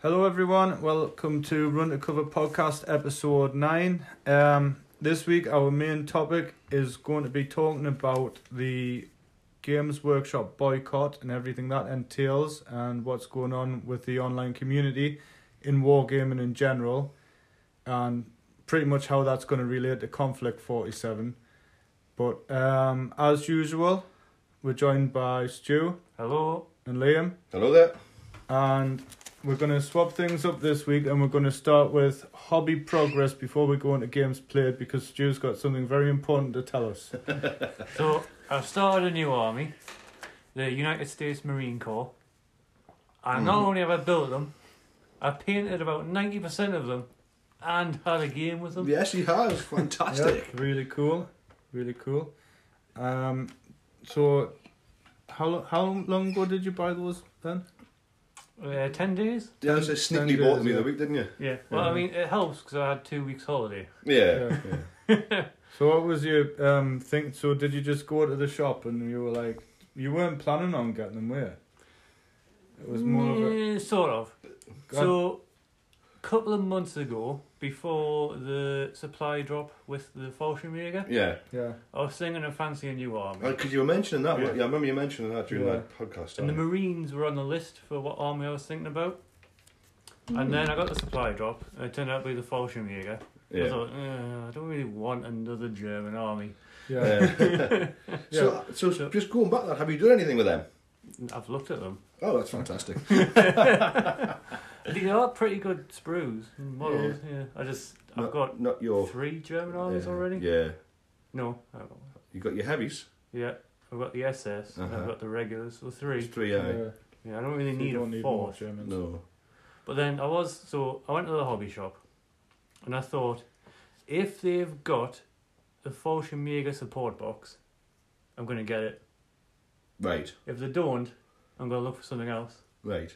Hello, everyone. Welcome to Run to Cover podcast episode nine. Um, this week, our main topic is going to be talking about the Games Workshop boycott and everything that entails, and what's going on with the online community in wargaming in general, and pretty much how that's going to relate to Conflict 47. But um, as usual, we're joined by Stu Hello. and Liam. Hello there. and we're going to swap things up this week and we're going to start with hobby progress before we go into games played because Stu's got something very important to tell us. So I've started a new army, the United States Marine Corps. And Mm-hmm. not only have I built them, I painted about ninety percent of them, and had a game with them. Yes, he has. Yeah, Fantastic. really cool. Really cool. Um, so, how, lo- how long ago did you buy those then? Uh, Ten days. Yeah, it's a Ten sneak you bought days, me the yeah. other week, didn't you? Yeah. Well, Yeah. I mean, it helps because I had two weeks holiday. Yeah. Yeah. so, what was your um, thing? So, did you just go to the shop and you were like, you weren't planning on getting them, were you? It was more of a. Eh, sort of. Go on. So, a couple of months ago, before the supply drop with the Falchion Maker, Yeah. Yeah. I was thinking of fancy a new army. Because you were mentioning that. Yeah. Yeah. I remember you mentioning that during Yeah. that podcast. And the didn't you? Marines were on the list for what army I was thinking about. Hmm. And then I got the supply drop, and it turned out to be the Fallschirmjäger. I yeah. thought, "Eh, I don't really want another German army. Yeah. Yeah. so, so, So- just going back to that, have you done anything with them? And I've looked at them. Oh, that's fantastic. They are pretty good sprues and models. Yeah. I just, I've Not- got not your three German armies yeah, already. Yeah, No, I haven't. you got your heavies. Yeah, I've got the SS, and I've Uh-huh. got the regulars, so three. It's three, aye. Yeah. Yeah, I don't really So need you a don't need more fourth. Germans. No. But then I was so I went to the hobby shop, and I thought, if they've got the Falchion Mega support box, I'm gonna get it. Right. If they don't, I'm gonna look for something else. Right.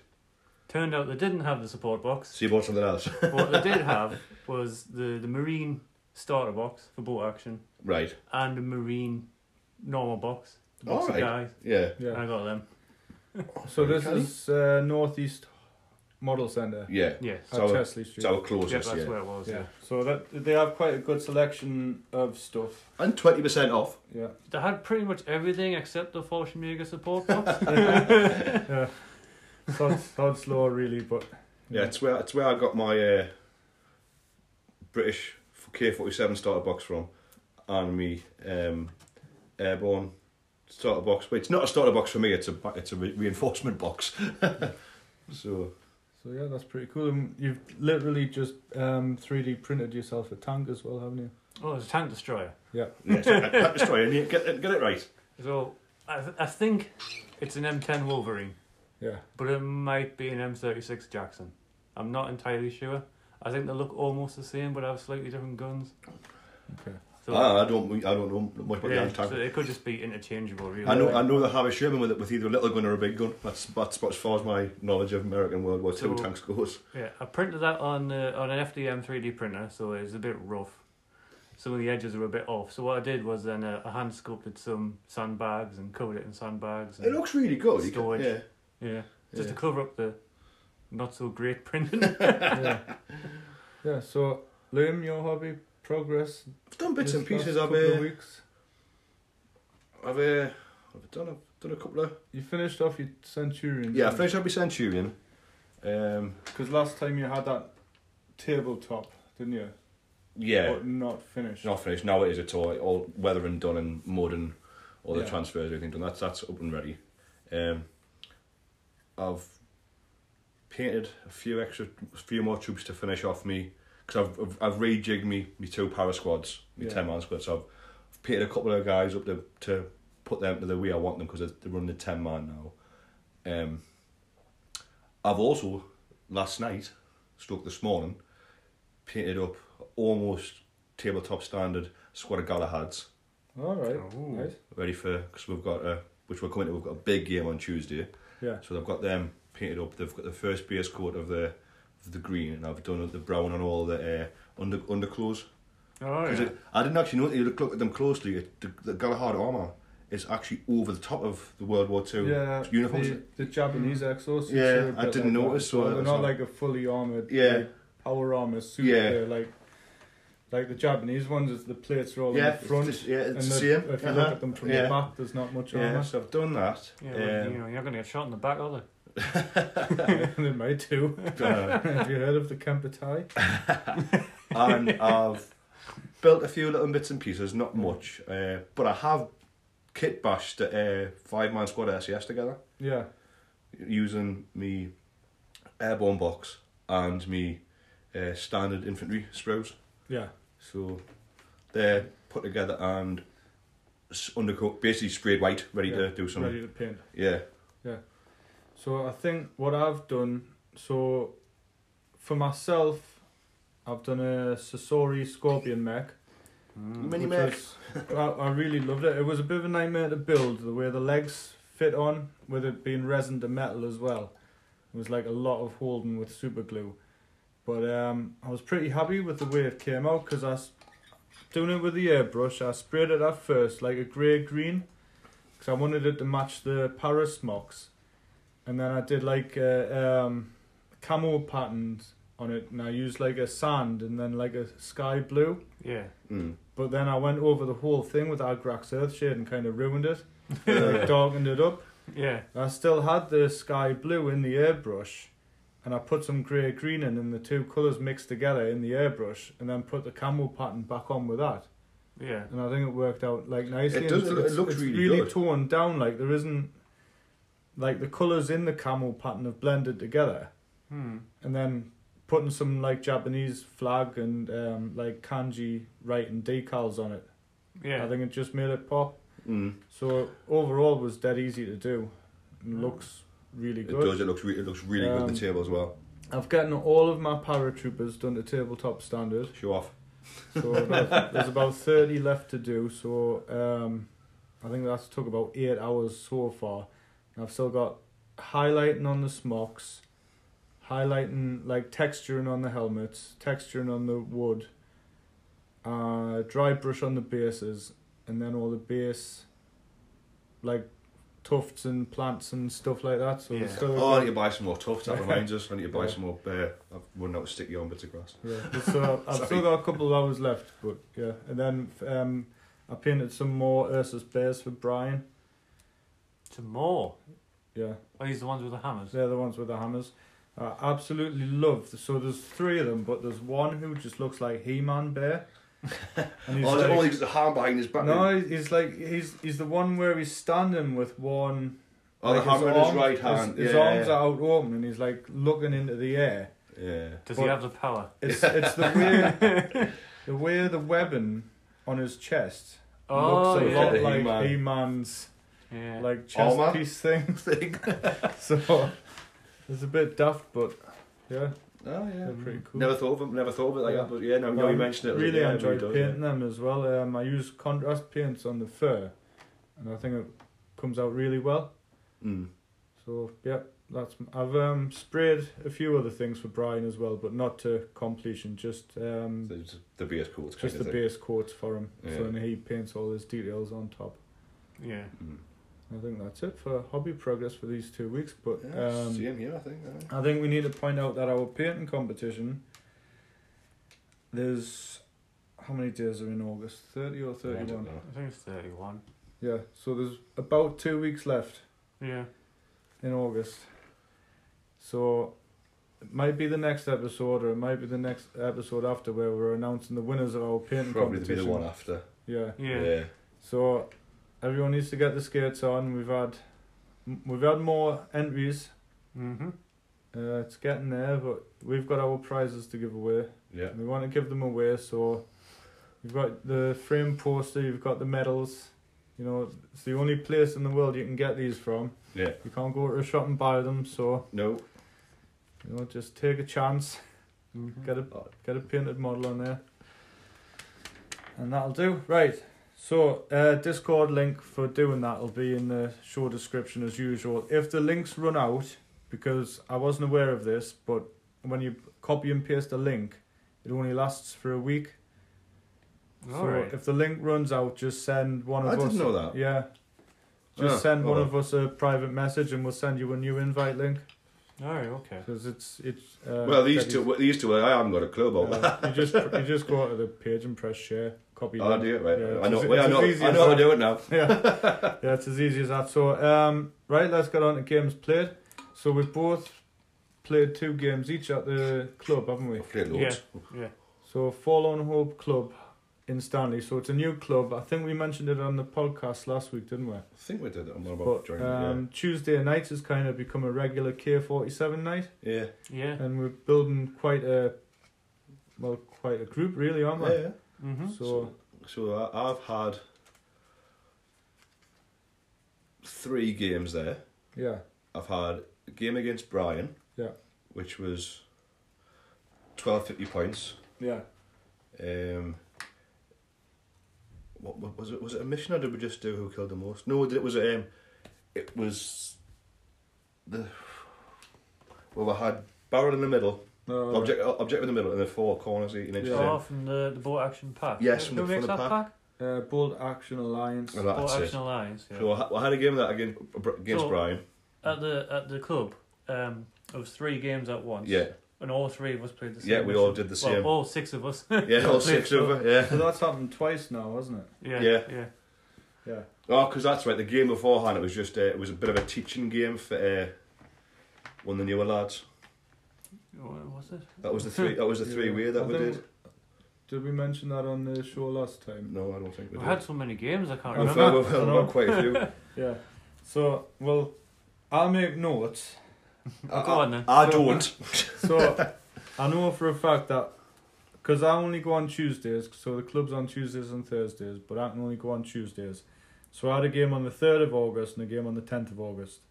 Turned out they didn't have the support box. So you bought something else. what they did have was the the Marine starter box for bolt action right. and a Marine normal box. The box All of right. guys. Yeah. And Yeah. I got them. So this Okay. is uh, Northeast Model Centre Yeah. Yes. at So- Chesley Street. It's our Yeah, that's closest. Yeah. where it was. yeah. So that they have quite a good selection of stuff. And twenty percent off. Yeah. They had pretty much everything except the Falchion Mega support box. yeah. Sod, sod's law really, but Yeah. It's where it's where I got my uh, British K forty seven starter box from, and me um, airborne starter box. But it's not a starter box for me. It's a ba- it's a re- reinforcement box. so So yeah, that's pretty cool. And you've literally just um, 3D printed yourself a tank as well, haven't you? Oh, it's a tank destroyer. yes, I can't destroy it. You Get it, get it right. So I, th- I think it's an M10 Wolverine, Yeah. but it might be an M36 Jackson. I'm not entirely sure. I think they look almost the same, but have slightly different guns. Okay. So, Ah, I don't I don't know much about yeah, the tank. so it could just be interchangeable, really. I know, I know they have a Sherman with it, with either a little gun or a big gun. That's that's about as far as my knowledge of American World War II So- tanks goes. Yeah, I printed that on uh, on an FDM 3D printer, so it's a bit rough. Some of the edges were a bit off. So what I did was then uh, I hand sculpted some sandbags and covered it in sandbags. It And, looks really good. You Storage. can, yeah, yeah, just Yeah. to cover up the not so great printing. Yeah. yeah. So Liam, your hobby progress. I've done bits this and pieces. last I've couple of uh, weeks. I've uh, I've done a, done a couple of You finished off your Centurion. yeah. I finished up my Centurion. Um, Because last time you had that tabletop, didn't you? yeah, But not finished. it's not finished. Now it is at all all weather and done and mud and all the Yeah. transfers everything done. That's that's up and ready. Um, I've painted a few extra, a few more troops to finish off me because I've, I've I've rejigged me me two power squads, me Yeah. ten man squads. So I've painted a couple of guys up to to put them to the way I want them because they run the ten man now. Um, I've also last night, stroke this morning, painted up almost tabletop standard squad of Galahads All right. Oh. Ooh. Nice. ready for because we've got a which we're coming to. We've got a big game on Tuesday. Yeah. So they've got them painted up. They've got the first base coat of the of the green, and I've done the brown on all the uh, under underclothes. Oh, 'Cause yeah. it- I didn't actually know that you look at them closely. It, the, the Galahad armor is actually over the top of the World War Two yeah, uniforms. the, the Japanese exos. Yeah, are a I bit like didn't that notice, as so well. I they're was not like- like a fully armored, Yeah. like, power armor suit. Yeah. They're like, like the Japanese ones, is the plates are all yeah, in the front. It's, yeah, and it's the the- same. if you Uh-huh. look at them from the yeah. back, there's not much yeah, armor. so I've done that. Yeah, well, Um, you know, you're not going to get shot in the back, are they? they might too. uh, Have you heard of the Kemper tie? and I've built a few little bits and pieces, not much, uh, but I have kit bashed a uh, five man squad at SES together Yeah. using me airborne box and me uh, standard infantry sprouts. Yeah. So they're put together and s- undercoat, basically sprayed white, ready yeah. to do something. Ready to paint. Yeah, So I think what I've done, so for myself, I've done a Sasori Scorpion mech. Mini which mech. was- Mm. I, I really loved it. It was a bit of a nightmare to build, the way the legs fit on, with it being resin to metal as well. It was like a lot of holding with super glue. But um, I was pretty happy with the way it came out because I s- doing it with the airbrush, I sprayed it at first like a grey green because I wanted it to match the Paris mocks. And then I did like a um, camo patterns on it and I used like a sand and then like a sky blue. Yeah. mm. But then I went over the whole thing with Agrax Earthshade and kind of ruined it, like darkened it up. Yeah. I still had the sky blue in the airbrush, and I put some grey green in, and the two colours mixed together in the airbrush, and then put the camel pattern back on with that. Yeah. And I think it worked out like nicely. It and does look- it it's- looks it's really good. torn down. Like there isn't, like the colours in the camel pattern have blended together, Hmm. and then putting some like Japanese flag and um, like kanji writing decals on it. I Yeah. think it just made it pop. Mm. So overall, it was dead easy to do. And Yeah. looks really It good. does. It looks. Re- it looks really good. Um, The table as well. I've gotten all of my paratroopers done to tabletop standard. Show off. So there's there's about thirty left to do. So um, I think that's took about eight hours so far. And I've still got highlighting on the smocks, highlighting like texturing on the helmets, texturing on the wood, uh, dry brush on the bases, and then all the base, like tufts and plants and stuff like that. So there's Yeah. still Oh, I about- need to buy some more tufts. That reminds us. I need to buy Yeah. some more. Uh, I've run out of sticky on bits of grass. Yeah, so I've Sorry. still got a couple of hours left, but yeah, and then um, I painted some more Ursus bears for Brian. Some more. Yeah, Are these the ones with the hammers? they're the ones with the hammers. I absolutely love. The, so there's three of them, but there's one who just looks like He-Man bear. And oh, like- oh, he's got the hand behind his back. no, he's like he's he's the one where he's standing with one. oh, the like, hammer in arm- his right hand. His, his yeah, arms yeah. are out open, and he's like looking into the air. Yeah. Does he Well- have the power? It's it's the way the way the weapon on his chest Oh, looks a yeah. lot The like He-Man. He-Man's Yeah. like chest Armor? piece thing. Thing. so it's a bit daft, but yeah, Oh yeah. they're pretty cool. Never thought of him. Never thought of it like Yeah. that. But yeah, no, no, Um, you mentioned it. like, Really yeah, it enjoyed does, yeah. painting them as well. Um, I use contrast paints on the fur, and I think it comes out really well. Mm. So yeah, that's I've um, sprayed a few other things for Brian as well, but not to completion. Just um, So it's the base coats. kind just of the thing. base coats for him, so Yeah. and he paints all his details on top. yeah. Mm. I think that's it for hobby progress for these two weeks. But Yeah, um, same here, I think. aye. I think we need to point out that our painting competition. There's, how many days are in August? Thirty or I don't thirty-one? know. I think it's 31. Yeah. So there's about two weeks left Yeah. in August. So, it might be the next episode, or it might be the next episode after, where we're announcing the winners of our painting Probably to be competition. the one after. Yeah. Yeah. yeah. So, everyone needs to get the skates on. We've had, m- we've had more entries. Mm-hmm. Uh, it's getting there, but we've got our prizes to give away. Yeah. We want to give them away, so you've got the frame poster, you've got the medals. You know, it's the only place in the world you can get these from. Yeah. You can't go to a shop and buy them, so No. you know, just take a chance, Mm-hmm. get a get a painted model on there, and that'll do. Right. So, uh, Discord link for doing that will be in the show description as usual. If the links run out, because I wasn't aware of this, but when you copy and paste a link, it only lasts for a week. So All right. if the link runs out, just send one of I us. didn't know that. Ah, Yeah, Just Yeah, send one alright. of us a private message and we'll send you a new invite link Oh, okay. because it's it's. Uh, well, these that two, these two, I haven't got a clue about. Uh, you just you just go out to the page and press share, copy. I'll link. Oh, do it, right? Yeah, I know, it's- well, I it's know, as easy I as know how that. to do it now. yeah, yeah, it's as easy as that. So, um, right, let's get on to games played. So we both played two games each at the club, haven't we? I've played loads. Yeah. So Forlorn Hope Club in Stanley. So it's a new club. I think we mentioned it on the podcast last week, didn't we? I think we did it. I'm not about But to join um, Tuesday nights has kind of become a regular K forty seven night, yeah. Yeah. Yeah. and we're building quite a well, quite a group really, aren't we? yeah. Mm-hmm. So So I, I've had three games there. yeah, I've had a game against Brian. Yeah. Which was twelve fifty points. yeah. Um, what, what was it? Was it a mission or did we just do who killed the most? No, it was um, it was the well we had barrel in the middle, No, object object in the middle, and the four corners eating each Yeah. other. Oh, from the, the bolt action pack. Yes, from Who the- makes from the that pack. pack? Uh, Bold Action Alliance. Well, that's bolt it. action alliance. Yeah. So I, ha- I had a game of that against against So- Brian. At the at the club, um, it was three games at once. Yeah, And all three of us played the same. Yeah, we all mission. did the well, same. All six of us. yeah, all six of us. Yeah. So that's happened twice now, hasn't it? yeah. Yeah. Yeah. Yeah. Yeah. Oh, because that's right. The game beforehand, it was just uh, it was a bit of a teaching game for uh, one of the newer lads. What was it? That was the three. That was the three way that I we think- did. Did we mention that on the show last time? No, I don't think we We've did. had so many games, I can't We've We've, remember. had- had, we've had Hello. quite a few. Yeah. So, well, I'll make notes. I- Go on then. I don't. So, I know for a fact that because I only go on Tuesdays, so the club's on Tuesdays and Thursdays, but I can only go on Tuesdays. So I had a game on the third of August and a game on the tenth of August.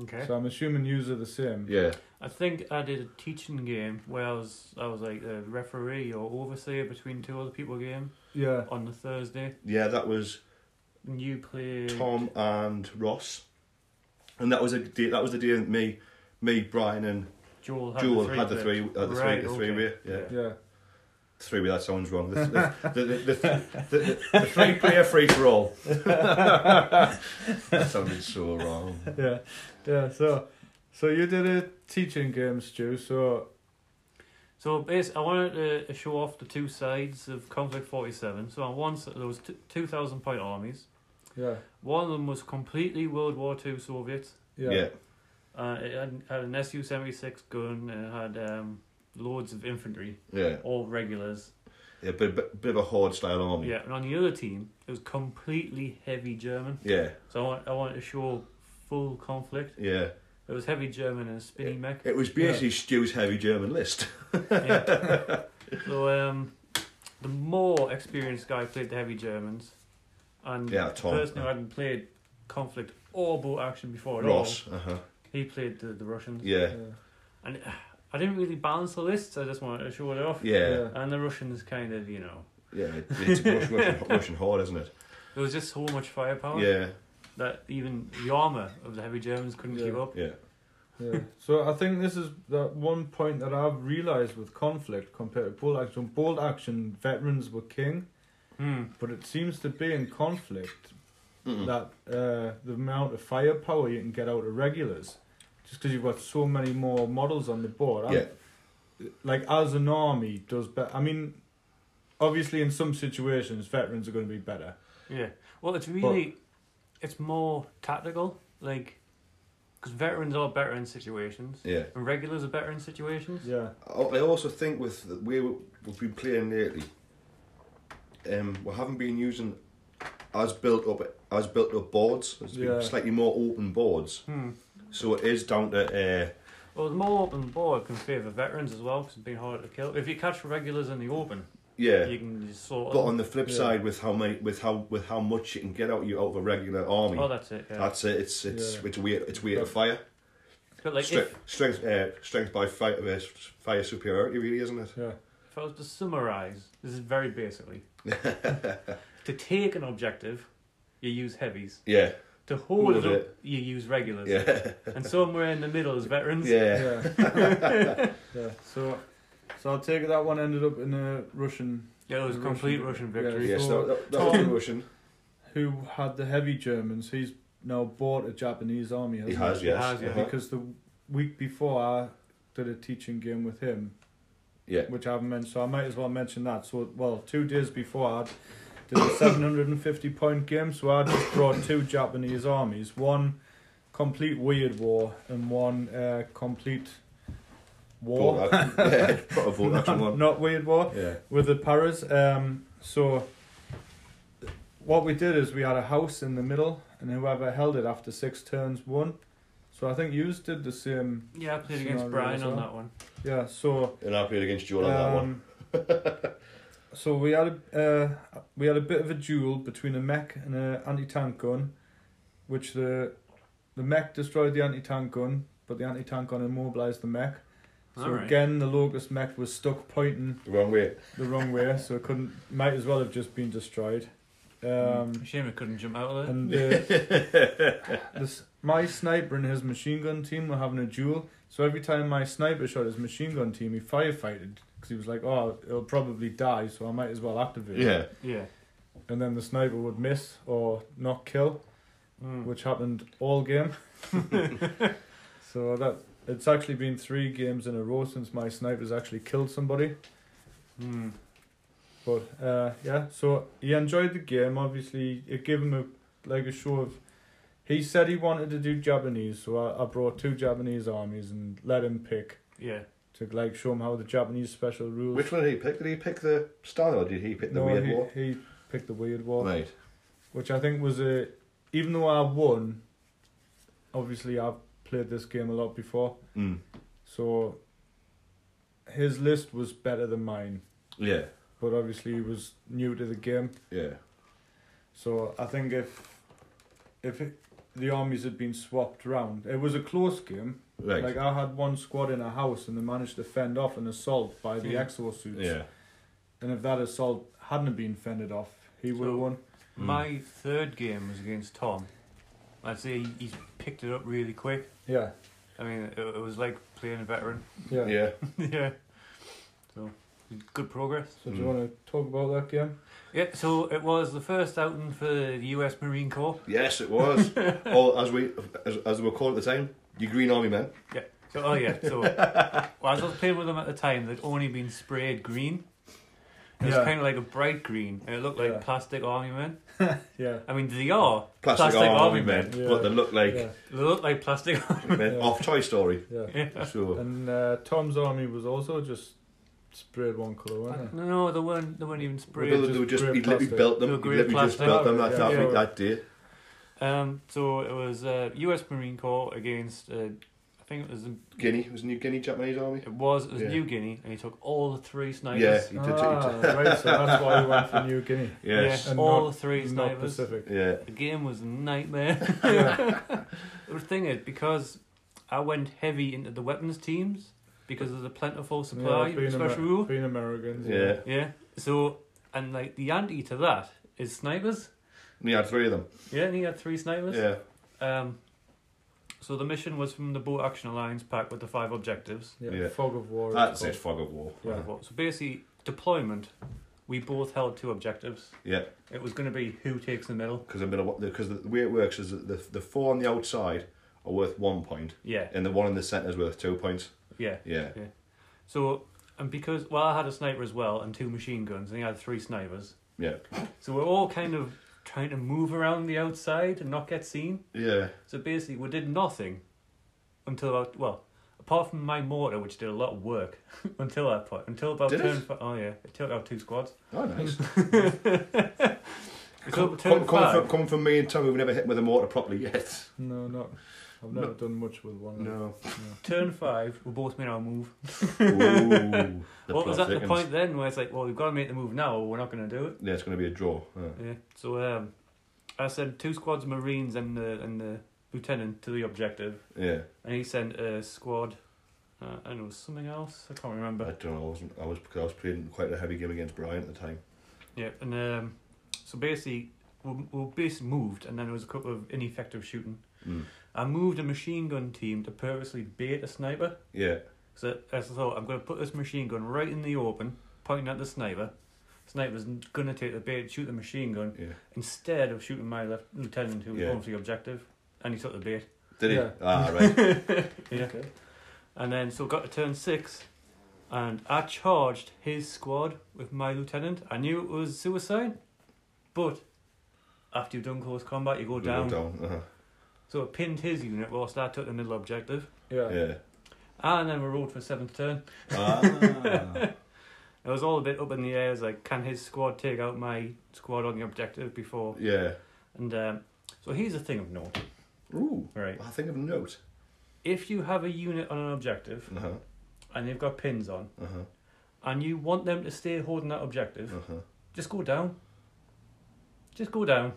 Okay. So I'm assuming yous are the same. Yeah. I think I did a teaching game where I was I was like the referee or overseer between two other people game Yeah. on the Thursday. Yeah, that was And you played Tom and Ross. And that was a day, that was the day me me, Brian and Joel had Jewel the three. had the played. three had the three Right, the three okay. way. Yeah. Yeah. Three way that sounds wrong. The the the, the, the, the, the three player free for all. that sounded so wrong. yeah, yeah. So, so you did a teaching game, Stu. So So basically, I wanted to show off the two sides of Conflict Forty Seven. So on one side there was t- two thousand point armies. yeah, One of them was completely World War Two Soviet. yeah, yeah. Uh, it had, had an Su seventy six gun and it had um, loads of infantry, Yeah, all regulars. yeah, bit, bit, bit of a horde style army. Yeah, and on the other team it was completely heavy German. yeah, So I want, I wanted to show full conflict. yeah. It was heavy German and a spinny mech. It was basically Stu's heavy German list. Yeah. so um, the more experienced guy played the heavy Germans, and Yeah, the Tom, person who yeah. hadn't played conflict or boat action before at Ross, uh huh. all, he played the, the Russians. Yeah, And uh, I didn't really balance the lists. I just wanted to show it off. yeah, And the Russians kind of, you know, yeah. It's a Russian, Russian, Russian horde, isn't it? there was just so much firepower Yeah, that even the armor of the heavy Germans couldn't Yeah. keep up. yeah, yeah. So I think this is that one point that I've realized with conflict compared to bold action. Bold action veterans were king, Hmm. but it seems to be in conflict Mm-mm. that uh, the amount of firepower you can get out of regulars, just because you've got so many more models on the board. I'm- yeah. like as an army does better. I mean, obviously in some situations veterans are going to be better. Yeah. Well, it's really, it's more tactical, like, because veterans are better in situations, Yeah. and regulars are better in situations. Yeah, I Oh, I also think with the way we- we've been playing lately, um, we haven't been using as built up as built up boards. There's been Yeah. slightly more open boards, Hmm. so it is down to uh, Well, the more open board can favour veterans as well, because it's been harder to kill. If you catch regulars in the open, yeah. you can just sort But of. on the flip Yeah. side, with how many, with how with how much you can get out you out of a regular army, Oh, that's it. Yeah. that's it. It's it's Yeah. it's weird. It's weird to Yeah. fire. but like, Stre- if, strength uh, strength by fire, uh, fire superiority, really, isn't it? yeah. if I was to summarise, this is very basically to take an objective, you use heavies. Yeah, To hold Hold it up, it. you use regulars. yeah, And somewhere in the middle is veterans. yeah. yeah. yeah. So, so I'll take it that one ended up in a Russian. Yeah, it was a complete Russian Yeah. victory. Yes, that, that, that was Tom- emotion. who had the heavy Germans, he's now bought a Japanese army. He Hasn't has, He yes. has, yeah. uh-huh. Because the week before I did a teaching game with him, yeah. which I haven't mentioned, so I might as well mention that. So, well, two days before I did a 750 point game, so I just brought two Japanese armies one complete weird war and one uh, complete war. Vote action. yeah, got a vote action Not, one. not weird war Yeah. with the paras. Um, so what we did is we had a house in the middle, and whoever held it after six turns won. So I think yous did the same. Yeah, I played Scenario against Brian as on well. that one. Yeah. So um, And I played against Joel on that one. so we had a uh, we had a bit of a duel between a mech and an anti tank gun, which the the mech destroyed the anti tank gun, but the anti tank gun immobilized the mech. So Alright. again, the locust mech was stuck pointing The wrong way. the wrong way, so it couldn't. Might as well have just been destroyed. Um, Shame we couldn't jump out of there. and the, this, my sniper and his machine gun team were having a duel. So every time my sniper shot his machine gun team, he firefighted because he was like, "Oh, it'll probably die, so I might as well activate." it." Yeah. Yeah. And then the sniper would miss or not kill, Mm. which happened all game. so that it's actually been three games in a row since my sniper's actually killed somebody. Hmm. But uh, yeah, so he enjoyed the game. Obviously, it gave him a like a show of. He said he wanted to do Japanese, so I, I brought two Japanese armies and let him pick Yeah. Mm. to like show him how the Japanese special rules. Which one did he pick? Did he pick the standard or did he pick the no, weird he, war? he picked the weird war, Right. which I think was a. Even though I won, obviously I've played this game a lot before, Mm. so his list was better than mine. Yeah. But obviously he was new to the game. Yeah. So I think if if it, the armies had been swapped round, it was a close game. Right. Like I had one squad in a house, and they managed to fend off an assault by the Yeah. exosuits. yeah. And if that assault hadn't been fended off, he would have So- won. My third game was against Tom. I'd say he- he's picked it up really quick. Yeah, I mean, it, it was like playing a veteran. yeah. Yeah. yeah. So, good progress. So do Mm. you want to talk about that game? Yeah, so it was the first outing for the US Marine Corps. Yes, it was. or as we as, as we were called at the time, your Green Army men. Yeah. So, oh yeah. So, well, as I was playing with them at the time, they'd only been sprayed green. It was Yeah. kind of like a bright green, and it looked like Yeah. plastic army men. Yeah, I mean, they are Plastic, army, men, Yeah. but they look like yeah, They look like plastic. men Yeah. off Toy Story. yeah. yeah. So And uh, Tom's army was also just sprayed one colour, wasn't it? No, no, they weren't. They weren't even they sprayed. Well, were just, grey he literally plastic. built They were them. He grey literally just plastic. built them. That's Yeah. I think Yeah. that day. Um, so it was uh, U.S. Marine Corps against. Uh, I think it was Guinea was New Guinea Japanese army. it was, it was Yeah. New Guinea, and he took all the three yeah, snipers. he did. Ah, right, so that's why he went for New Guinea. He did. Yes. And all not- the three Not snipers. Pacific. Yeah. The game was a nightmare. the thing is, because I went heavy into the weapons teams because of the plentiful supply Yeah, being special Amer- rule. being Americans. Yeah. Yeah. So and like the anti to that is snipers. And he had three of them. Yeah, and he had three snipers. Yeah. Um, so the mission was from the Boat Action Alliance pack with the five objectives. Yeah, Yeah. fog of war. it's That's it. called. Fog of war. Yeah. So basically, deployment, we both held two objectives. Yeah. It was going to be who takes the middle. Because because the way it works is that the the four on the outside are worth one point, Yeah, and the one in the centre is worth two points. yeah. Yeah. So, and because, well, I had a sniper as well and two machine guns, and he had three snipers. Yeah. So we're all kind of trying to move around the outside and not get seen. Yeah. So basically, we did nothing until about, well, apart from my mortar, which did a lot of work until that point. Until about Did it? turn fi- Oh, yeah. It took out two squads. Oh, nice. So Come, turn come, five. from, come from me and Tom, we've never hit with a mortar properly yet. No, not. I've never done much with one. of No. Turn five. We both made our move. Ooh, the what was at plot the thickens. point then where it's like, well, we've got to make the move now, or we're not going to do it. Yeah, it's going to be a draw. Yeah. Yeah. So um, I sent two squads of marines and the and the lieutenant to the objective, yeah. and he sent a squad. Uh, and it was something else. I can't I remember. don't know. I wasn't. I was because I was playing quite a heavy game against Brian at the time. Yeah. And um, so basically, we we basically moved, and then there was a couple of ineffective shooting. Mm. I moved a machine gun team to purposely bait a sniper. Yeah. So as I thought, I'm going to put this machine gun right in the open, pointing at the sniper. sniper's going to take the bait, shoot the machine gun, Yeah. instead of shooting my left lieutenant who was Yeah. going for the objective, and he took the bait. Did he? Yeah. Ah, right. Yeah. Okay. And then so got to turn six, and I charged his squad with my lieutenant. I knew it was suicide, but after you've done close combat, you go We down. go down. uh-huh. So it pinned his unit whilst I took the middle objective, Yeah. uh Yeah. and then we rolled for seventh turn. Ah. It was all a bit up in the air. It was like, can his squad take out my squad on the objective before? yeah. And um, so here's a thing of note, Ooh. right? I think of a note. If you have a unit on an objective Uh huh. and they've got pins on, Uh huh. and you want them to stay holding that objective, Uh huh. just go down. Just go down.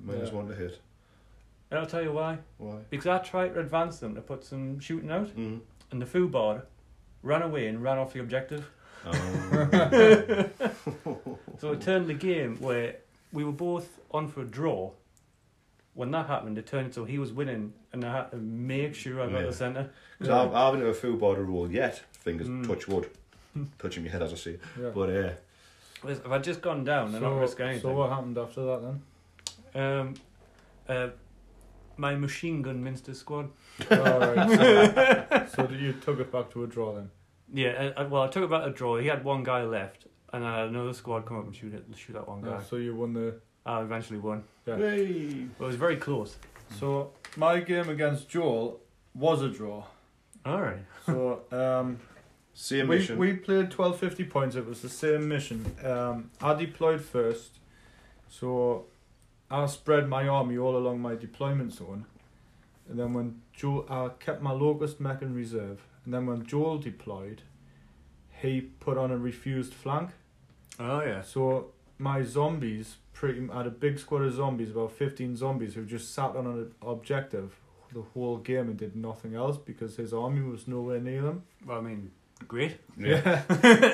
Minus Yeah. one to hit. And I'll tell you why. Why? Because I tried to advance them to put some shooting out, Mm. and the food bar ran away and ran off the objective. Oh. So it turned the game where we were both on for a draw. When that happened, it turned so he was winning, and I had to make sure I got Yeah. the centre. 'Cause I've, I haven't had a full border rule yet. Fingers Mm. touch wood. Touching my head as I see it. Yeah. But uh, Whereas If I'd just gone down and not risked so, anything, so what happened after that then? um, uh, my machine gun Minster squad. Alright, so, so you took it back to a draw then? Yeah, uh, uh, well, I took about a draw. He had one guy left, and I had another squad come up and shoot it, shoot that one guy. So you won the. I eventually won. Yeah. Hey. But it was very close. So my game against Joel was a draw. All right. So um, Same we, mission. we played 1250 points. It was the same mission. Um, I deployed first. So I spread my army all along my deployment zone. And then when Joel, I kept my locust mech in reserve. And then when Joel deployed, he put on a refused flank. Oh yeah. So my zombies pretty I had a big squad of zombies, about fifteen zombies, who just sat on an objective the whole game and did nothing else because his army was nowhere near them. Well, I mean, great. yeah.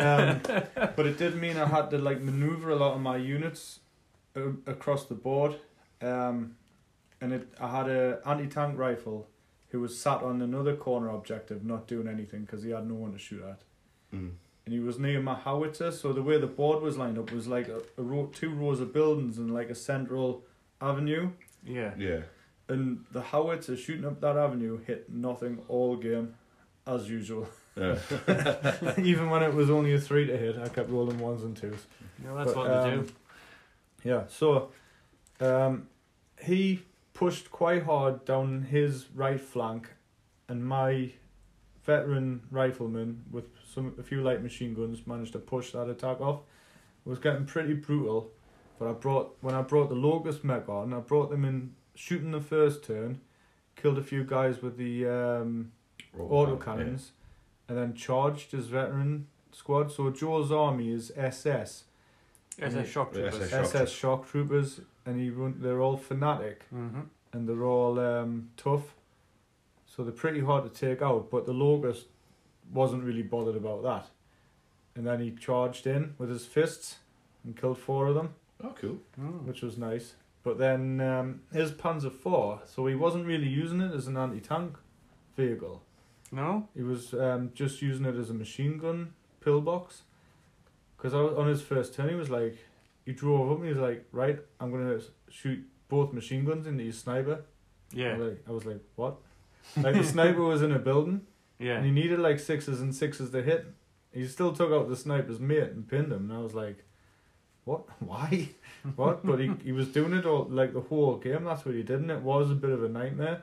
um, but it did mean I had to like maneuver a lot of my units uh, across the board, um, and it I had a anti tank rifle who was sat on another corner objective, not doing anything because he had no one to shoot at Mm. and he was near my howitzer. So the way the board was lined up was like a, a row, two rows of buildings and like a central avenue. Yeah. Yeah. And the howitzer shooting up that avenue hit nothing all game, as usual. Yeah. Even when it was only a three to hit, I kept rolling ones and twos. No, that's But, what they um, do. Yeah, so um, he pushed quite hard down his right flank, and my veteran rifleman with some a few light machine guns managed to push that attack off. It was getting pretty brutal, but I brought when I brought the locust mech on, I brought them in shooting the first turn, killed a few guys with the um, auto cannons, and then charged his veteran squad. So Joel's army is SS. It's a shock to Yeah, it's a shock. SS shock troopers, and he run, they're all fanatic Mm-hmm. and they're all um, tough, so they're pretty hard to take out. But the locust wasn't really bothered about that, and then he charged in with his fists and killed four of them, Yeah. Oh, cool. Mm. which was nice. But then um, his Panzer IV, so he wasn't really using it as an anti tank vehicle. No. He was um, just using it as a machine gun pillbox. Because on his first turn, he was like, he drove up and he was like, right, I'm going to shoot both machine guns into your sniper. I Yeah. was like, I was like what? like, the sniper was in a building and Yeah. he needed like sixes and sixes to hit. He still took out the sniper's mate and pinned him. And I was like, what? Why? what? But he, he was doing it all, like, the whole game. That's what he did. And it was a bit of a nightmare.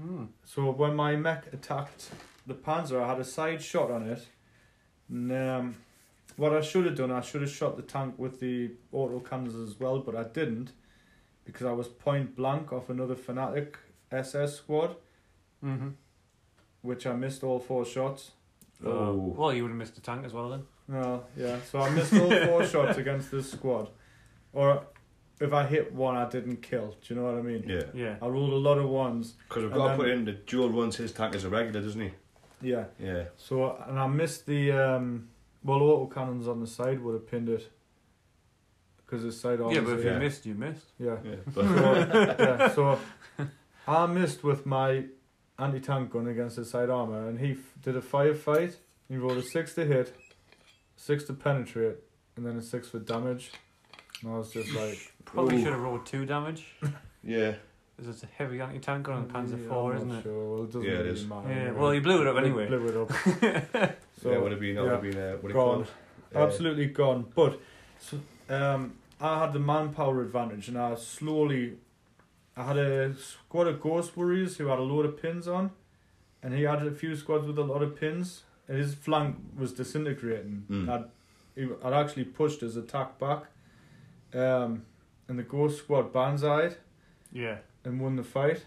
Mm. So when my mech attacked the Panzer, I had a side shot on it. And, um, what I should have done, I should have shot the tank with the auto cannons as well, but I didn't because I was point blank off another fanatic SS squad, Mm-hmm. which I missed all four shots. Uh, Oh. well, you would have missed a tank as well then. No, yeah. So I missed all four shots against this squad, or if I hit one, I didn't kill. Do you know what I mean? Yeah. Yeah. I rolled a lot of ones. Because we've And got then- to put in the dual runs his tank as a regular, doesn't he? Yeah. Yeah. So and I missed the um, well auto cannons on the side would have pinned it because it's side arms. yeah, but if yeah. you missed, you missed. yeah. Yeah. So, yeah, so I missed with my anti tank gun against his side armor, and he f- did a firefight. He rolled a six to hit, six to penetrate, and then a six for damage. And I was just like, Probably Ooh. should have rolled two damage. Yeah. It's a heavy anti tank gun on Panzer "Yeah, Four, I'm isn't not it? Sure. Well, it doesn't Yeah, it really is. matter. Yeah. Well, you blew it up Blew- anyway. Blew it up. so, yeah, would have been, that would have yeah. been, uh, what do Gone. you call it? Uh, absolutely gone. But so, um, I had the manpower advantage, and I slowly, I had a squad of ghost warriors who had a load of pins on, and he had a few squads with a lot of pins, and his flank was disintegrating. Mm. I'd, he, I'd actually pushed his attack back, um, and the ghost squad banzaied Yeah. and won the fight.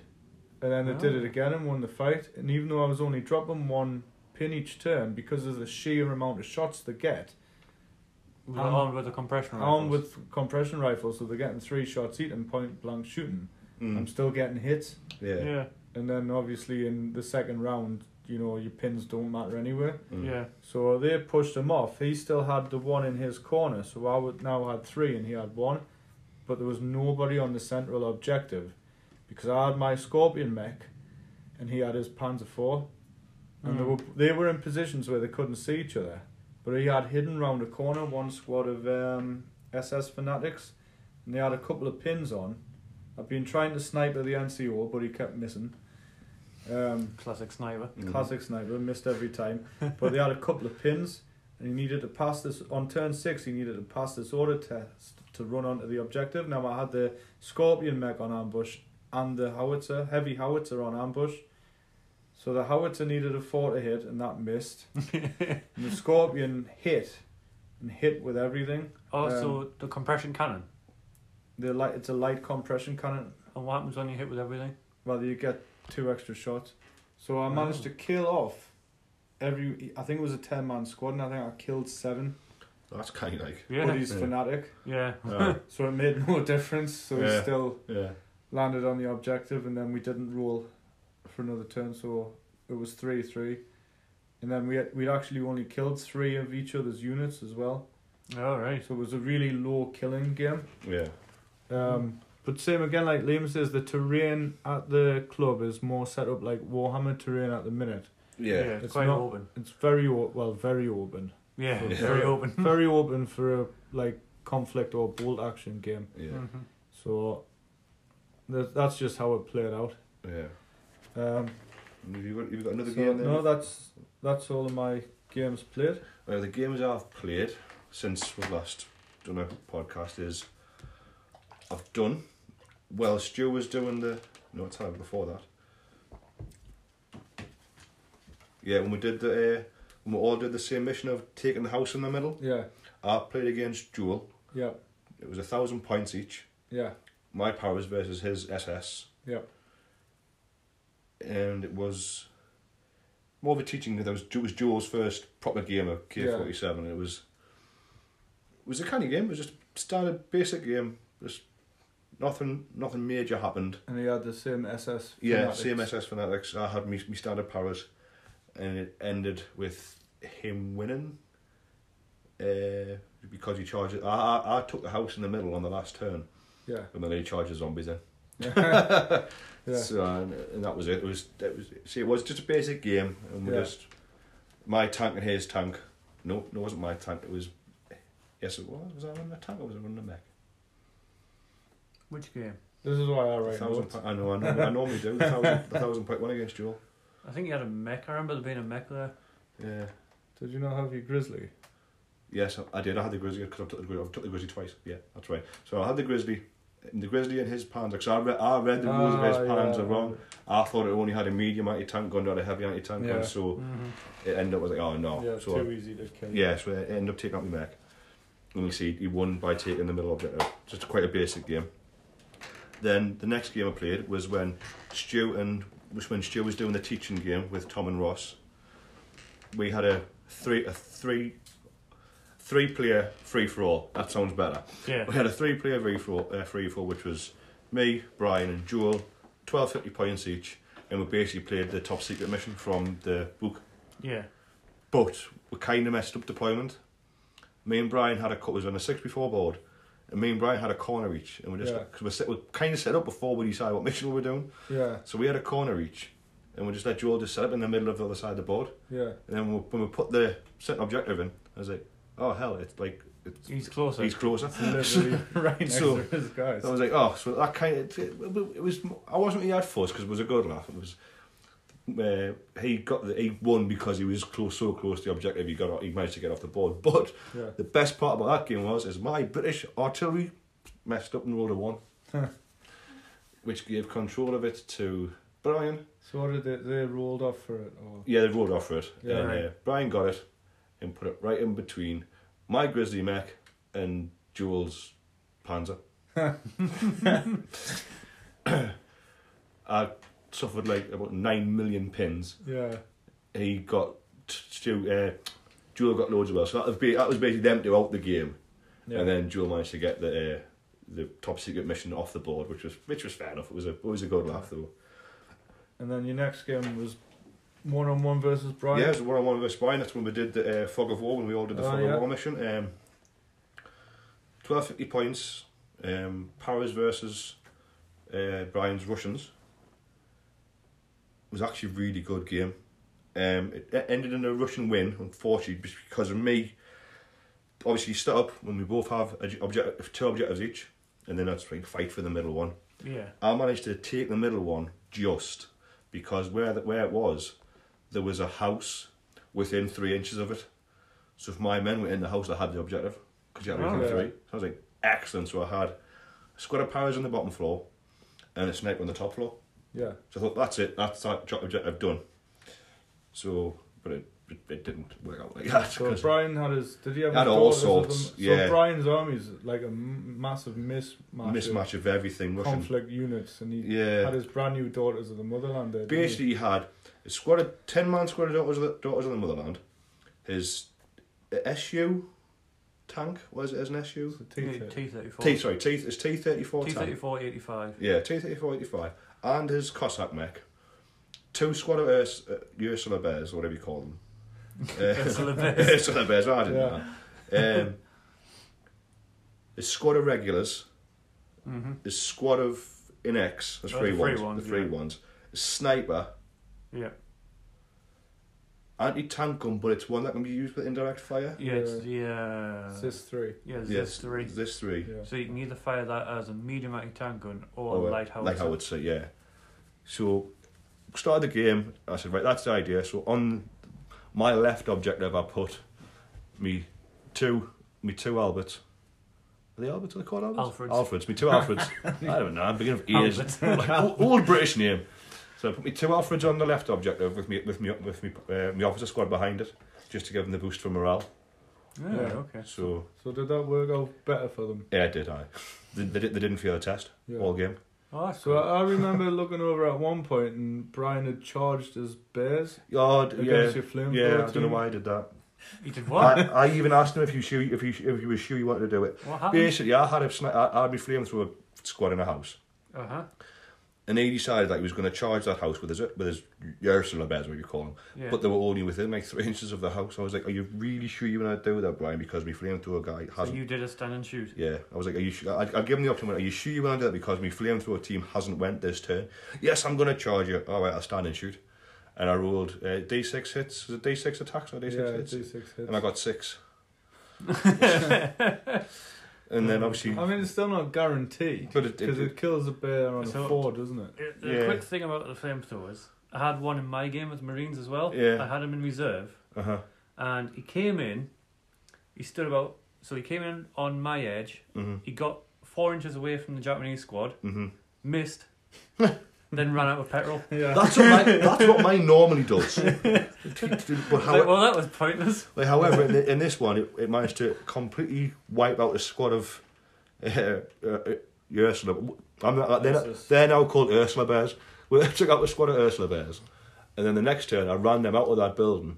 And then they did Oh. it again and won the fight. And even though I was only dropping one pin each turn, because of the sheer amount of shots they get, We Um, got armed with a compression rifle. armed with compression rifles, so they're getting three shots each and point blank shooting. I'm mm, still getting hits. yeah. Yeah. Yeah. And then obviously in the second round, you know, your pins don't matter anyway. mm. So they pushed him off. He still had the one in his corner, so I would now had three and he had one. But there was nobody on the central objective because I had my Scorpion mech and he had his Panzer IV. And they, Mm. were, they were in positions where they couldn't see each other. But he had hidden round a corner one squad of um, SS fanatics and they had a couple of pins on. I've been trying to snipe at the NCO, but he kept missing. Um, Classic sniper. Mhm. Classic sniper, missed every time. But they had a couple of pins, and he needed to pass this on turn six. He needed to pass this order test to run onto the objective. Now I had the scorpion mech on ambush and the howitzer, heavy howitzer on ambush. So the howitzer needed a four to hit, and that missed. and the scorpion hit, and hit with everything. Also, Oh, Um, the compression cannon. The light, it's a light compression cannon. And what happens when you hit with everything? Whether you get two extra shots. So I managed Oh. to kill off every. I think it was a ten man squad, and I think I killed seven. That's kind of like. Yeah. But he's Yeah. fanatic, Yeah. Oh, so it made no difference. So he Yeah. still yeah. landed on the objective, and then we didn't roll for another turn. So it was three three, and then we had, we'd actually only killed three of each other's units as well. All right. So it was a really low killing game. Yeah. Um, but same again, like Liam says, the terrain at the club is more set up like Warhammer terrain at the minute. Yeah. it's, It's quite not- open. It's very o- well, very open, Yeah, Yeah. very open. very open for a like conflict or bolt action game. Yeah. Mhm. So that, that's just how it played out. Yeah. Um, And Have you got, have you got another so, game there? no, that's that's all of my games played. Uh, the games I've played since we've last done a podcast is I've done. Well, Stu was doing the no time before that. Yeah, when we did the uh, when we all did the same mission of taking the house in the middle, Yeah, I played against Jewel. yeah, It was a thousand points each. yeah, My powers versus his SS, yeah. and it was more of a teaching. That was it was Jewel's first proper game of K forty seven. It was it was a kind of game. It was just a standard basic game. Just nothing nothing major happened. And he had the same SS. Yeah, fanatics. same SS fanatics. I had me, me standard powers, and it ended with him winning. Uh, because he charges, I, I I took the house in the middle on the last turn, Yeah, and then he charges zombies in. yeah, So, and, and that was it. It was it was see it was just a basic game and we Yeah. just my tank and his tank. No, no, it wasn't my tank. It was yes, it was. Was I running a tank or was I running a mech? Which game? this is why I A write thousand notes. point- I know, I know, I normally do. The thousand, the thousand point one against Joel. I think you had a mech. I remember there being a mech there. Yeah. Did you not have your grizzly? Yes, I- I did. I had the grizzly because I've took the grizzly. I've took the grizzly twice. Yeah, that's right. So I had the grizzly, and the grizzly and his panzer. Because I, re- I read the rules of his Ah, panzer yeah. wrong. I thought it only had a medium anti tank gun, not a heavy anti tank Yeah. gun. So Mhm. it ended up with like, oh no. yeah, so I- too easy to kill. Yeah, so I ended up taking out my mech. And you see, he won by taking the middle objective. Just quite a basic game. Then the next game I played was when Stu and was when Stu was doing the teaching game with Tom and Ross. We had a three a three three player free for all. That sounds better. Yeah. We had a three player free for all, uh, free for all, which was me, Brian, and Joel. Twelve fifty points each, and we basically played the top secret mission from the book Yeah. but we kind of messed up deployment. Me and Brian had a cut was on a six before board, and me and Brian had a corner each, and we just Yeah. because we're, set, we're kind of set up before we decide what mission we were doing. yeah, So we had a corner each, and we just let Joel just set up in the middle of the other side of the board. yeah, And then when we, when we put the set objective in, I was like, oh hell, it's like it's, He's closer. he's closer. Literally right next So- to his guys. I was like, oh, so that kind of it, it was. I wasn't really at fuss because it was a good laugh. It was. Uh, he got the, he won because he was close, so close to the objective. He got he managed to get off the board. But Yeah. the best part about that game was is my British artillery messed up and rolled a one, which gave control of it to Brian. So what did they, they rolled off for it? Or? Yeah, they rolled off for it. Yeah, and, right. uh, Brian got it and put it right in between my Grizzly Mech and Jules Panzer. I suffered like about 9 million pins. Yeah. He got. Stu, uh, Jewel got loads of well. So that was, ba- that was basically them two out the game. Yeah. And then Jewel managed to get the uh, the top secret mission off the board, which was which was fair enough. It was a, it was a good laugh, though. And then your next game was one on one versus Brian. Yeah, it was one on one with Spine. That's when we did the uh, Fog of War, when we all did the Oh, Fog yeah. of War mission. Um, 1250 points, um, Powers versus uh, Brian's Russians. It was actually a really good game. Um, it e- ended in a Russian win, unfortunately, just because of me. Obviously, you start up when we both have a j- objective, two objectives each, and then that's like fight for the middle one. yeah. I managed to take the middle one just because where the, where it was, there was a house within three inches of it. So if my men were in the house, I had the objective because you had Oh, within yeah. three. So I was like, excellent. So I had a squad of powers on the bottom floor and a sniper on the top floor. Yeah. So I thought, that's it. That's that job objective done. So, but it, it, it didn't work out like that. So 'cause- Brian had his. Did he have? Had his all daughters with sorts, him? yeah. So Brian's army's like a m- massive mismatch. mismatch of everything. of Russian conflict units, and he Yeah. had his brand new daughters of the motherland. There, didn't he? basically he had a squad of ten man squad of daughters of the, daughters of the motherland, his SU tank was it as an SU It's a T-shirt. T thirty T four. sorry T it's T thirty four T thirty tank four eighty five. yeah T thirty four eighty five and his Cossack mech, two squad of Urs, uh, Ursula bears or whatever you call them. Uh, Ursula bears. Ursula bears I didn't Yeah. know. Um, a squad of regulars Mm-hmm. a squad of in X, the Oh, three ones, the three yeah. ones, a sniper, Yeah. anti tank gun, but it's one that can be used with indirect fire. Yeah. It's the uh, Sis three. yeah. There's Yes, three. This three. Oh, Yeah. So you can either fire that as a medium-acting tank gun or, Or a a light Like I howitzer. would say, yeah. So, started the game. I said, right, that's the idea. So on my left objective, I put me two, me two Alberts. Are they Alberts? Are they called Alberts? Alfreds. Alfreds. Me two Alfreds. I don't know. I'm beginning of ears. Alfreds. Like, old, old British name. So I put me two Alfreds on the left objective with me with me with me uh, my officer squad behind it, just to give them the boost for morale. Yeah, Yeah. Okay. So So did that work out better for them? yeah, I did I? They, they, di- they didn't feel the test Yeah. all game. Oh, that's So cool. I I remember looking over at one point, and Brian had charged his bears Oh, d- yeah, against your flame. yeah. I don't know why I did that. you did what? I, I even asked him if you sure if you if you were sure you wanted to do it. what happened? Basically, I had a sni- I I had my flamethrower squad in a house, Uh huh. and he decided that he was going to charge that house with his with his Ursula bears, what you call them. Yeah. But they were only within like three inches of the house. I was like, "Are you really sure you want to do that, Brian?" Because my flamethrower guy so hasn't. you did a stand and shoot. yeah, I was like, "Are you?" Sure? I, I gave him the option. I went, Are you sure you want to do that? Because my flamethrower team hasn't went this turn. Yes, I'm going to charge you. All right, I'll stand and shoot. And I rolled uh, D6 hits. Is it D6 attacks or D6 Yeah, hits? D6 hits. and I got six. and then obviously, I mean, it's still not guaranteed but it, because it, it kills a bear on So- a four, doesn't it? Uh, The Yeah. quick thing about the flamethrowers, I had one in my game with Marines as well. Yeah. I had him in reserve, uh-huh. and he came in. He stood about. So he came in on my edge. mm-hmm. He got four inches away from the Japanese squad, Mm-hmm. missed, then ran out of petrol. Yeah. That's what my, that's what mine normally does. but It's how, like, well, that was pointless. like, however, in, thi- in this one, it, it managed to completely wipe out a squad of uh, uh, uh, Ursula. I'm not, they're, not, they're now called Ursula Bears. We took out a squad of Ursula Bears, and then the next turn, I ran them out of that building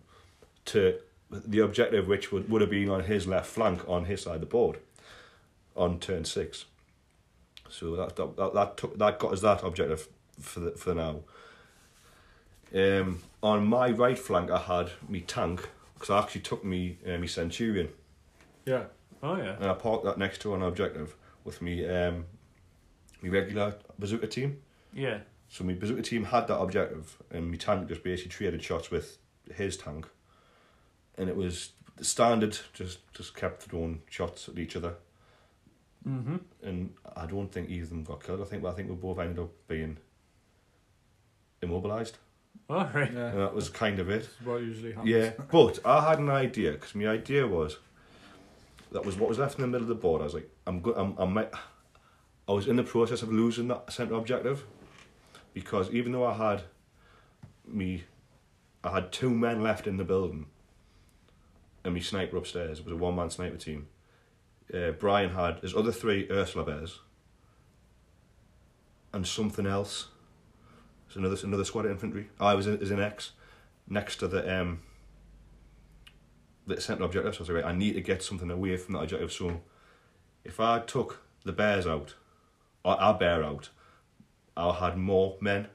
to the objective, which would, would have been on his left flank on his side of the board on turn six. So that that, that, that took that got us that objective for the, for now. Um, on my right flank, I had me tank because I actually took me uh, me Centurion yeah. Oh yeah. and I parked that next to an objective with me um, me regular bazooka team. Yeah. So my bazooka team had that objective, and my tank just basically traded shots with his tank, and it was the standard just just kept throwing shots at each other, Mm-hmm. and I don't think either of them got killed. I think I think we both ended up being immobilized, All right. Yeah. and that was kind of it. This is what usually happens. Yeah, but I had an idea because my idea was that was what was left in the middle of the board. I was like, I'm good. I'm, I'm. mi- I was in the process of losing that central objective because even though I had me, I had two men left in the building, and me sniper upstairs it was a one man sniper team. Uh, Brian had his other three Ursula bears and something else. It's another another squad of infantry. I was in, is an X next to the um the central objective. So I was like, right, I need to get something away from that objective. So if I took the bears out, or our bear out, I had more men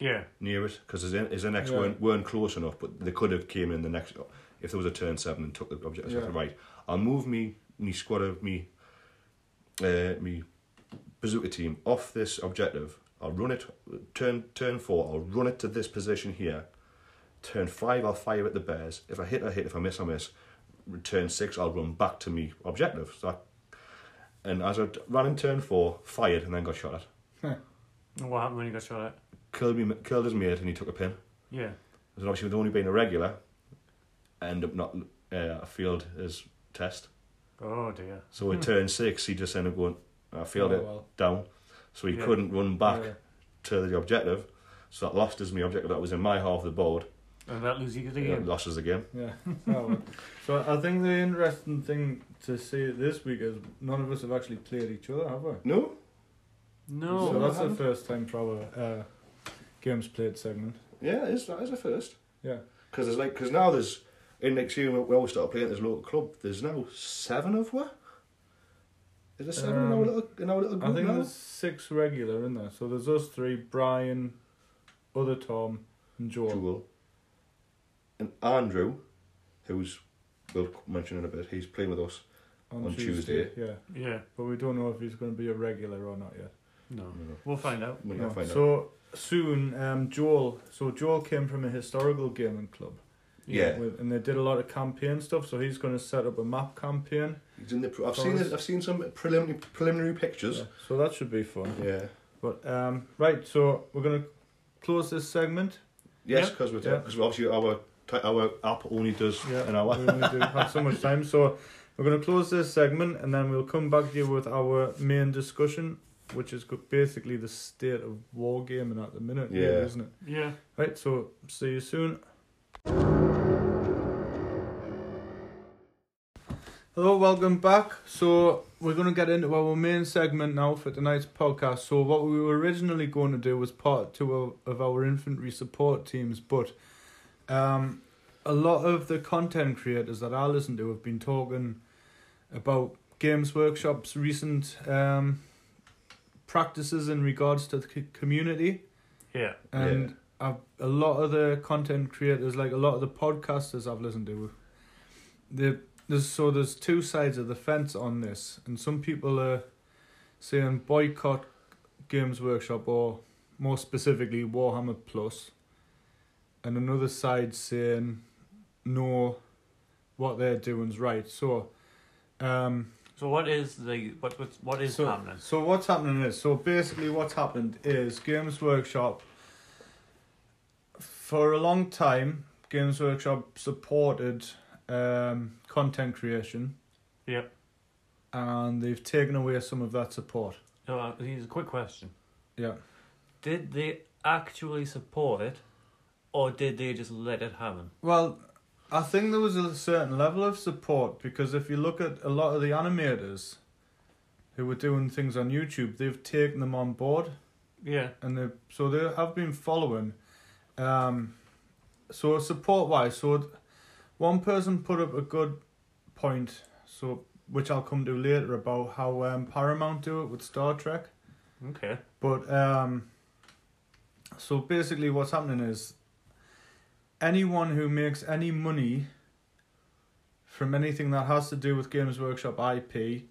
Yeah. near it because his, in- his index Yeah. weren't weren't close enough, but they could have came in the next if there was a turn seven and took the objective. So I Yeah. said, right, I'll move me me squad of me uh, me bazooka team off this objective. I'll run it turn turn four. I'll run it to this position here. Turn five, I'll fire at the bears. If I hit, I hit. If I miss, I miss. Turn six, I'll run back to me objective. So I, and as I d- ran in turn four, fired and then got shot at. And What happened when you got shot at? Killed me, killed his mate, and he took a pin. Yeah. And obviously, with only being a regular, I end up not uh, I failed his test. Oh dear. So at turn six, he just ended up going, I failed Hmm. Oh, it well. down. So he Yeah. couldn't run back Yeah. to the objective. So that lost us my objective that was in my half of the board. And that loses you the That game. lost us again. Yeah. Oh, well. so I think the interesting thing to see this week is none of us have actually played each other, have we? No? so No. that's the first time proper uh, games played segment. Yeah, it is, that is a first. Yeah. Because there's like, because now there's, in next year when we start playing at this local club, there's now seven of what? Is there seven in, our Um, little, in our little I group think now? there's six regular in there. So there's us three, Brian, other Tom, and Joel. Jewel. And Andrew, who's we'll mention in a bit, he's playing with us. On Yeah. Yeah. But we don't know if he's going to be a regular or not yet. No. No. We'll find out. We're No. gonna find out. So soon, um, Joel. So Joel came from a historical gaming club. Yeah. With, and they did a lot of campaign stuff. So he's going to set up a map campaign. He's in the. Pre- I've seen. Forest. I've seen some preliminary preliminary pictures. Yeah, So that should be fun. Yeah. But um, right, so we're gonna close this segment. Yes, because we're Yeah. because obviously our ti- our app only does Yeah, an hour. we only do have so much time, so we're gonna close this segment, and then we'll come back to you with our main discussion, which is go- basically the state of war gaming at the minute, really, Yeah. isn't it? Yeah. Right, so see you soon. Hello, welcome back. So we're going to get into our main segment now for tonight's podcast. So what we were originally going to do was part two of, of our infantry support teams, but um, a lot of the content creators that I listen to have been talking about Games Workshop's recent um, practices in regards to the c- community Yeah. and I've, a lot of the content creators, like a lot of the podcasters I've listened to, the there's so there's two sides of the fence on this, and some people are saying boycott Games Workshop or more specifically Warhammer Plus, and another side saying no, what they're doing's right. So, um, So what is the what what, what is so, happening? So what's happening is so basically what's happened is Games Workshop for a long time Games Workshop supported um, content creation. Yep. And they've taken away some of that support. No, uh, here's a quick question. Yeah. Did they actually support it, or did they just let it happen? Well, I think there was a certain level of support because if you look at a lot of the animators who were doing things on YouTube, they've taken them on board. Yeah. and they so they have been following. Um, so support wise, so th- one person put up a good point, so which I'll come to later about how um, Paramount do it with Star Trek. Okay. But um, so basically, what's happening is anyone who makes any money from anything that has to do with Games Workshop IP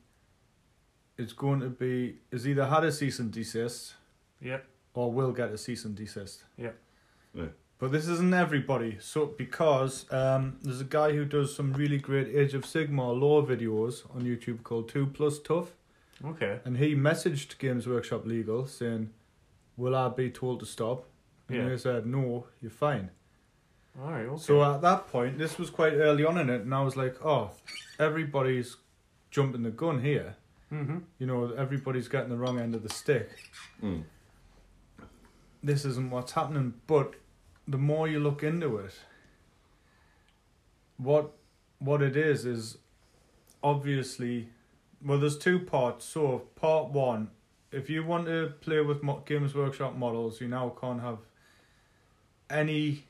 is going to be is either had a cease and desist Yep. or will get a cease and desist. Yeah. Yeah. But this isn't everybody. So because um, there's a guy who does some really great Age of Sigmar lore videos on YouTube called Two Plus Tough, Okay. and he messaged Games Workshop Legal saying, "Will I be told to stop?" And Yeah. they said, "No, you're fine." All right. Okay. So uh, at that point, this was quite early on in it, and I was like, "Oh, everybody's jumping the gun here. hmm You know, everybody's getting the wrong end of the stick." Mm. this isn't what's happening. But the more you look into it, what what it is is obviously well. There's two parts. So part one, if you want to play with Mo- Games Workshop models, you now can't have any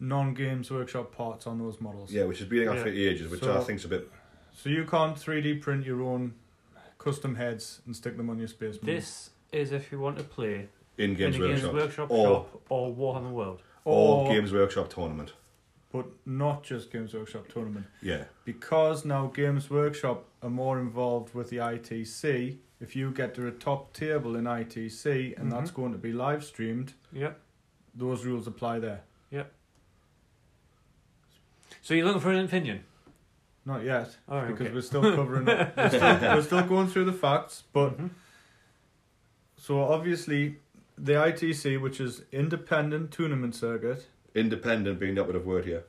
non-Games Workshop parts on those models. Yeah, which has been out for ages, which I So- think's a bit. So you can't three D print your own custom heads and stick them on your space. model. This is if you want to play In Games in a Games Workshop. Workshop, or, shop or Warhammer World. or Games Workshop tournament. but not just Games Workshop tournament. Yeah. because now Games Workshop are more involved with the ITC, if you get to a top table in ITC and that's going to be live streamed, Yep. those rules apply there. So you're looking for an opinion. Not yet, All right. because okay. we're still covering up. We're still, we're still going through the facts, but Mhm. so obviously the ITC, which is Independent Tournament Circuit, Independent being the operative word here.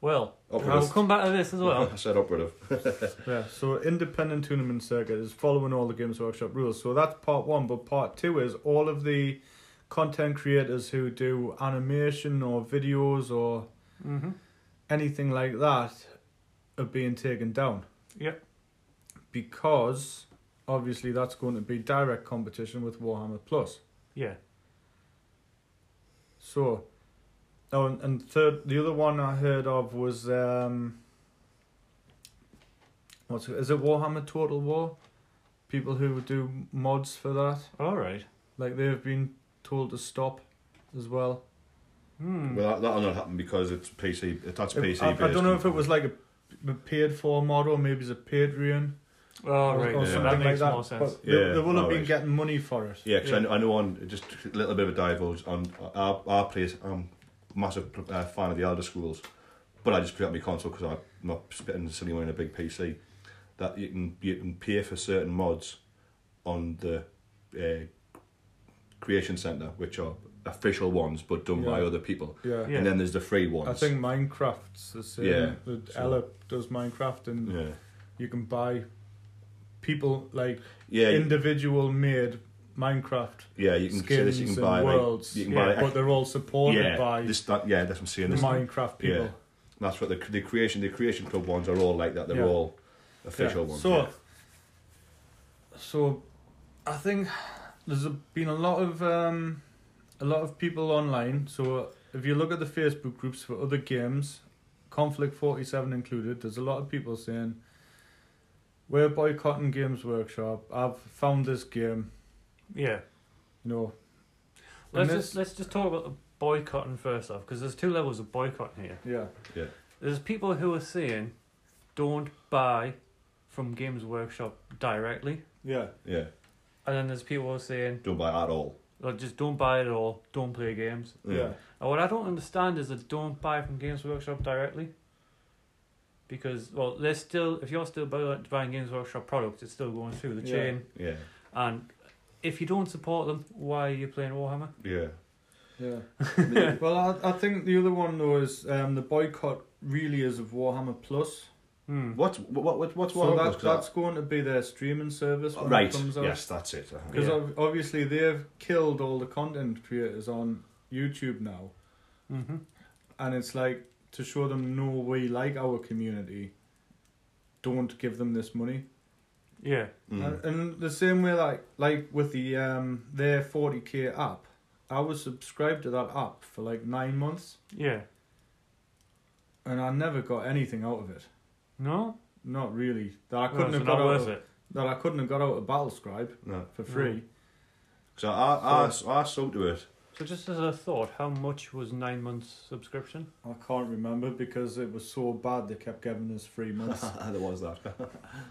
Well, I'll Operative. come back to this as Oh. well. I said operative. yeah, so Independent Tournament Circuit is following all the Games Workshop rules. So that's part one, but part two is all of the content creators who do animation or videos or hmm anything like that are being taken down. Yep. Because obviously that's going to be direct competition with Warhammer Plus. Yeah. So, oh, and- and third, the other one I heard of was um, what's it, is it Warhammer Total War? People who do mods for that, All right. like they've been told to stop, as well. Hmm. well, that, that'll not happen because it's PC. That's PC. I, I based don't know if it was like a, a paid for mod or maybe it's a Patreon. All or, right. or yeah. something That like makes that. more sense. But they, Yeah, they will have been alright. getting money for it. Yeah, because Yeah. I, I know on just a little bit of a divulge on our, our place. I'm a massive uh, fan of the Elder Scrolls, but I just put it on my console because I'm not spitting silly money on a big PC. That you can you can pay for certain mods on the uh, creation center, which are official ones but done by Yeah. other people, Yeah. Yeah. and then there's the free ones. I think Minecraft's the same. Yeah, The- so- Ella does Minecraft and yeah, you can buy people like yeah, you- individual made Minecraft yeah. You can say skins this. You can and buy like, worlds. you can Yeah, buy but they're all supported yeah, by this, that, yeah. That's what I'm the saying. This, Minecraft people. Yeah. That's what the the creation the creation club ones are all like that. They're Yeah. all official Yeah. ones. So, yeah. so I think there's a, been a lot of um, a lot of people online. So if you look at the Facebook groups for other games, Conflict Forty Seven included, there's a lot of people saying, "We're boycotting Games Workshop. I've found this game. Yeah. You know, Let's And just let's just talk about the boycotting first off, because there's two levels of boycotting here. yeah, There's people who are saying, "Don't buy from Games Workshop directly," yeah, yeah, and then there's people who are saying, don't buy at all. "Like just don't buy it at all. Don't play games." yeah, And what I don't understand is that don't buy from Games Workshop directly. Because well, they're still if you're still buy- buying Games Workshop products, it's still going through the Yeah. chain. yeah, And if you don't support them, why are you playing Warhammer? yeah. yeah." well, I, I think the other one though is um, the boycott really is of Warhammer Plus. Hmm. What's what, what what's So what? that, that's going to be their streaming service when right. it comes out. Yes, that's it. uh-huh. Because Yeah. obviously they've killed all the content creators on YouTube now, Mm-hmm. and it's like to show them no, we like our community. Don't give them this money, Yeah. Mm. and, and the same way like like with the um their forty k app, I was subscribed to that app for like nine months, Yeah. and I never got anything out of it. No. Not really that I Well, couldn't Oh, so have got not out worth of, it. Mm. that I couldn't have got out of Battlescribe No, for free. so I I I sold to it. So just as a thought, how much was nine months subscription? I can't remember because it was so bad they kept giving us free months. there was that.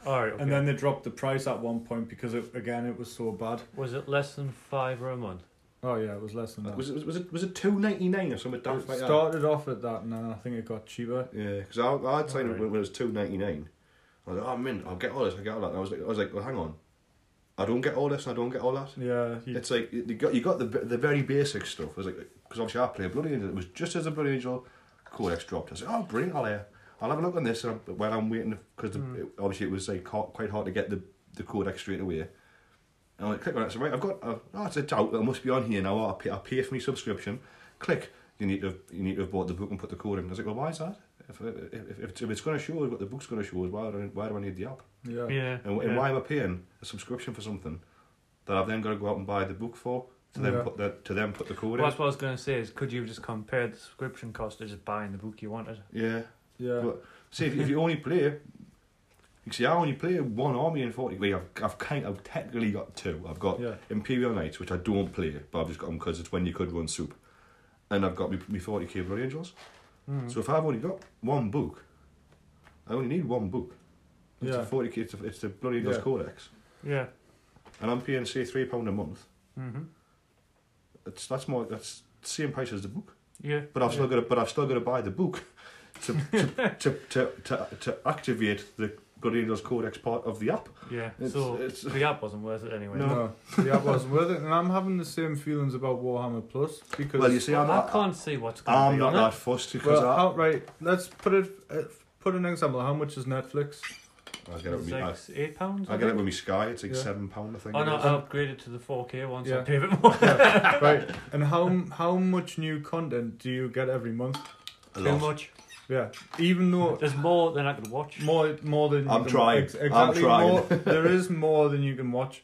All right. Okay. And then they dropped the price at one point because it, again it was so bad. was it less than five or a month? Oh yeah, it was less than that. Was it was it was it two ninety nine or something? daft it like that? started off at that, and then I think it got cheaper. Yeah, because I I Alright. signed it when when it was two ninety nine. I was like, oh man, I'll get all this, I will get all that. And I was like, I was like, well, hang on, I don't get all this, and I don't get all that. Yeah, you, It's like you got you got the the very basic stuff. It was like because obviously I play Bloody Angel. It was just as the Bloody Angel codex dropped. I said, oh, bring it all here. I'll have a look on this and I- while I'm waiting because Mm. obviously it was like ca- quite hard to get the the codex straight away. And I click on it. I said, right, I've got. Uh, oh, it's, it's out. It must be on here now. I pay, I pay for my subscription. Click. You need to have, you need to have bought the book and put the code in. I was like, well, why is that? If if, if, if it's going to show us what the book's going to show us, why do I, why do I need the app? yeah. Yeah. And, and why am I paying a subscription for something that I've then got to go out and buy the book for to then Yeah. put the to then put the Well, code in? that's what I was going to say is could you have just compared the subscription cost to just buying the book you wanted? Yeah. Yeah. But see, if, if you only play, you see, I only play one army in forty. Well, I've I've kind I've technically got two. I've got yeah. Imperial Knights, which I don't play, but I've just got them because it's when you could run soup, and I've got me me forty k Blood Angels. Mm-hmm. Mm. So if I've only got one book, I only need one book. It's Yeah. a forty k. It's, a- it's the Blood Angels Yeah. Codex, yeah. and I'm paying say three pound a month. Mm-hmm. It's that's more that's the same price as the book. Yeah. But I've still yeah. got to but I've still got to buy the book to to, to, to, to, to activate the Guardians Codex part of the app. Yeah. It's- so it's- the app wasn't worth it anyway. No. No, yeah, it wasn't worth it, and I'm having the same feelings about Warhammer Plus because Well, you see, I'm I not, can't see what's going to I'm be not on that it. fussed because well, how, right, let's put it uh, put an example. How much is Netflix? I, I get it. It's With me, like eight pounds. I, I get it think? with me Sky. It's like Yeah. uh, seven pound. I think. Oh it no, is. I upgraded to the 4K once I Yeah. pay a bit more. Yeah, right, and how how much new content do you get every month? a Too lot. much. Yeah, even though There's more than I could watch. more more than you I'm can- trying. ex- I'm exactly trying. More, there is more than you can watch.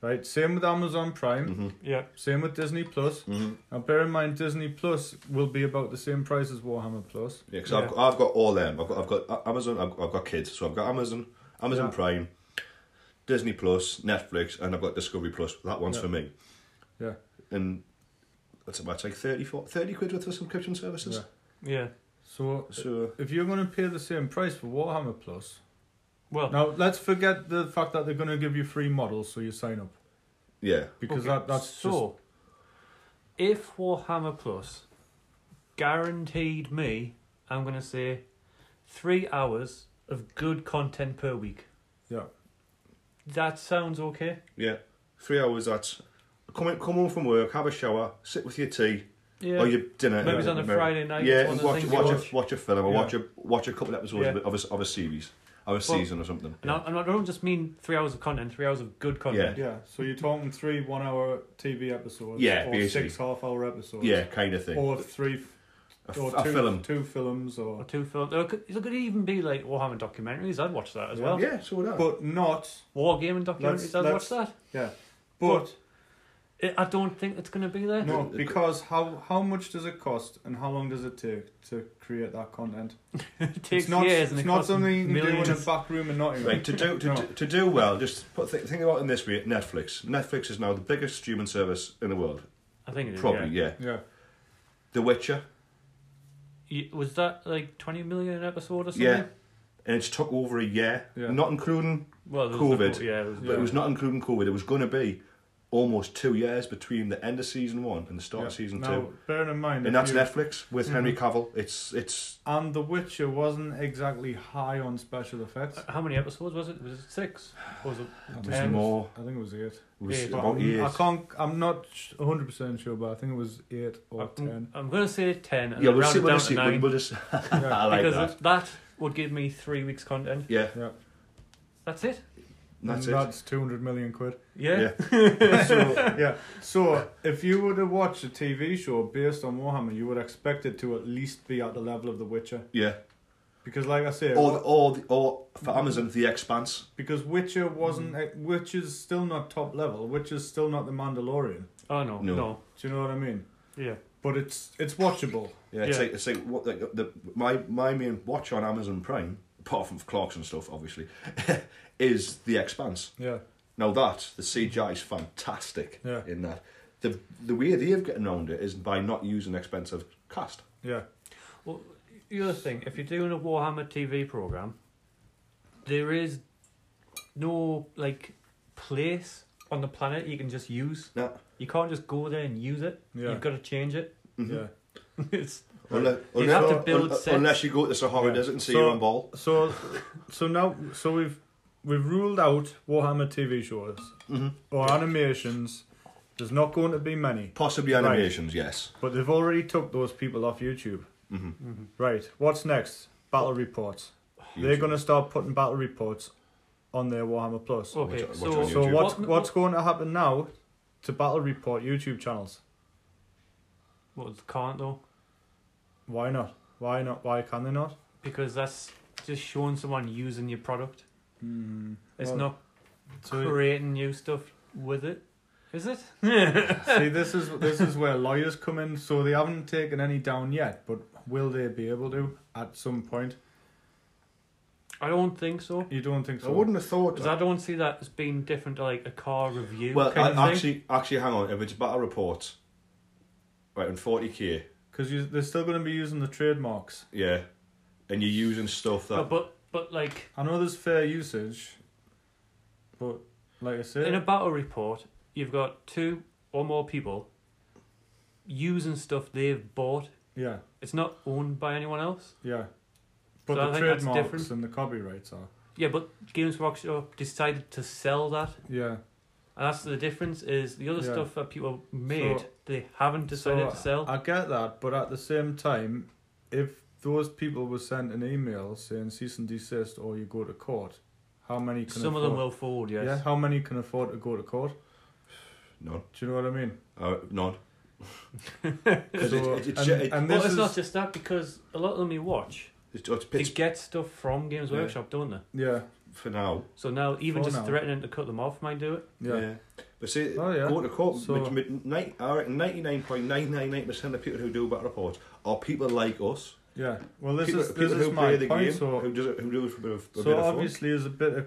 Right, same with Amazon Prime, hmm Yeah. same with Disney Plus. hmm Now, bear in mind, Disney Plus will be about the same price as Warhammer Plus. Yeah, because Yeah. I've, got- I've got all them. I've got, I've got A- Amazon. I've, I've got kids, so I've got Amazon, Amazon Yeah. Prime, Disney Plus, Netflix, and I've got Discovery Plus. That one's Yeah. for me. Yeah. And that's about it's like 30, 40 30 quid worth of subscription services. Yeah. Yeah. So, So uh, if you're going to pay the same price for Warhammer Plus, Well, now let's forget the fact that they're going to give you free models, so you sign up yeah, because Okay, that that's just so. If Warhammer Plus guaranteed me, I'm going to say three hours of good content per week. yeah. That sounds okay. yeah, three hours. That's come in, come home from work, have a shower, sit with your tea Yeah. or your dinner. Maybe it's uh, on a maybe- Friday night. Yeah, it's one of and the watch things you watch watch. a, watch a film or Yeah. watch a watch a couple of episodes Yeah. of, a, of a series, of a season or something. And I- and I don't just mean three hours of content, three hours of good content. Yeah, so you're talking three one-hour TV episodes, Yeah, or basically. six half-hour episodes, yeah, kind of thing. or three a, f- or a two, film. two films, or Or two films. It could, it could even be like Warhammer documentaries. I'd watch that as well. Yeah, so would I. but not Wargaming documentaries. Let's- I'd watch let's- that. yeah, but, But, it, I don't think it's going to be there. no, because how how much does it cost and how long does it take to create that content? it takes it's not years and it's it not costs something you can millions. do in a back room in Nottingham. Right, to do to, No. do- to do well, just put th- think about it in this way: Netflix. Netflix is now the biggest streaming service in the world, I think it is. probably. Probably. Yeah. Yeah, The Witcher, Was that like 20 million an episode or something? Yeah. and it's took over a year, Yeah. not including, Well, there was COVID. The, yeah, there was but Yeah. it was not including COVID. It was going to be almost two years between the end of season one and the start yeah. of season now, two, bearing in mind, and if that's you- Mm-hmm. Netflix with Henry Cavill. It's it's And The Witcher wasn't exactly high on special effects. How many episodes was it? Was it six? Or was it it was Um, more. I think it was eight. It was yeah, But about I'm- years. I can't. I'm not 100 percent sure, but I think it was eight or I'm, ten. I'm going to say 10 and Yeah, then we'll round see. it down We'll to see. 9 We'll, we'll just. I like because that. that. would give me three weeks content. Yeah, Yeah, That's it. that's and it. That's 200 million quid. Yeah. so yeah. So if you were to watch a TV show based on Warhammer, you would expect it to at least be at the level of The Witcher, Yeah, because like I say, or or or for Amazon, The Expanse. because Witcher wasn't, eh, Witcher's still not top level. Witcher's still not The Mandalorian. Oh, no, No. no. Do you know what I mean? Yeah. But it's it's watchable. Yeah, it's Yeah. like it's like what like the my my main watch on Amazon Prime, apart from Clarkson stuff, obviously, is The Expanse. Yeah. Now that the CGI is fantastic Yeah. in that. The the way they have gotten around it is by not using expensive cast. Yeah. Well, the other thing, if you're doing a Warhammer TV program, there is no like place on the planet you can just use. Nah. You can't just go there and use it. Yeah. You've got to change it. Yeah. it's Unless, You unless, have to build un- sets. unless you go to the Sahara Yeah. Desert and see So- your own ball. So, so now, so we've we've ruled out Warhammer TV shows or animations. There's not going to be many, Possibly Right. animations, yes. but they've already took those people off YouTube. Mm-hmm. Right. What's next? Battle reports. They're YouTube. going to start putting battle reports on their Warhammer Plus. okay. what's so on So YouTube. what's What- what's going to happen now to battle report YouTube channels? Well, they can't though, Why not? Why not? Why can they not? because that's just showing someone using your product. It's Well, not so- creating new stuff with it, is it? See, this is this is where lawyers come in. So they haven't taken any down yet, but will they be able to at some point? I don't think so. You don't think so? have thought. Because I don't see that as being different to like a car review. Well, kind I, of thing. actually, actually, hang on. If it's battle reports, right, on 40k, because they're still going to be using the trademarks. yeah, and you're using stuff that. But, but but like I know there's fair usage, but like I said, in a battle report, you've got two or more people using stuff they've bought. yeah, It's not owned by anyone else. yeah. But So I the think that's trademarks different. and the copyrights are Yeah, but Games Workshop decided to sell that, yeah. and that's the difference. Is the other Yeah. stuff that people made they haven't So decided to sell. I get that, but at the same time, if those people were sent an email saying cease and desist or you go to court, how many can Some of afford? them will forward, yes. Yeah, how many can afford to go to court? None. Do you know what I mean? Uh, none. 'Cause So, it, it, and- it, it, and But this it's not is- just that because a lot of them you watch, it's, it's pitch they get stuff from Games Yeah. Workshop, don't they? Yeah, for now. So now even For just now. threatening to cut them off might do it. yeah, But see, Oh, yeah. go to court. So- mid, mid, ni- I reckon 99.999% of people who do battle reports are people like us. yeah. Well, this people, is people this who is play my the point. game, So, who, does it, who do it for a bit of, a bit so of fun. obviously, there's a bit of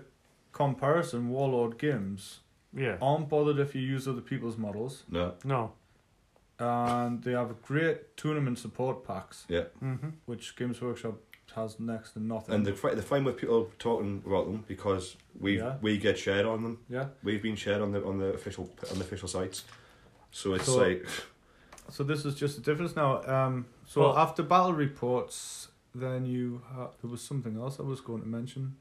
comparison. Warlord Games Yeah. aren't bothered if you use other people's models, No. No. and they have great tournament support packs, Mm-hmm. which Games Workshop has next to nothing. And they're, fi- they're fine with people talking about them because we Yeah. we get shared on them. yeah. We've been shared on the on the official on the official sites. So it's So- like So this is just the difference now. Um. So Well- after battle reports, then you ha- there was something else I was going to mention.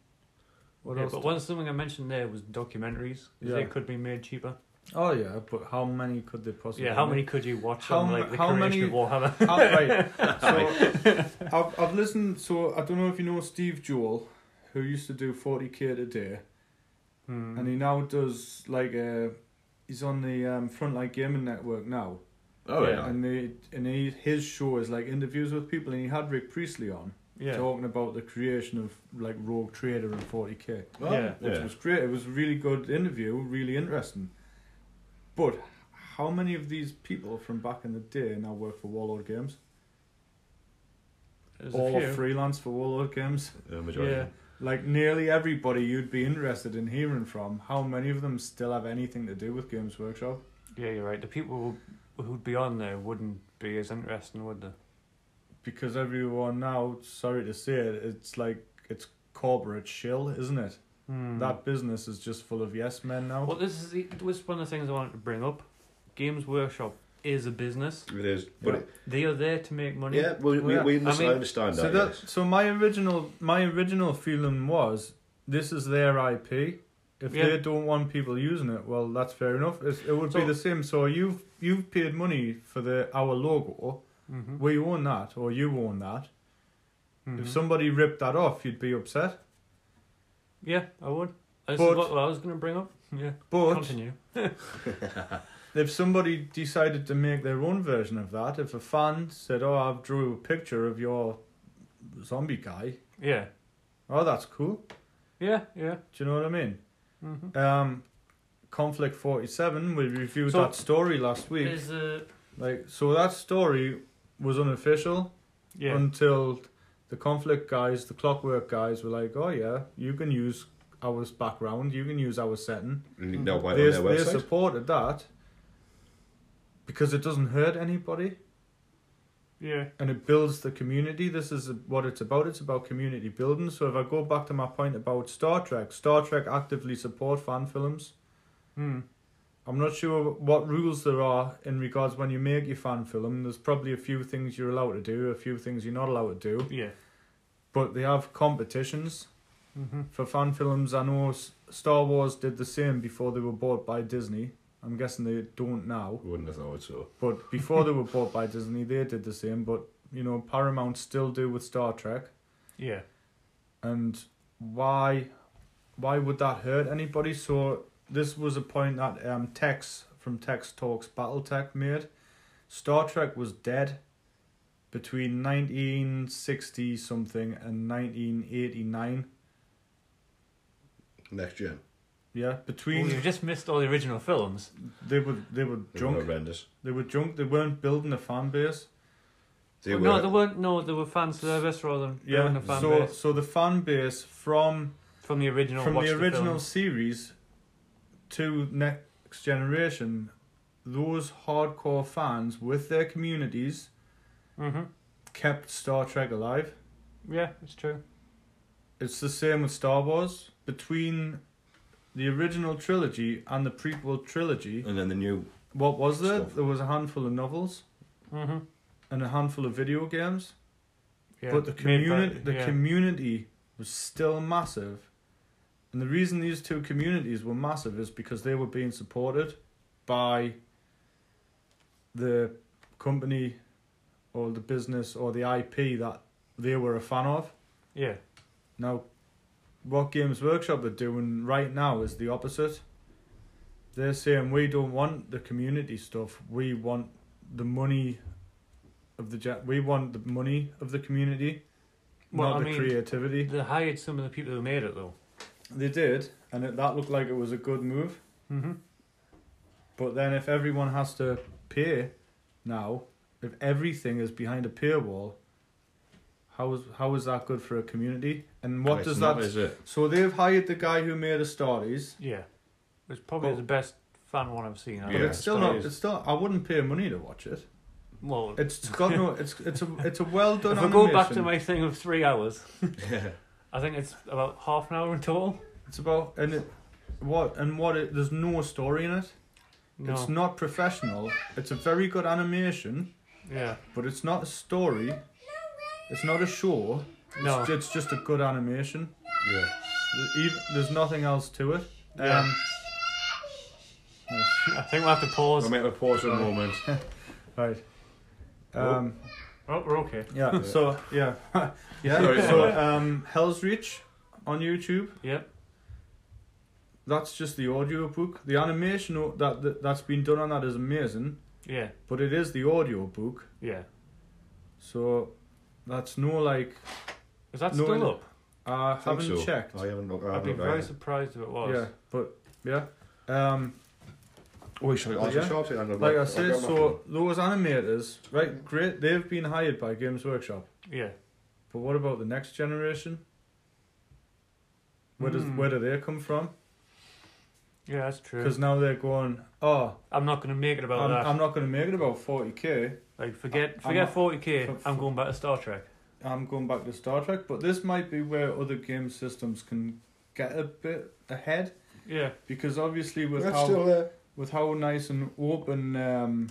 What yeah, else? but did- one something I mentioned there was documentaries. 'cause They Yeah. could be made cheaper. oh yeah, but how many could they possibly? Yeah, how make? many could you watch How on ma- like the how creation many- of Warhammer? How- right. So I've, I've listened. So I don't know if you know Steve Jewell, who used to do forty k a day, Hmm. and he now does like a. He's on the um, Frontline Gaming Network now, oh yeah. and they and he, his show is like interviews with people, and he had Rick Priestley on Yeah. talking about the creation of like Rogue Trader and forty k, Well, Yeah. which was great. It was a really good interview, really interesting. But how many of these people from back in the day now work for Warlord Games? There's a all few. of freelance for Warlord Games. The majority. Yeah. Like nearly everybody you'd be interested in hearing from, how many of them still have anything to do with Games Workshop? Yeah, you're right. The people who- who'd be on there wouldn't be as interesting, would they? Because everyone now, sorry to say it, it's like it's corporate shill, isn't it? Hmm. That business is just full of yes men now. Well, this is the, this is one of the things I wanted to bring up. Games Workshop is a business. It is, but Yeah. it, They are there to make money. yeah, we, we, Yeah. we I understand, I, mean, understand so that. that yes. so my original my original feeling was this is their IP. If Yeah. they don't want people using it, well, that's fair enough. It's, it would be So- the same. So you've you've paid money for the our logo. Mm-hmm. we own that or you own that. If somebody ripped that off, you'd be upset. Yeah, I would. This But- is what I was going to bring up. Yeah. But Continue. if somebody decided to make their own version of that, if a fan said, "Oh, I've drew a picture of your zombie guy," Yeah. oh, that's cool. Yeah. Yeah. Do you know what I mean? Mm-hmm. Um, Conflict Forty Seven. We reviewed So- that story last week. There's a like, so that story was unofficial yeah. Um, until the conflict guys, the clockwork guys, were like, "Oh yeah, you can use our background, you can use our setting." You can now buy it they, on they their website. supported that because it doesn't hurt anybody yeah. and it builds the community. This is what it's about. It's about community building. So if I go back to my point about Star Trek, Star Trek actively support fan films. Hmm. I'm not sure what rules there are in regards when you make your fan film. There's probably a few things you're allowed to do, a few things you're not allowed to do. Yeah. But they have competitions Mm-hmm. for fan films. I know S- Star Wars did the same before they were bought by Disney. I'm guessing they don't now. Wouldn't have thought so. But before they were bought by Disney, they did the same. But you know, Paramount still do with Star Trek. Yeah. and why why would that hurt anybody so this was a point that um tex from tex talks battletech made star trek was dead between 1960 something and 1989 Next gen. yeah Well, between you've just missed all the original films. they were they were They were drunk horrendous. they were drunk they weren't building a fan base They Well, were. No, they weren't. No, they were fan service rather than yeah building a fan so base so the fan base from from the original. from watch the original film. series to next generation those hardcore fans with their communities Mm-hmm. kept star trek alive Yeah, it's true. it's the same with star wars between the original trilogy and the prequel trilogy And then the new. what was there Stuff. there was a handful of novels Mm-hmm. and a handful of video games Yeah. but the made by- community, the yeah. community was still massive, and the reason these two communities were massive is because they were being supported by the company, or the business, or the IP that they were a fan of. yeah. Now, what Games Workshop are doing right now is the opposite. They're saying we don't want the community stuff. We want the money of the jet. We want the money of the community, Well, not I the mean- creativity. They hired some of the people who made it though. They did, and it, that looked like it was a good move. Mm-hmm. But then, if everyone has to pay now, if everything is behind a paywall, how is how is that good for a community? And what It's does not, that? Is it? So they've hired the guy who made Astartes. Yeah. It's probably Well- the best fan one I've seen. I But Yeah, it's still not. It's still. I wouldn't pay money to watch it. Well, It's got no. It's it's a it's a well done. if I go back to animation. my thing of three hours, Yeah. I think it's about half an hour in total. It's about and it, what and what it. There's no story in it. No. It's not professional. It's a very good animation, yeah. but it's not a story. It's not a show. No. It's, it's just a good animation. Yeah. There- even- There's nothing else to it. Yeah. Um, I think we'll have to pause. I'll make a pause for a moment. right. Um, Oh, we're okay. yeah. So yeah, yeah. Sorry, so sorry. um, Hell's Reach on YouTube. Yep. that's just the audio book. The animation o- that, that that's been done on that is amazing, Yeah. but it is the audio book. Yeah. So that's no like Is that No, still no. up? I Think haven't so. checked. I haven't looked. I I'd haven't be looked very either. surprised if it was. yeah, but yeah. Um Oh, you should. I Yeah. should show it to you. I've like I got- I've said, got my so those animators, right, great, they've been hired by Games Workshop. Yeah. But what about the next generation? Where does Hmm. where do they come from? Yeah, that's true. Because now they're going, Oh, I'm not gonna make it about I'm, that. I'm not gonna make it about forty K. like forget I'm Oh, forget not- 40k. for- I'm going back to Star Trek. I'm going back to Star Trek, but this might be where other game systems can get a bit ahead Yeah. because obviously with phone. That's how still there. with how nice and open um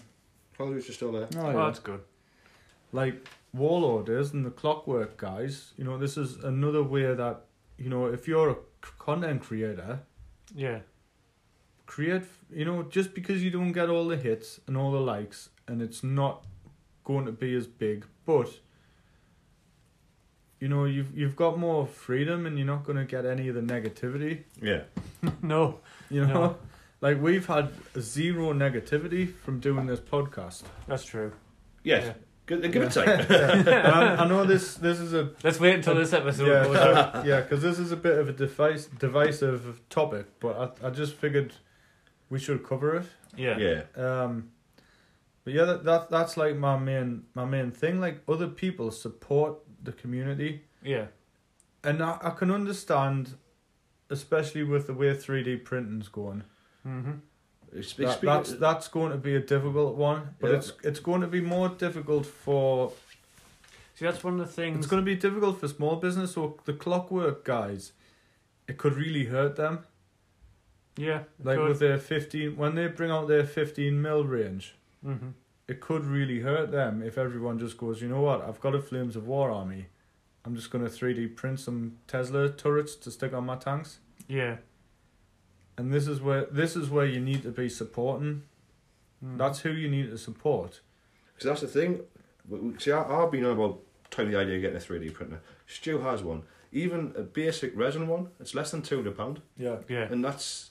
Probably still there. oh, Oh, yeah, that's good. like Warlord is and the Clockwork guys, you know, this is another way that you know if you're a c- content creator, Yeah. create you know just because you don't get all the hits and all the likes and it's not going to be as big but you know you've you've got more freedom and you're not going to get any of the negativity Yeah. no. you know No. like we've had zero negativity from doing this podcast That's true. Yes. Give, give it time. And I, I know this this is a Let's wait until this episode yeah, goes out. so- yeah, because this is a bit of a device, divisive topic, but I, I just figured we should cover it. Yeah. yeah. Um, but yeah, that, that that's like my main my main thing. Like other people support the community, Yeah. and I, I can understand, especially with the way three D printing's going. Mm-hmm. It's, it's That, that's that's going to be a difficult one, but Yeah. it's it's going to be more difficult for See, that's one of the things. it's going to be difficult for small business or the clockwork guys. It could really hurt them Yeah. it Like could. with their 15, when they bring out their 15 mil range, Mhm. it could really hurt them if everyone just goes, you know what, I've got a Flames of War army. I'm just going to 3D print some Tesla turrets to stick on my tanks. Yeah. And this is where this is where you need to be supporting. Mm. That's who you need to support. Because that's the thing. We- we- See, I, I've been on about totally the idea of getting a 3D printer. Stu has one. Even a basic resin one, it's less than £200. pound, Yeah. yeah. And that's,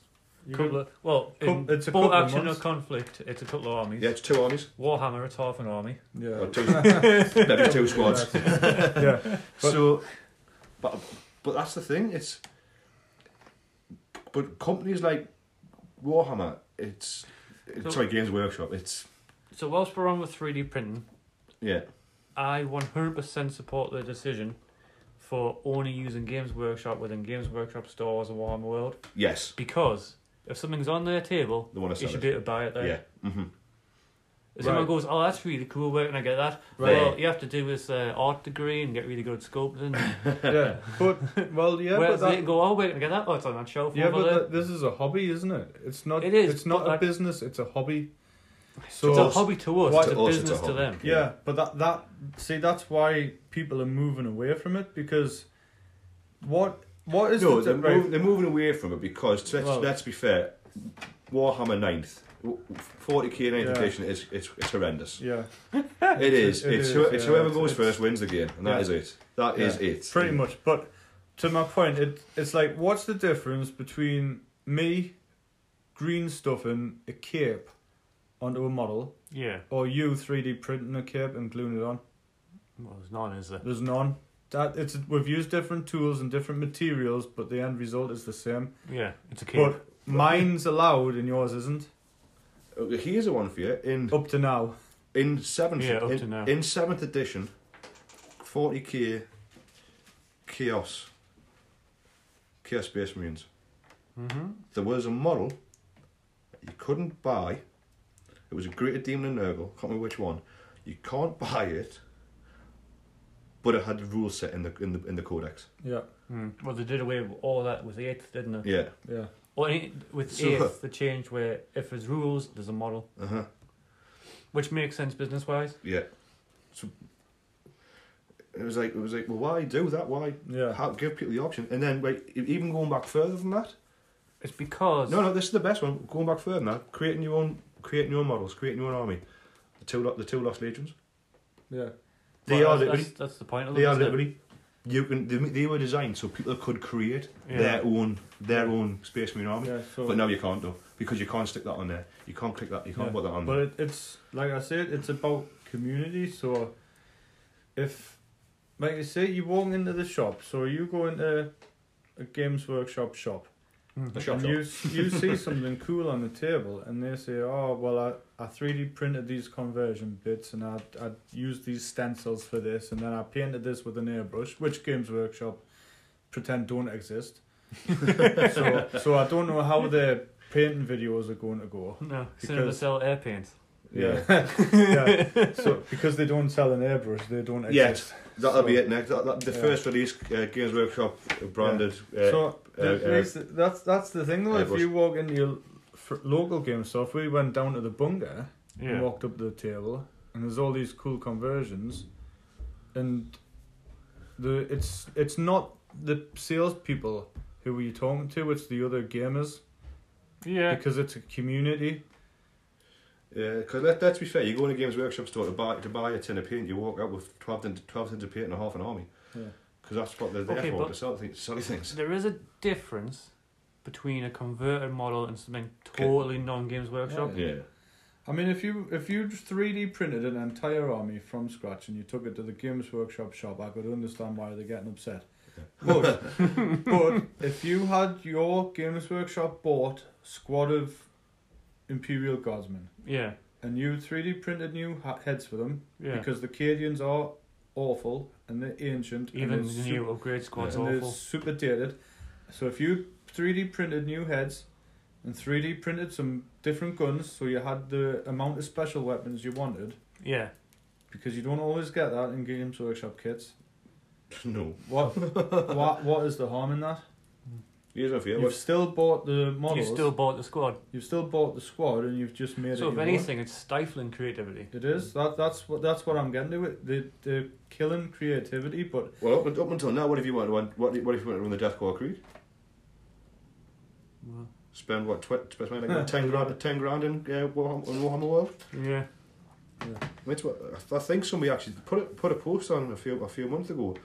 Couple of, well, in Cou- it's a both couple of action or months. conflict, it's a couple of armies. yeah, it's two armies. Warhammer, it's half an army. yeah. Or two, maybe two squads. yeah. But- so, but but that's the thing. It's but companies like Warhammer, it's, it's So- sorry, Games Workshop. It's So whilst we're on with 3D printing, yeah, I 100% support the decision for only using Games Workshop within Games Workshop stores and Warhammer World yes, because if something's on their table, they want to you sell should be it. able to buy it there. Yeah, mm-hmm. If someone Right. goes, oh, that's really cool, where can I get that? Right. Well, you have to do this uh, art degree and get really good sculpting. yeah. But well, yeah, Whereas but they that, can go, oh, where can I get that? Oh, it's on that shelf Yeah, over but there. that, this is a hobby, isn't it? It's not. It is, It's not but a like- business. It's a hobby. So it's a hobby to us, Why- it's a To us, it's a business to hobby. them. yeah, but that that see that's why people are moving away from it because what what is No, the they're, right, mov- they're moving away from it because to- let's, Well- let's be fair, Warhammer 9th, 40k 9th Yeah. edition is it's, it's horrendous. yeah It is. it It's, is, who- yeah, it's whoever it's- goes it's- first wins the game, and that Yeah. is it. That is Yeah. it. pretty much. But to my point, it it's like what's the difference between me green stuffing a cape onto a model Yeah. or you three D printing a cape and gluing it on? Well, there's none, is there? There's none. That it's we've used different tools and different materials, but the end result is the same. Yeah, it's a cape. But mine's allowed and yours isn't. Okay, Here's the one for you. In Up to now. in seventh Yeah, up to in, now. in seventh edition, 40k chaos chaos space marines. mm-hmm. There was a model that you couldn't buy. It was a greater demon and Nurgle. Can't remember which one. You can't buy it, but it had the rule set in the in the in the codex. Yeah. Mm. Well, they did away with all that with the eighth, didn't they? Yeah. Yeah. Well, any- with So- eighth, they changed where if there's rules, there's a model, Uh huh. which makes sense business wise. Yeah. So it was like it was like, well, why do that? Why Yeah. how, give people the option? And then like, e- even going back further than that. It's because No, no, this is the best one. Going back further now, creating your own, creating your own models, creating your own army. The two, lo- the two lost legions. Yeah. They Well, are that's, literally, that's, that's the point of they them, are isn't it? literally. You can, they, they were designed so people could create Yeah. their own, their own space marine army. Yeah. So But now you can't though, because you can't stick that on there. You can't click that. You can't Yeah. put that on. But it, it's like I said, it's about community. So if, like you say, you walk into the shop, so you go into a Games Workshop shop, the Mhm. shop and shop. you s- you see something cool on the table, and they say, "Oh, well, I, I 3D printed these conversion bits, and I I used these stencils for this, and then I painted this with an airbrush," which Games Workshop pretend don't exist. so so I don't know how their painting videos are going to go. No, instead of Because- sell air paints. Yeah. Yeah. yeah. So because they don't sell an airbrush, they don't exist. Yes. That'll be So- it next. That, that, the Yeah. first release, uh, Games Workshop uh, branded. Uh, so the- uh, the- that's that's the thing though. airbrush. If you walk into your fr- local game store, if we went down to the bunker Yeah. and walked up to the table, and there's all these cool conversions, and the it's it's not the salespeople who are you talking to; it's the other gamers yeah. because it's a community. Yeah, because let, let's be fair, you go into Games Workshop store to buy to buy a tin of paint, you walk out with 12 tins, 12 tins of paint and a half an army. Yeah. Because that's what they're there Okay, for, but- to sell, things, sell you things. There is a difference between a converted model and something totally non Games Workshop. Yeah. I mean, if you if you three D printed an entire army from scratch and you took it to the Games Workshop shop, I could understand why they're getting upset. But, but if you had your Games Workshop bought squad of Imperial Guardsmen Yeah. and you three D printed new ha- heads for them Yeah. because the Cadians are awful and they're ancient, Even and the they're new upgrade squad's and awful. it's super dated. So if you 3D printed new heads and 3D printed some different guns, so you had the amount of special weapons you wanted, Yeah. because you don't always get that in Games Workshop kits. No. What what what is the harm in that? Here's my favourite. You've still bought the You models. still bought the squad. You've still bought the squad, and you've just made So it. if your anything, it's stifling creativity. own. it is that. That's what. That's what I'm getting to. It. They, they're killing creativity, but Well, up, up until now, what if you want to run, what, what if you want to run the Deathcore Creed? Well, Spend what tw- spend like what, ten grand, ten grand in uh, Warhammer, on Warhammer World. Yeah. I mean, it's what- I think somebody actually put a, put a post on a few a few months ago,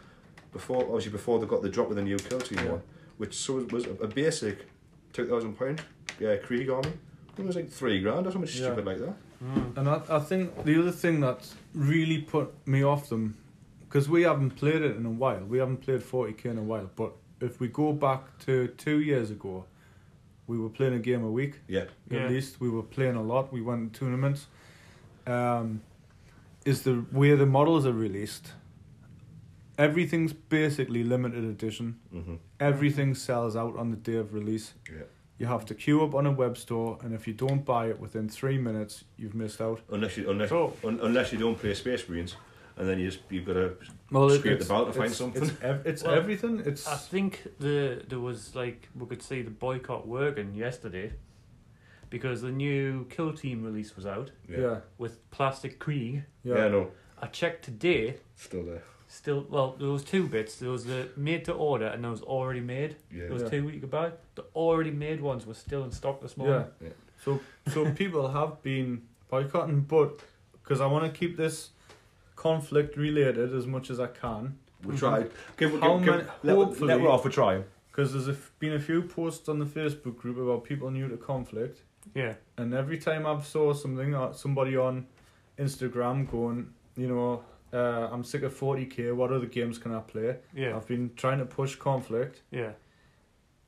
before obviously before they got the drop with the new Kelty Yeah. one, which so was a, a basic two thousand pound yeah Krieg army. I think It was like three grand or something Yeah. stupid like that. Mm. and I, I think the other thing that's really put me off them, because we haven't played it in a while. We haven't played 40k in a while. But if we go back to two years ago, we were playing a game a week. Yeah, Yeah. at least we were playing a lot we went to tournaments um is the where the models are released everything's basically limited edition mm-hmm. everything sells out on the day of release yeah. you have to queue up on a web store and if you don't buy it within three minutes you've missed out Unless you unless Oh. So- un, unless you don't play Space Marines, and then you just you've got to well Scrape the ballot to find something. it's, ev- it's Well, everything it's I think the there was like we could see the boycott working yesterday, because the new Kill Team release was out yeah yeah, with Plastic Krieg. yeah, yeah no I checked today. still there Still, well, there was two bits. There was the made to order, and there was already made. yeah There was Yeah. two you could buy. The already made ones were still in stock this Yeah. morning. Yeah. So so people have been boycotting, but because I want to keep this conflict related as much as I can, we tried. Give, give, How give, many- let, let hopefully- we're off for trying. because there's a f been a few posts on the Facebook group about people new to conflict, Yeah, and every time I've saw something or somebody on Instagram going, you know, uh, I'm sick of 40k. What other games can I play? yeah, I've been trying to push conflict, yeah.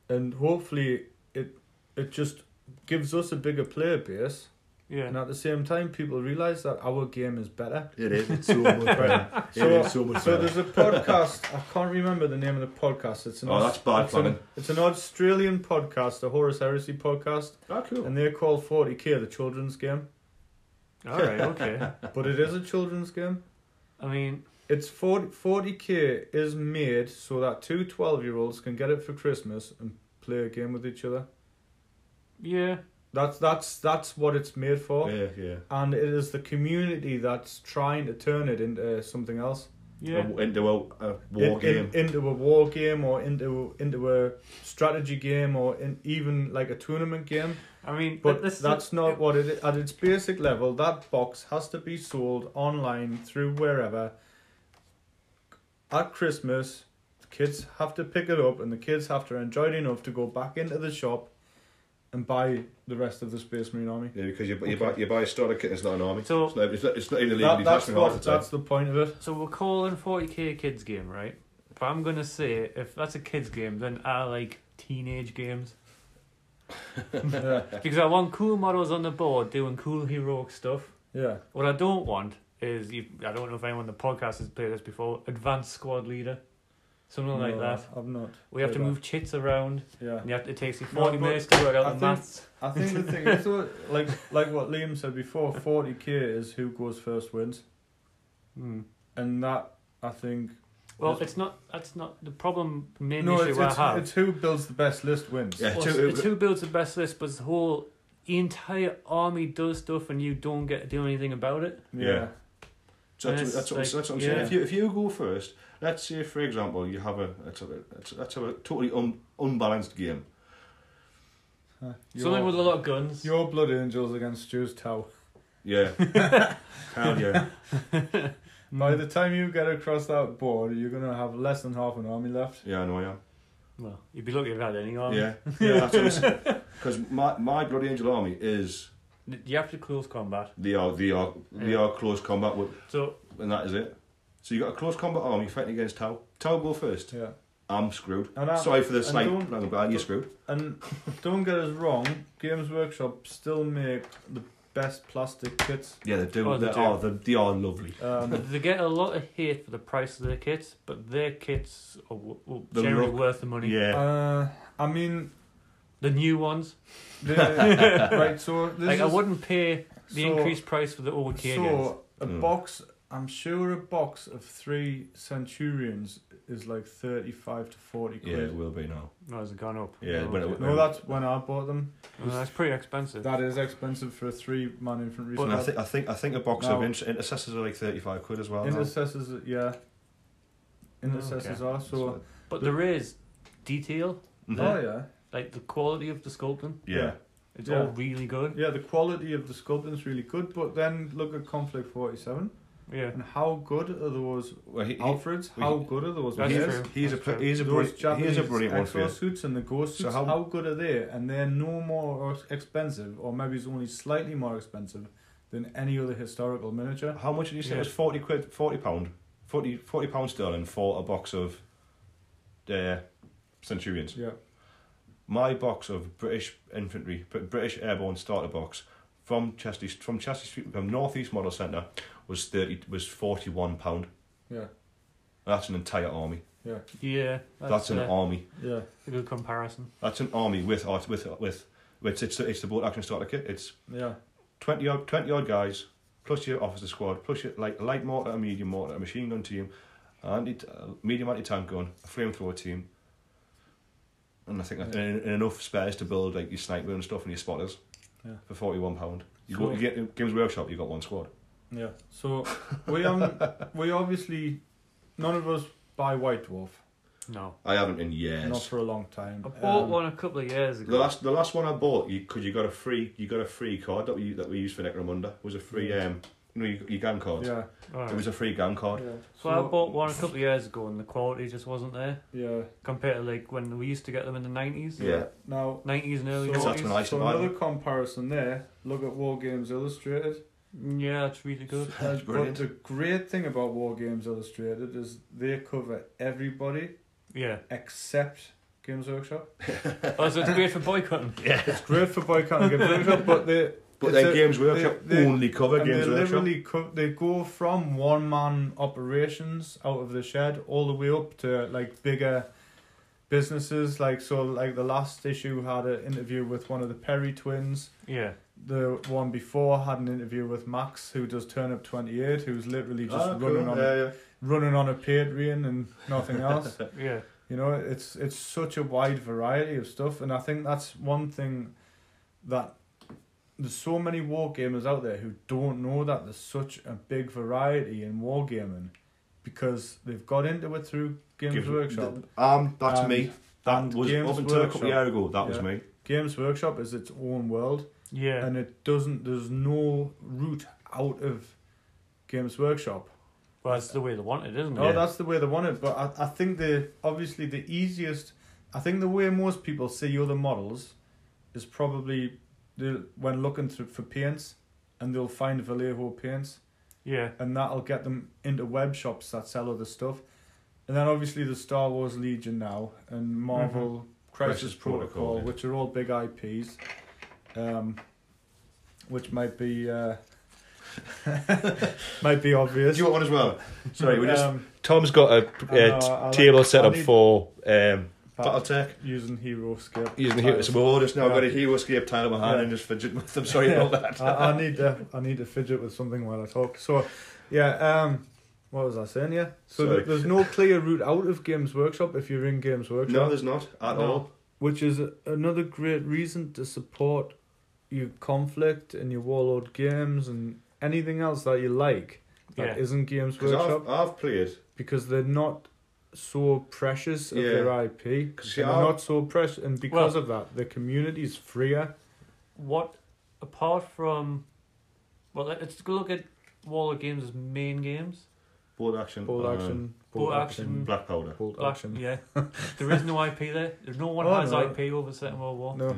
and hopefully it it just gives us a bigger player base. yeah. And at the same time, people realize that our game is better. It is. It's so much better. It So- is so much So better. there's a podcast. I can't remember the name of the podcast. It's an Oh, that's bad it's an- planning. it's an Australian podcast, the Horus Heresy podcast, Ah, cool. and they're called Forty K, the children's game. All right, okay. But it is a children's game. I mean, It's 40 K is made so that two 12 year olds can get it for Christmas and play a game with each other. yeah, That's that's that's what it's made for. yeah, yeah. And it is the community that's trying to turn it into something else. yeah. Um, A- into a, a war in- game. in- into a war game or into into a strategy game or in, even like a tournament game. I mean, But this- that's not what it is. At its basic level, that box has to be sold online through wherever. At Christmas, the kids have to pick it up and the kids have to enjoy it enough to go back into the shop and buy the rest of the Space Marine Army. yeah, because you, bu- you, buy, you buy a starter kit, it's not an army. So- it's, not, it's, not, it's not even legally That, that's, detachment half what, the time. that's the point of it. So we're calling 40k a kids game, right? If I'm gonna say if that's a kids game, then I like teenage games yeah. because I want cool models on the board doing cool heroic stuff. yeah. What I don't want is you, I don't know if anyone on the podcast has played this before. Advanced squad leader, something like No, that. I've not. We have to played that. move chits around. Yeah. And you have to, it takes you No, 40 but minutes to work out I the think- maths. I think the thing is, though, like like what Liam said before, forty k is who goes first wins, Hmm. and that I think Well, it's not. That's not the problem. Main no, issue it's, I it's, have. it's who builds the best list wins. Yeah, Well, two- it's who builds the best list, but the whole the entire army does stuff and you don't get to do anything about it. yeah, So that's, Yes, that's, what, I'm- like, that's what I'm yeah. saying. If you if you go first, let's say for example you have a let's have a, let's, let's have a totally un, unbalanced game. Huh. Something Uh, Your- with a lot of guns. Your blood angels against Stu's Tau. Yeah, hell yeah. By the time you get across that board, you're gonna have less than half an army left. Yeah, I know I am. Well, you'd be lucky if you had any army. Yeah, yeah. Because my my bloody angel army is N- You have to close combat. they are they are they Yeah. are close combat with, So and that is it. So you got a close combat army fighting against Tau. Tau go first. Yeah, I'm screwed. And I- Sorry for the and slight. don't- I'm glad you're screwed. and don't get us wrong, Games Workshop still make the best plastic kits. Yeah, they do. Oh, they, they do. are. They, they are lovely. Um, they get a lot of hate for the price of their kits, but their kits are w- w- The generally look. worth the money. Yeah. uh, I mean, The new ones, the, right? So this like I is, wouldn't pay the so- increased price for the old kit. So a Mm. box I'm sure a box of three Centurions is like thirty-five to forty Yeah, quid. it will be now. No, it's gone up. Yeah, Oh, when okay. it- No, that's when I bought them. Well, that's pretty expensive. That is expensive for a three-man infantry And I squad. think I think I think a box of No. inter- intercessors are like thirty five quid as well. now. Intercessors, yeah. Intercessors are That's so. what- But there is detail, Mhm. Oh yeah, like the quality of the sculpting. yeah. It's Yeah. all really good. yeah. The quality of the sculpting is really good, but then look at Conflict Forty Seven Yeah. and how good are those Well, he, he, Alfreds? we- How good are those? That's he's, players? true. he's a That's true. pr- he's a Those brilliant Japanese he's a brilliant one for you. exosuits and the ghost So suits, how- how, good are they? And they're no more ex- expensive, or maybe it's only slightly more expensive than any other historical miniature. How much did you say? Yeah. It was forty quid, forty pound, 40, 40 pound sterling for a box of uh, Centurions. Yeah, My box of British infantry, Br- British airborne starter box from Chester from Chester Street from Northeast Model Centre was thirty was forty one pound. yeah, That's an entire army. yeah, Yeah. That's, an uh, army. yeah. a good comparison. That's an army with art with with. It's it's the, it's the bolt action starter kit. It's Yeah, 20 odd, 20 odd guys, plus your officer squad, plus your light, light mortar, a medium mortar, a machine gun team, anti, uh, medium anti tank gun, a flamethrower team. And I think that's and, and enough spares to build like your sniper and stuff and your spotters Yeah. for £41. pound. You go Cool. you get in Games Workshop, you've got one squad. yeah. So we um we obviously none of us buy White Dwarf, No. I haven't in not years. for a long time. I bought Um, one a couple of years ago. The last, the last one I bought, because you, got a free, you got a free card that we that we used for Necromunda was a free, um, you know, your, your gang card. Yeah, Alright. It was a free gang yeah. card. so I bought one a couple of years ago and the quality just wasn't there Yeah. compared to like when we used to get them in the 90s. Yeah. Now 90s and early So- 90s. It's that's when I- so survived. another comparison there. Look at War Games Illustrated. Yeah, it's really good. That's But brilliant. the great thing about War Games Illustrated is they cover everybody Yeah. except Games Workshop. Oh, so it's great for boycotting. It's great for boycotting Games Workshop, but they But it's then a- Games Workshop they- only cover and they Games Workshop. literally co- they go from one man operations out of the shed all the way up to like bigger businesses. Like so, like the last issue had an interview with one of the Perry twins. Yeah. The one before had an interview with Max, who does Turn Up Twenty Eight, who's literally just Ah, cool. running on a Yeah, yeah. running on a Patreon and nothing else. Yeah. you know, it's it's such a wide variety of stuff, and I think that's one thing that there's so many war gamers out there who don't know that there's such a big variety in wargaming because they've got into it through Games Games- Workshop. th- Um, that's And- me. That and was Games up until a couple Workshop. of years ago. That was Yeah. me. Games Workshop is its own world, Yeah. and it doesn't. There's no route out of Games Workshop. well, that's the way they want it, isn't it? Oh, Yeah. that's the way they want it. But I, I think the obviously the easiest, I think the way most people see other models is probably the, when looking through for paints and they'll find Vallejo paints Yeah. and that'll get them into web shops that sell other stuff. And then obviously the Star Wars Legion now and Marvel Crisis, Mm-hmm. Crisis Protocol, Protocol, yeah. which are all big IPs, um, which might be uh, might be Do obvious. you want one as well? Sorry, we just. Um, Tom's got a I know, t- I like- table set I up need- for um, but- Battletech. using hero skip. So we're all just now Yeah. got a hero scape title behind Yeah. and just fidget with them. Sorry about that. I, I need to I need to fidget with something while I talk. So, yeah. Um, what was I saying? Yeah. So Sorry. th- there's no clear route out of Games Workshop if you're in Games Workshop, No, there's not at No. all. which is a- another great reason to support your conflict and your warlord games and anything else that you like Yeah. that not Games Because Workshop I've, I've played. because they're not so precious of Yeah. their IP. 'Cause see, and I- they're not so precious, and because of that, the community's freer. What, apart from. Well, let- let's go look at Wall of Games' main games. Board action. Bolt uh, action. bolt action, Black powder. Bolt Black- action. Yeah. there is no IP there. There's no one Oh, has no. IP over Second World War. No.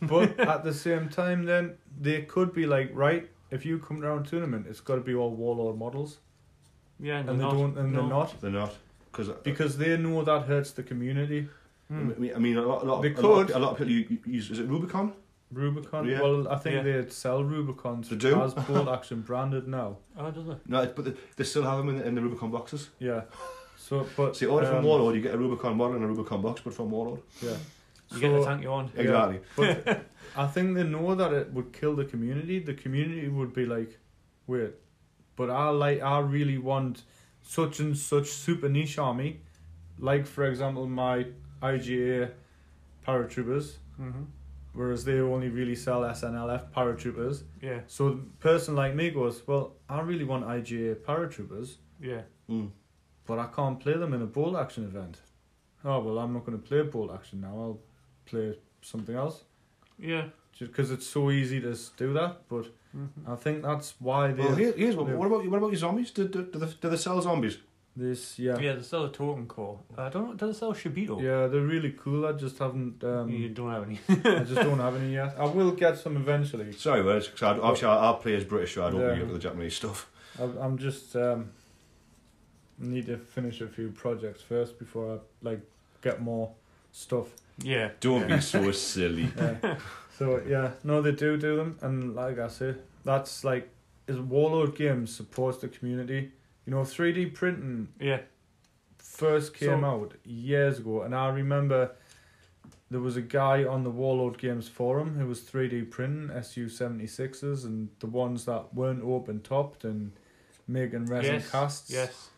But at the same time, then they could be like, right, if you come round tournament, it's got to be all warlord models, Yeah, and, they're they not. don't, and No. they're not, They're not. Cause, because they know that hurts the community. I Hmm. mean- I mean, a lot, a lot, They of, a lot of- could. a lot of people u- u- use. Is it Rubicon? Rubicon. Yeah. Well, I think Yeah. they'd sell Rubicons They do? as bolt action branded now. Oh, does it? No, but they, they still have them in the, in the Rubicon boxes. Yeah. So, but See, order from um, Warlord, you get a Rubicon model and a Rubicon box, but from Warlord. Yeah. You get the So- tank you want. Yeah. Exactly. But I think they know that it would kill the community. The community would be like, wait, but I like I really want such and such super niche army, like for example my IGA paratroopers, Mm-hmm. whereas they only really sell SNLF paratroopers. Yeah, So a person like me goes, well, I really want IGA paratroopers, yeah. Mm. but I can't play them in a bolt action event. Oh well, I'm not going to play bolt action now. I'll play something else Yeah. just because it's so easy to s- do that. But Mm-hmm. I think that's why they Well, here, here's what, Yeah. what about what about your zombies? Do, do, do, they, do they sell zombies? this yeah. Yeah, they sell a totem core. Uh, I don't know, does it sell Shibito? Yeah, they're really cool. I just haven't. you Um, don't have any. I just don't have any yet. I will get some eventually. Sorry, words. Cause I, obviously, I, I play as British, so I don't Yeah. really look at the Japanese stuff. I, I'm just um, need to finish a few projects first before I like get more stuff. yeah. Don't be so silly. Yeah. so yeah, no, they do do them, and like I say, that's like is Warlord Games supports the community. You know, three D printing Yeah. first came So- out years ago, and I remember there was a guy on the Warlord Games forum who was 3D printing SU 76s and the ones that weren't open topped and making resin yes. casts. Yes.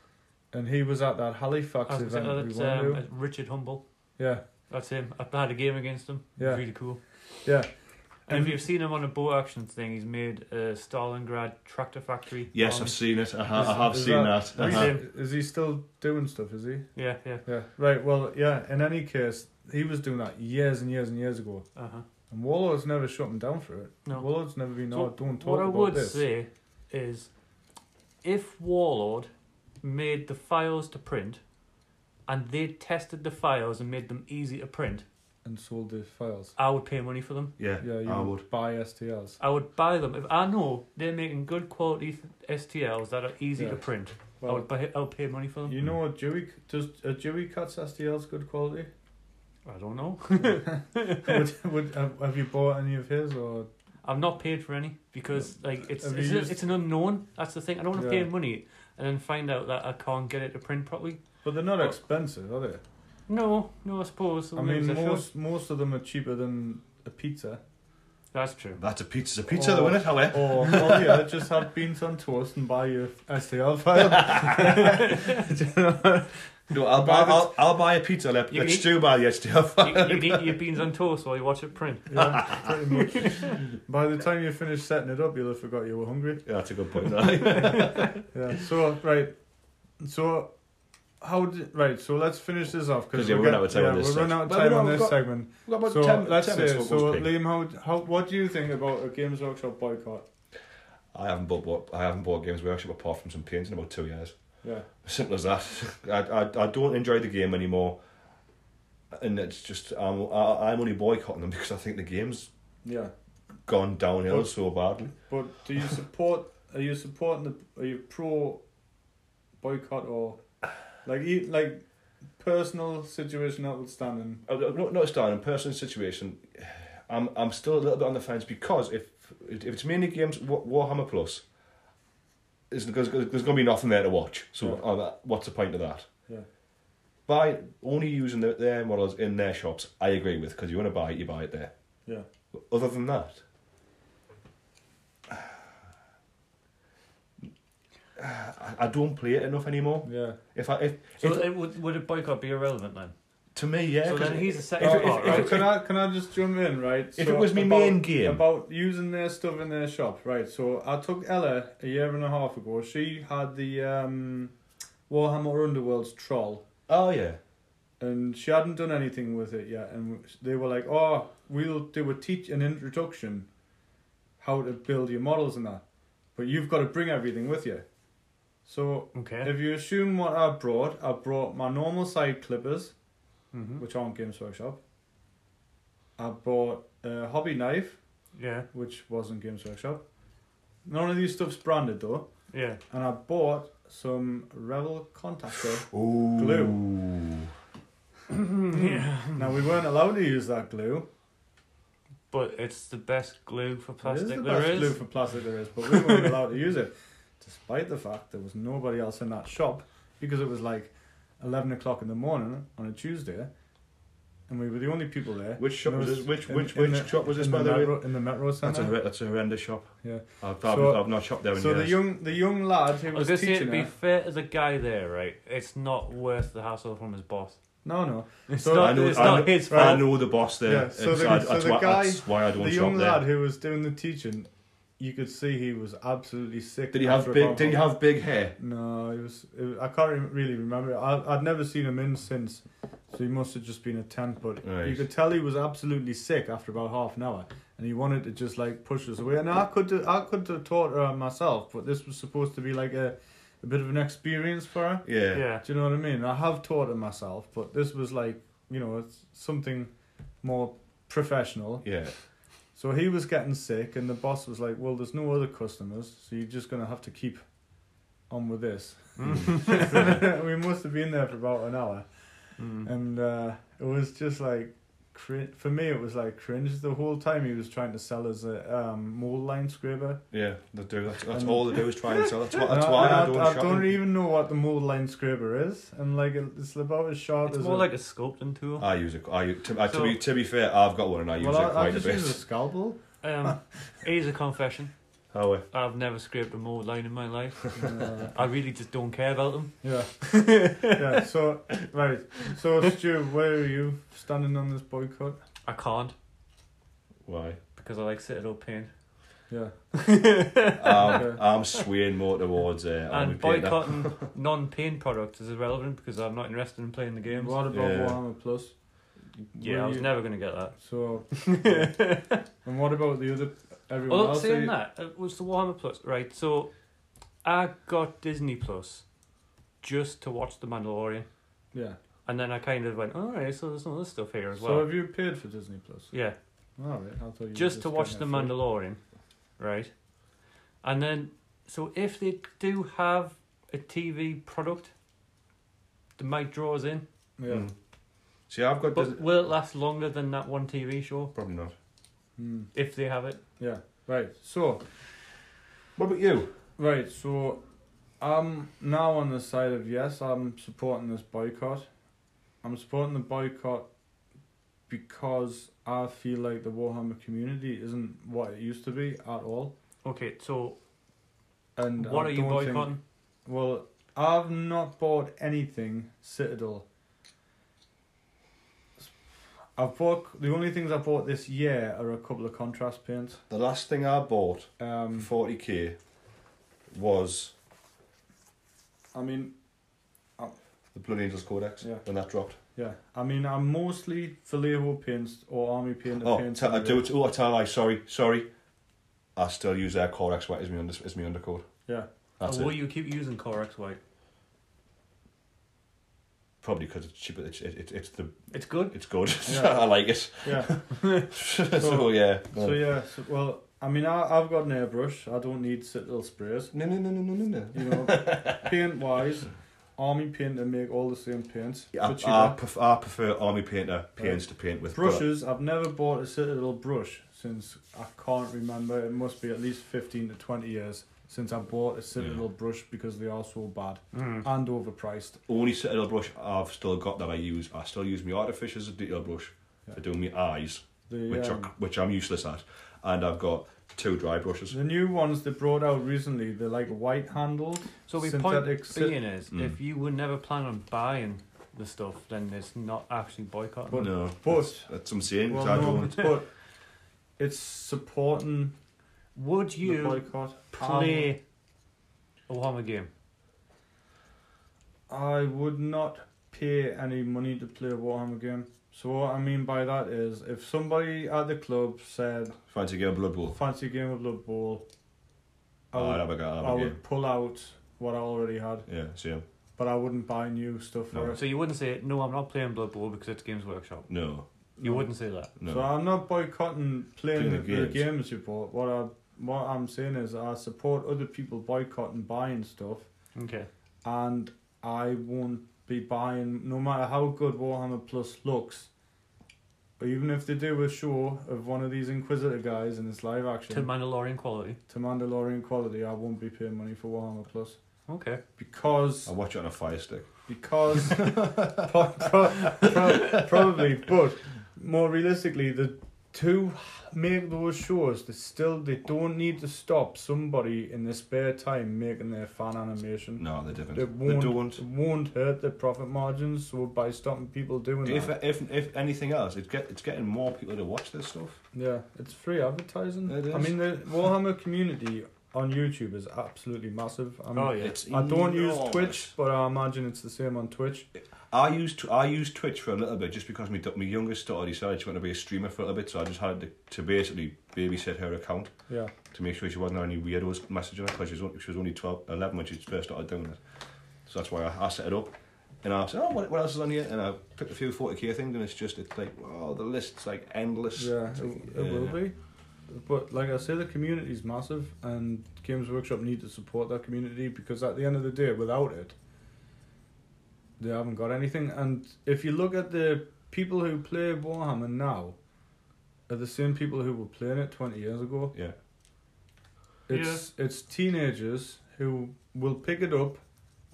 And he was at that Halifax That's, event we that's, went um, to. that's Richard Humble. Yeah, That's him. I had a game against him. Yeah. Really cool. yeah. And And- if you've seen him on a boat action thing, he's made a Stalingrad tractor factory. Yes, on- I've seen it. I, ha- Is- I have is seen that- that. Really? Uh-huh. Is he still doing stuff? Is he? Yeah, yeah. Yeah. Right. Well, yeah. In any case, he was doing that years and years and years ago, Uh huh. and Warlord's never shut him down for it. No. Warlord's never been. So oh, don't talk What I about would this. say is if Warlord made the files to print and they tested the files and made them easy to print, and sold the files. I would pay money for them. Yeah, Yeah, you I would would. buy STLs. I would buy them if I know they're making good quality STLs that are easy Yeah. to print. I Well, would buy, I would pay money for them. you know what Dewey does? Are Dewey cuts STLs good quality? I don't know. would, would have, have you bought any of his or? I'm not paid for any because like it's Have it's, you a- used- it's an unknown. That's the thing. I don't want to Yeah. pay money and then find out that I can't get it to print properly. But they're not Oh. expensive, are they? No, no, I suppose. I Maybe mean, should. most most of them are cheaper than a pizza. that's true. That's a pizza. It's a pizza, Oh. though, isn't it? However, Or well, yeah, just have beans on toast and buy your STL file. no, I'll buy. Buy the- I'll, I'll buy a pizza. Let, You let's eat- still buy the you, SDF. you can eat your beans on toast while you watch it print. yeah, pretty much. By the time you finish setting it up, you'll have forgot you were hungry. yeah, that's a good point. that. Yeah. So right. So how did right? So let's finish this off 'Cause, because yeah, we're we're running out of time on this We're running out of section. time on Well, this no, we've got- segment. We've got about So 10, let's 10 say. minutes for So Wolfsburg. Liam, how, how what do you think about a Games Workshop boycott? I haven't bought, bought I haven't bought Games Workshop apart from some paints in about two years. Yeah. Simple as that. I, I, I don't enjoy the game anymore, and it's just I'm I, I'm only boycotting them because I think the game's Yeah. gone downhill But- so badly. But do you support? Are you supporting the? Are you pro boycott or like e- like personal situation notwithstanding? Uh, Not not starting in a personal situation. I'm I'm still a little bit on the fence because if if it's mainly games Wa- Warhammer Plus, it's, there's, there's going to be nothing there to watch. So Yeah. uh, what's the point of that? Yeah. By only using the, their models in their shops, I agree with because you want to buy it, you buy it there. Yeah. Other than that, I, I don't play it enough anymore. Yeah. If I if, So if it, would would a boycott be irrelevant then? to me yeah, so 'cause then it- he's the second if- Oh, if- part, if- right? right, can I can I just jump in, right? If it was me about- main game. about using their stuff in their shop, right? So I took Ella a year and a half ago. She had the um, Warhammer Underworld's troll, oh yeah, and she hadn't done anything with it yet. And they were like, "Oh, we'll do a teach an introduction, how to build your models and that, but you've got to bring everything with you." So Okay. if you assume what I brought, I brought my normal side clippers hmm which aren't Games Workshop. I bought a hobby knife, Yeah. which wasn't Games Workshop. None of these stuff's branded though, Yeah. and I bought some Revel contactor. Ooh. yeah. now we weren't allowed to use that glue. But it's the best glue for it plastic is the there best is. glue for plastic there is, but we weren't allowed to use it, despite the fact there was nobody else in that shop because it was like eleven o'clock in the morning on a Tuesday, and we were the only people there. Which shop And was there this? Which in- which in which the- shop was this in by the way? metro, in the metro That's a centre? horre- that's a horrendous shop. Yeah. I've, So- I've, I've not shopped there in So the years. young the young lad Oh, who I was was gonna say, to teaching be her, fair to the guy there, right? It's not worth the hassle from his boss. no no It's So- not. I know, it's I not know- his I fault. know the boss there. Yeah, so and the- I- so that's, the why, guy- that's why I don't the shop young there. lad who was doing the teaching, you could see he was absolutely sick. Did he have after big? about Did he half- have big hair? No, it was. It, was- I can't re- really remember. it. I, I'd never seen him in since, so he must have just been a temp. But Right. you could tell he was absolutely sick after about half an hour, and he wanted to just like push us away. And I could, do- I could have taught her myself, but this was supposed to be like a, a bit of an experience for her. Yeah. Yeah. Do you know what I mean? I have taught her myself, but this was like you know it's something more professional. Yeah. So he was getting sick, and the boss was like, "Well, there's no other customers, so you're just gonna have to keep on with this." Mm. we must have been there for about an hour, Mm. and uh, it was just like, cri- for me, it was like cringe the whole time. He was trying to sell us a um, mold line scraper. Yeah, they do. That's, that's And- all they do is try and sell. That's why, And that's why and I, don't I, shop. don't in- even know what the mold line scraper is, and like it- it's about as sharp It's as more a, like a sculpting tool. I use it. I use, to, I- to So- be to be fair, I've got one and I use well, it I, I quite a just bit. use a scalpel. Um, here's a confession. Oh, uh, I've never scraped a mold line in my life. Uh, I really just don't care about them. Yeah. yeah. So right. So Stu, where are you standing on this boycott? I can't why? because I like citadel paint. Yeah. I'm, I'm swaying more towards uh, Army and Painter. boycotting non-paint products is irrelevant because I'm not interested in playing the games. What about Yeah. Warhammer Plus? Yeah, Were I was you- never going to get that. So. and what about the other everyone Although else? Are saying you- that, it was the Warhammer Plus, right? So, I got Disney Plus just to watch The Mandalorian, Yeah. and then I kind of went, all right, so there's some other stuff here as So well. have you paid for Disney Plus? yeah, All right. I thought you were just to watch The getting it free. Mandalorian, right? And then, so if they do have a TV product, they might draw us in, Yeah. Mm. See, I've got but will it last longer than that one TV show probably not. Mm. if they have it? Yeah. Right. So. What about you? Right, so I'm now on the side of yes, I'm supporting this boycott. I'm supporting the boycott because I feel like the Warhammer community isn't what it used to be at all. Okay, so And what I are you don't think- boycotting? well, I've not bought anything Citadel. I've bought the only things I bought this year are a couple of contrast paints. The last thing I bought Um, forty k was I mean, the Blood Angels Codex Yeah. when that dropped. Yeah, I mean, I'm mostly Vallejo paints or army paint. Oh, paints t- I do. T- oh, I tell a lie. Sorry, sorry. I still use their Codex white as my under, as my undercoat. Yeah, That's Oh, or will it. you keep using Corex White? Probably because it's cheaper. It's it, it, it's the It's good. it's good. Yeah. I like it. yeah. so, yeah. so yeah, so, well, I mean, I I've got an airbrush. I don't need Citadel sprays. No no no no no no. You know, paint wise, army paint and make all the same paints. Yeah, for cheaper. I, I, pref- I prefer army painter paints to paint with Brushes. I've never bought a Citadel brush since I can't remember. It must be at least fifteen to twenty years since I bought a Citadel brush because they are so bad and overpriced. but only citadel brush I've still got that I use. I still use my artificial detail brush for doing my eyes, The, which um, are, which I'm useless at, and I've got two dry brushes. The new ones they brought out recently, they're like white handled. So we synthetic point sit- being is, Mm. if you would never plan on buying the stuff, then it's not actually boycotting. But- no, But that's what I'm saying. 'cause well, I no, don't. but it's supporting Would the Um, you boycott. play a Warhammer game? Um, I would not pay any money to play a Warhammer game. So what I mean by that is, if somebody at the club said, Fancy getting blood bowl? "Fancy a game of Blood Bowl," I Oh, would, I'd have a go. I'd I have a would game. pull out what I already had, Yeah, same. but I wouldn't buy new stuff for No. it. So you wouldn't say, no, I'm not playing Blood Bowl because it's Games Workshop. No, You No. wouldn't say that. no. So I'm not boycotting playing Playing the, the the games. games you bought. What I what I'm saying is I support other people boycotting buying stuff, Okay. and I won't be buying no matter how good Warhammer Plus looks. Or even if they do a show of one of these Inquisitor guys and it's live action To Mandalorian quality. to Mandalorian quality, I won't be paying money for Warhammer Plus. Okay. because I watch it on a fire stick. because pro- pro- pro- probably, but more realistically, the to make those shows, they still they don't need to stop somebody in their spare time making their fan animation. No, they didn't. They They won't, don't. it won't hurt their profit margins. So by stopping people doing If, that, if if anything else, it's get it's getting more people to watch this stuff. yeah, it's free advertising. It I is. mean, the Warhammer community on YouTube is absolutely massive. I mean, Oh, yeah. It's I don't use enormous. Twitch, but I imagine it's the same on Twitch. I used I used Twitch for a little bit just because my da- my youngest daughter decided she wanted to be a streamer for a little bit, so I just had to, to basically babysit her account Yeah. to make sure she wasn't any weirdos messaging her because she was only, she was only 12, 11 when she first started doing it. So that's why I, I set it up. And I said, oh, what, what else is on here? And I picked a few 40k things, and it's just, it's like, wow, the list's like endless. Yeah, It's it, like, it will yeah. be. But like I say, the community is massive, and Games Workshop need to support that community because at the end of the day, without it, they haven't got anything. And if you look at the people who play Warhammer now, are the same people who were playing it twenty years ago. Yeah. It's it's teenagers who will pick it up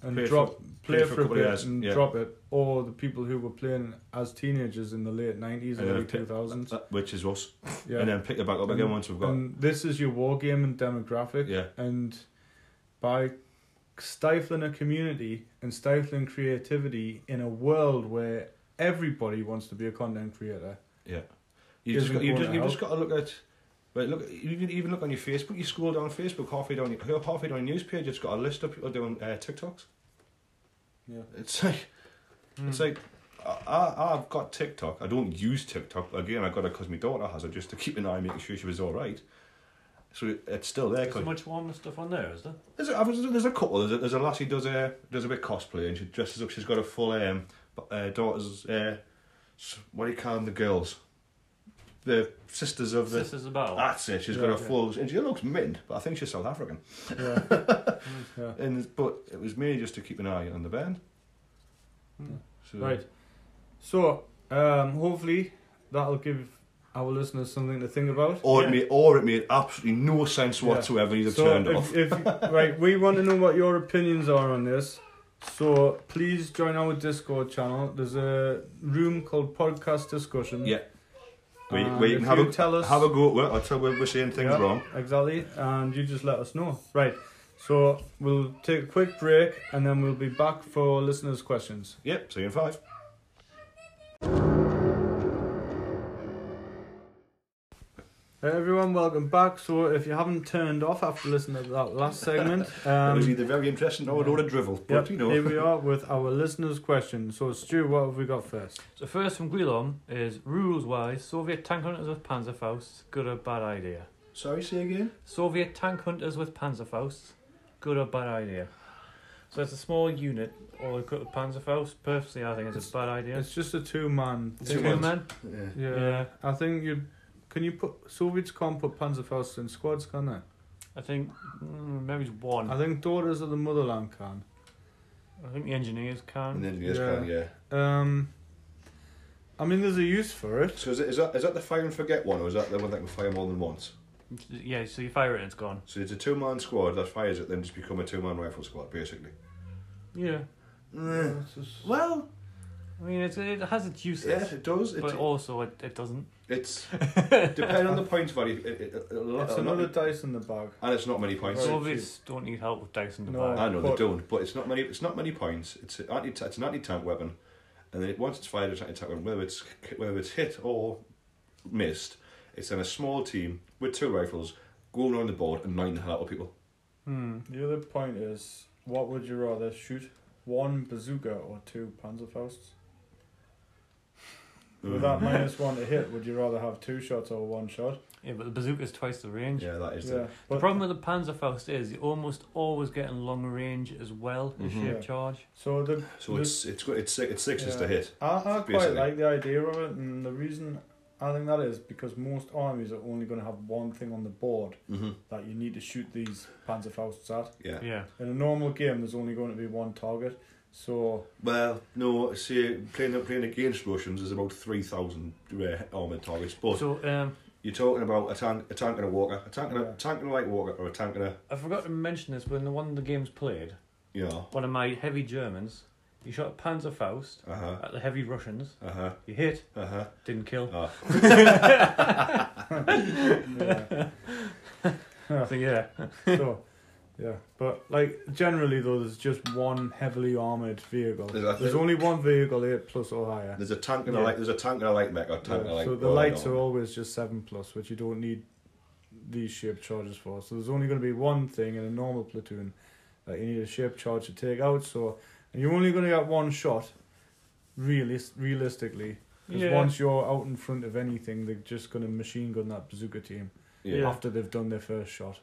and Play it drop play, play it for, for a a couple of bit years, and yeah. drop it, or the people who were playing as teenagers in the late nineties and And then early pick- two thousands. Uh, Which is us. Yeah. And then pick it back up again And- once we've got. And this is your wargaming demographic. yeah. And by stifling a community and stifling creativity in a world where everybody wants to be a content creator. You just Isn't got, you going just, you out. just got to look at. Right, look. You can even look on your Facebook. You scroll down Facebook halfway down your halfway down your news page. It's got a list of people doing uh, TikToks. Yeah. It's like Hmm. it's like I, I I've got TikTok. I don't use TikTok but again. I got it because my daughter has it just to keep an eye, making sure she was all right. So it's still there. There's 'cause- so much warmer stuff on there, is there? there's a, I've- there's a couple. There's a, there's a lass who does a does a bit of cosplay and she dresses up. She's got a full um b- uh, daughter's uh, s- what do you call them? The girls, the sisters of the Ah. This is about. that's it. She's got Yeah, a yeah. full, and she looks mint, but I think she's South African. Yeah. Mm, yeah. And but it was me just to keep an eye on the band. Hmm. So, Right. So, um, hopefully that'll give our listeners something to think about. Or Yeah. it made, or it made absolutely no sense Yeah. whatsoever. You'd have so turned if, off. if right, we want to know what your opinions are on this. So please join our Discord channel. There's a room called Podcast Discussion. Yeah. We, And we if can have you a tell us have a go. Well, I tell we're, we're saying things Yeah, wrong. exactly, and you just let us know. Right. So we'll take a quick break and then we'll be back for listeners' questions. Yep. See you in five. Hey everyone, welcome back. So if you haven't turned off after listening to that last segment, it um, was either very interesting or a load of drivel. But yep, you know, here we are with our listeners' questions. So Stu, what have we got first? So first from Guillaume is rules wise, Soviet tank hunters with Panzerfausts, good or bad idea? sorry, say again. Soviet tank hunters with Panzerfausts, good or bad idea? So it's a small unit, all equipped with Panzerfaust. Personally, I think it's a bad idea. It's just a two-man. Two Two ones. men. Yeah. Yeah. Yeah. I think you can you put Soviets can't put Panzerfausts in squads, can they? I think mm, maybe it's one. I think Daughters of the Motherland can. I think the engineers can. And then yes, Yeah. yeah. yeah. Um, I mean, there's a use for it. So is, it, is that is that the fire and forget one, or is that the one that can fire more than once? Yeah, so you fire it and it's gone. So it's a two man squad that fires it, then just become a two man rifle squad, basically. Yeah. Mm. It's just- Well, I mean, it's, it has its uses, yes, it does. It, but also it, it doesn't. it's depending on the points value. It, it, it, uh, It's another dice in the bag. and it's not many points. Right. Soviets don't need help with dice in the No. bag. I know But- they don't, but it's not many. It's not many points. It's an anti. It's an anti tank weapon, and then it, once it's fired, it's an anti tank weapon. Whether it's whether it's hit or missed, it's then a small team with two rifles going around the board and knocking the hell out of people. Hmm. The other point is, what would you rather shoot? One bazooka or two Panzerfausts? With that minus one to hit, would you rather have two shots or one shot? Yeah, but the bazooka's twice the range. Yeah, that is. Yeah. The, The But problem with the Panzerfaust is you're almost always getting long range as well as Mhm. shape Yeah. charge. so the so it's it's it's six, it's six is to hit. I, I quite Basically. like the idea of it, and the reason I think that is because most armies are only going to have one thing on the board Mm-hmm. that you need to shoot these Panzerfausts at. Yeah. Yeah. In a normal game, there's only going to be one target, so Well, no. See, playing playing against Russians is about three thousand uh, armored targets, but So um, You're talking about a tank, a tank and a walker, a tank and a Yeah. tank and a light walker, or a tank and a I forgot to mention this when the one the game's played. you know. One of my heavy Germans. He shot Panzerfaust Uh huh. at the heavy Russians. Uh huh. He hit, Uh huh. didn't kill. Oh. I think, yeah. so, yeah, but like generally though, there's just one heavily armored vehicle. There's- I think- There's only one vehicle eight plus or higher. There's a tank and a Yeah. light. There's a tank and a light mech. Or Yeah, tank and a light. so the oh, lights no. are always just seven plus, which you don't need these shape charges for. So there's only going to be one thing in a normal platoon that you need a shape charge to take out. So and you're only going to get one shot, realist realistically. Because Yeah. once you're out in front of anything, they're just going to machine gun that bazooka team Yeah. Yeah. after they've done their first shot.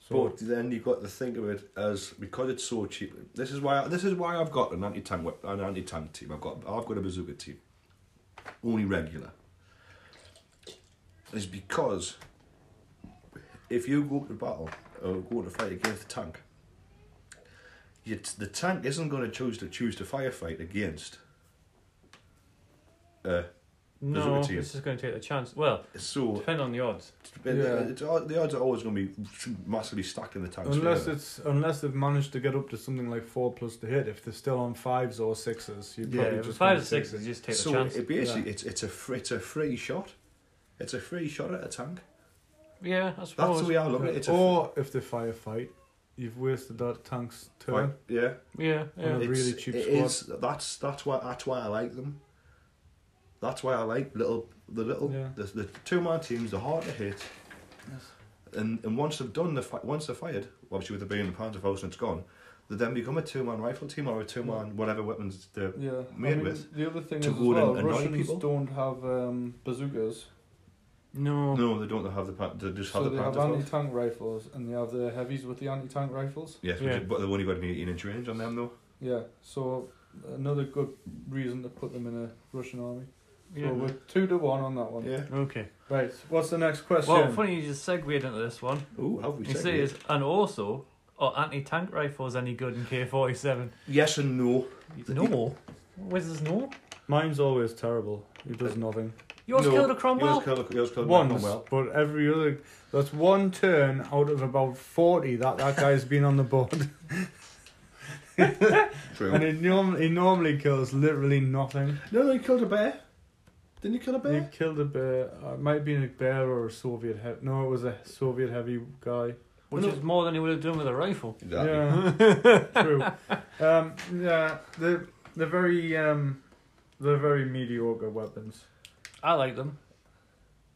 So But then you've got to think of it as because it's so cheap. This is why this is why I've got an anti tank an anti tank team. I've got I've got a bazooka team, only regular. Is because if you go to battle or go to fight against the tank, you, the tank isn't going to choose to choose to firefight against. Uh, No, There's a routine. it's just going to take the chance. Well, so depend on the odds. but Yeah. it's, all- the odds are always going to be massively stacked in the tank's unless favour. it's unless they've managed to get up to something like four plus to hit, if they're still on fives or sixes, you Yeah, probably if it's just five gonna or six, take you it. just take the so chance. it basically Yeah. it's it's a free, it's a free shot. It's a free shot at a tank. yeah, I Oh, That's suppose. the way I look at it. It's a or if they firefight, you've wasted that tank's free- turn. yeah, yeah, yeah. a it's, really cheap it squad. is- that's that's why that's why I like them. That's why I like little the little Yeah. the, the two man teams. They're hard to hit, Yes. and and once they've done the fi- once they're fired, obviously with the being the Panzerfaust and it's gone, they then become a two man rifle team or a two man whatever weapons they're Yeah. made with Uh, the other thing to is as go in well, and annoy Russians people. don't have um, bazookas, No. No, they don't have the pan- they just have Oh. so the they have Panzerfaust. anti-tank rifles and they have the heavies with the anti-tank rifles. Yes, Yeah. yeah. but they've only got an 18 inch range on them though. Yeah, so another good reason to put them in a Russian army. So Yeah. we're two to one on that one. Yeah. Okay. Right, what's the next question? Well, funny you just segued into this one. Ooh, have we He checked says, and also, are anti tank rifles any good in K forty seven? Yes and no. No. Where's this no? Mine's always terrible. He does nothing. Yours no, killed a Cromwell. Yours killed, yours killed Once, Cromwell. but every other... That's one turn out of about 40 that that guy's been on the board. True. and he, norm- he normally kills literally nothing. no, no, he killed a bear. Didn't he kill a He bear? killed a bear. uh, It might have been a bear or a Soviet heavy. No, it was a Soviet heavy guy. Which is more than he would have done with a rifle. Yeah, true. Um, yeah, they're they're very um, they're very mediocre weapons. I like them.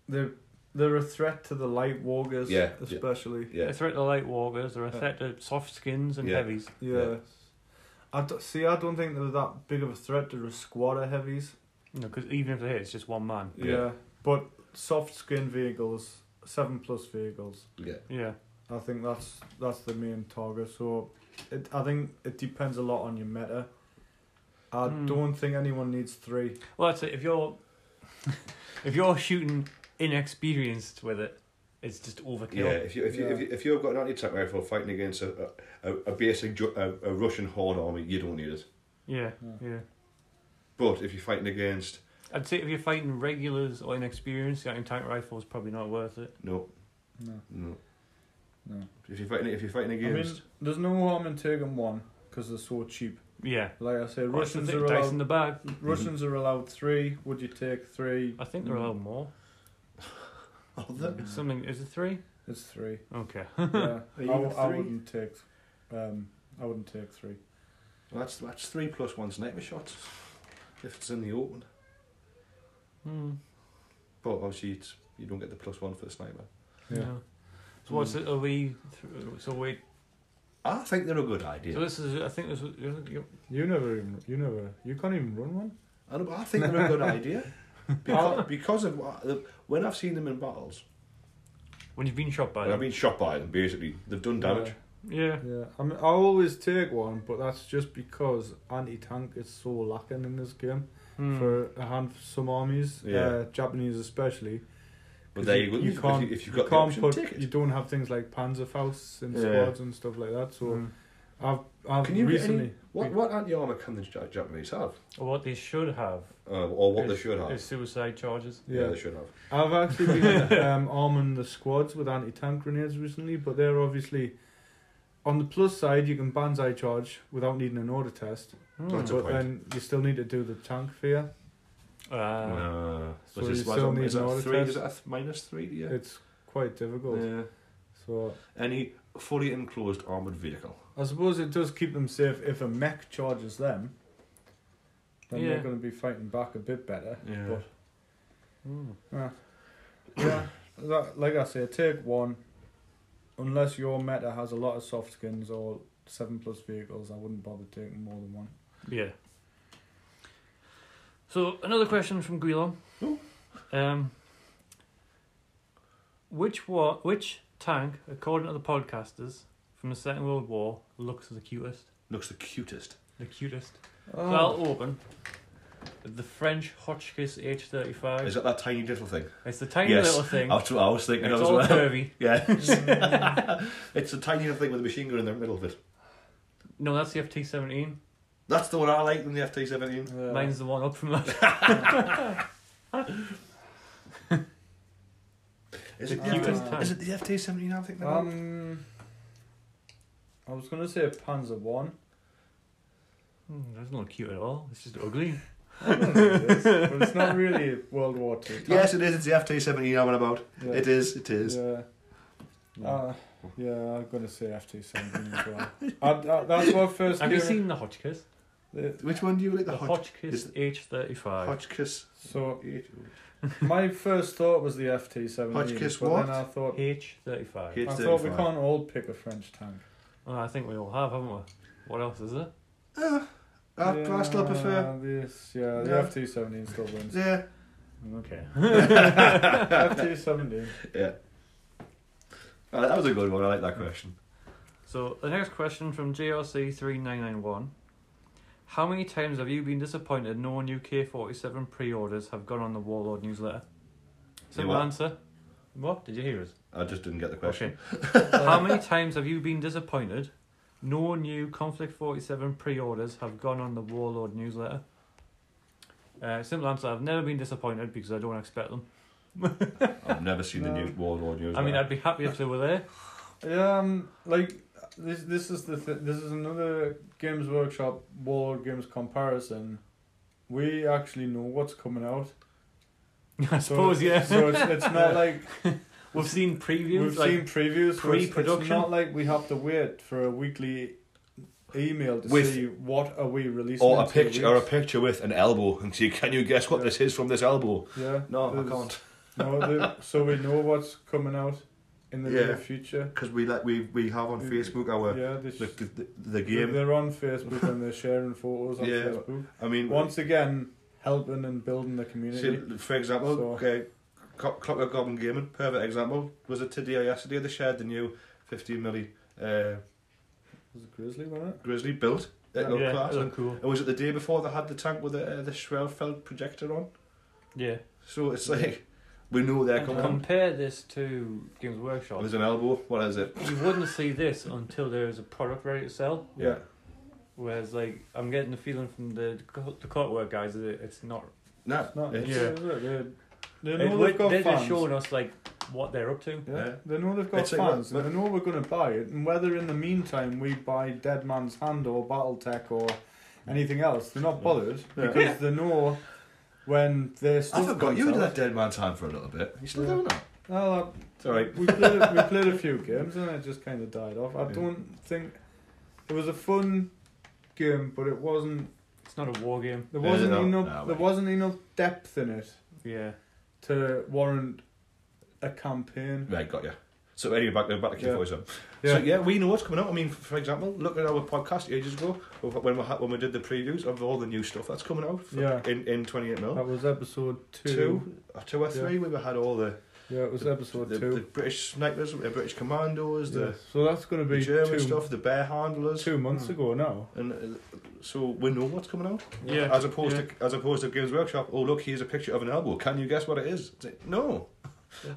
They're they're a threat to the light walkers, Yeah, yeah. especially. Yeah. They're a threat to light walkers, they're a Yeah. threat to soft skins and Yeah. heavies. Yeah. Yeah. I do, see. I don't think they're that big of a threat to the squatter heavies. You know, because even if they hit, it's just one man. Yeah. but soft skin vehicles, seven plus vehicles. Yeah. Yeah. I think that's that's the main target. So, it, I think it depends a lot on your meta. I Hmm. don't think anyone needs three. Well, that's it. If you're if you're shooting inexperienced with it, it's just overkill. Yeah, if you if you, if you if you've got an anti-tank rifle fighting against a a, a basic Ju- a, a Russian horn army, you don't need it. Yeah, Yeah. yeah. But if you're fighting against I'd say if you're fighting regulars or inexperienced, getting tank rifle is probably not worth it. no No, no no. if you're fighting if you're fighting I mean, against there's no harm in taking one because they're so cheap. Yeah. Like I say, Well, that's the Russians thing, are dice in allowed. the bag. Russians are allowed three. Would you take three? I think they're Mm. allowed more. oh, that, It's something. Is it three? It's three. Okay. Yeah, I, you w- with I three? wouldn't take. Um, I wouldn't take three. that's that's three plus one sniper shots if it's in the open. Hmm. But obviously it's, you don't get the plus one for the sniper. Yeah. No. So what's Mm. it? Are we? Th- so wait. I think they're a good idea. So this is. I think this. Was, you think you- You never even. You never. You can't even run one. I, don't, I think they're a good idea because, because of what- the- when I've seen them in battles, when you've been shot by when I've them. been shot by them. Basically, they've done damage. yeah. Yeah, I mean, I always take one, but that's just because anti tank is so lacking in this game Hmm. for a hand some armies, Yeah. uh, Japanese especially. But there you go. You if- can't. if, if you've got the can't option, put. take it. You don't have things like Panzerfausts and Yeah. squads and stuff like that. So Hmm. I've I've Can you get any- recently. what what anti armor can the Ja- Japanese have, Or what they should have. uh, or what they is- should have? Is suicide charges. yeah. yeah. they should have. I've actually been um, arming the squads with anti tank grenades recently, but they're obviously on the plus side, you can Banzai charge without needing an order test, Hmm. That's a but point. then you still need to do the tank fear. Uh, No. So Was you this- was still it- need is an that order three? test? Is it a th- minus three? Yeah. It's quite difficult. yeah. So Any fully enclosed armoured vehicle. I suppose it does keep them safe if a mech charges them. Then Yeah. they're going to be fighting back a bit better. Yeah. But hmm. yeah, that, like I say, take one. Unless your meta has a lot of soft skins or seven plus vehicles, I wouldn't bother taking more than one. Yeah. So another question from Guillaume. Oh. Um, which war, which tank, according to the podcasters from the Second World War, looks the cutest? Looks the cutest. The cutest. Oh. So I'll open the French Hotchkiss H35. Is that that tiny little thing? it's the tiny Yes. little thing. That's what I was thinking It's as all well. curvy. Yeah. Mm. It's a tiny little thing with a machine gun in the middle of it. No, that's the FT17. That's the one I like in the FT seventeen. Yeah. Mine's the one up from that. Is The it the cutest FT tank. Is it the FT seventeen I think that is? Um, I was gonna say Panzer One. Hmm, that's not cute at all. It's just ugly. I don't know what it is, but it's not really World War Two. tank. Yes it is, it's the FT seventeen I'm on about. Yeah. It is, it is. Yeah. Uh, yeah, I'm gonna say FT seventeen as well. I, I, that's what first. Have you came- seen the Hotchkiss? the- Which one do you like The, the, Hotch Hotchkiss is H35. Hotchkiss? So my first thought was the FT seventeen. Hotchkiss but what? Then I thought H35. H- I thought we 35. can't all pick a French tank. Oh, I think we all have, haven't we? What else is there? I, Uh, Ah, I still prefer this. Yeah, the Yeah. FT seventeen still wins. Yeah. Okay. FT seventeen. Yeah. Oh, that was a good one, I like that question. So the next question from JRC3991. How many times have you been disappointed no new K47 pre-orders have gone on the Warlord newsletter? Simple what? answer. What? Did you hear us? I just didn't get the question. Okay. How many times have you been disappointed? No new Conflict 47 pre orders have gone on the Warlord newsletter. Uh, simple answer I've never been disappointed because I don't expect them. I've never seen the No. new Warlord news. I mean, I'd be happy if they were there. Yeah, um, like this. This is the th- this is another Games Workshop Warlord Games comparison. We actually know what's coming out. I suppose, yeah. So it's, it's not like We've seen previews. we've like, seen previews. so it's- pre-production. It's not like we have to wait for a weekly email to With- see what are we releasing. or in a two picture, or a weeks. picture with an elbow, and see, can you guess what Yeah. this is from this elbow? Yeah. No, I there's- can't. No, the, so we know what's coming out in the Yeah. near future. Because we let we we have on Facebook our yeah, they sh- the, the, the game. They're on Facebook and they're sharing photos on Yeah. Facebook. I mean, Once again, helping and building the community. see, for example, So- okay, Clock Clockwork Goblin Gaming, perfect example. Was it today or yesterday they shared the new 15 milli uh, was it Grizzly, wasn't it? Grizzly built at Yeah, low yeah, class? they And, look cool. was it the day before they had the tank with the uh, the Schwerfeld projector on? Yeah. So it's like we know they're And coming. on. compare this to Games Workshop. There's an elbow. What is it? You wouldn't see this until there is a product ready to sell. Yeah. Whereas, like, I'm getting the feeling from the the clockwork guys that it's not. No. It's not. it's- Yeah. They, they It know would- they've got they're fans. just showing us like what they're up to. Yeah. Yeah. They know they've got It's like, fans. look, and they know we're going to buy it. And whether in the meantime we buy Dead Man's Hand or Battletech or anything else, they're not bothered Yeah. because they know when they're I forgot you were that dead man time for a little bit. You still Yeah. doing that? No, It's alright. uh, we played we played a few games and it just kind of died off. I Yeah. don't think it was a fun game, but it wasn't. It's not a war game. There Yeah, wasn't no, enough. no, there mate. wasn't enough depth in it Yeah. to warrant a campaign. Right, got you. So anyway, back to back to Key Yeah. Voice Up. Yeah. So yeah, we know what's coming up. I mean, for example, look at our podcast ages ago when we had, when we did the previews of all the new stuff that's coming out. For, Yeah. In in twenty eight mil. That was episode two. Two, or two or three, we had all the Yeah, it was episode the, two. the British snipers, the British commandos, Yeah. the, So that's going to the be German two, stuff, the bear handlers, two months Hmm. ago now. and uh, so we know what's coming out. Yeah. As opposed to as opposed to Games Workshop. Oh look, here's a picture of an elbow. Can you guess what it is? It's like, no,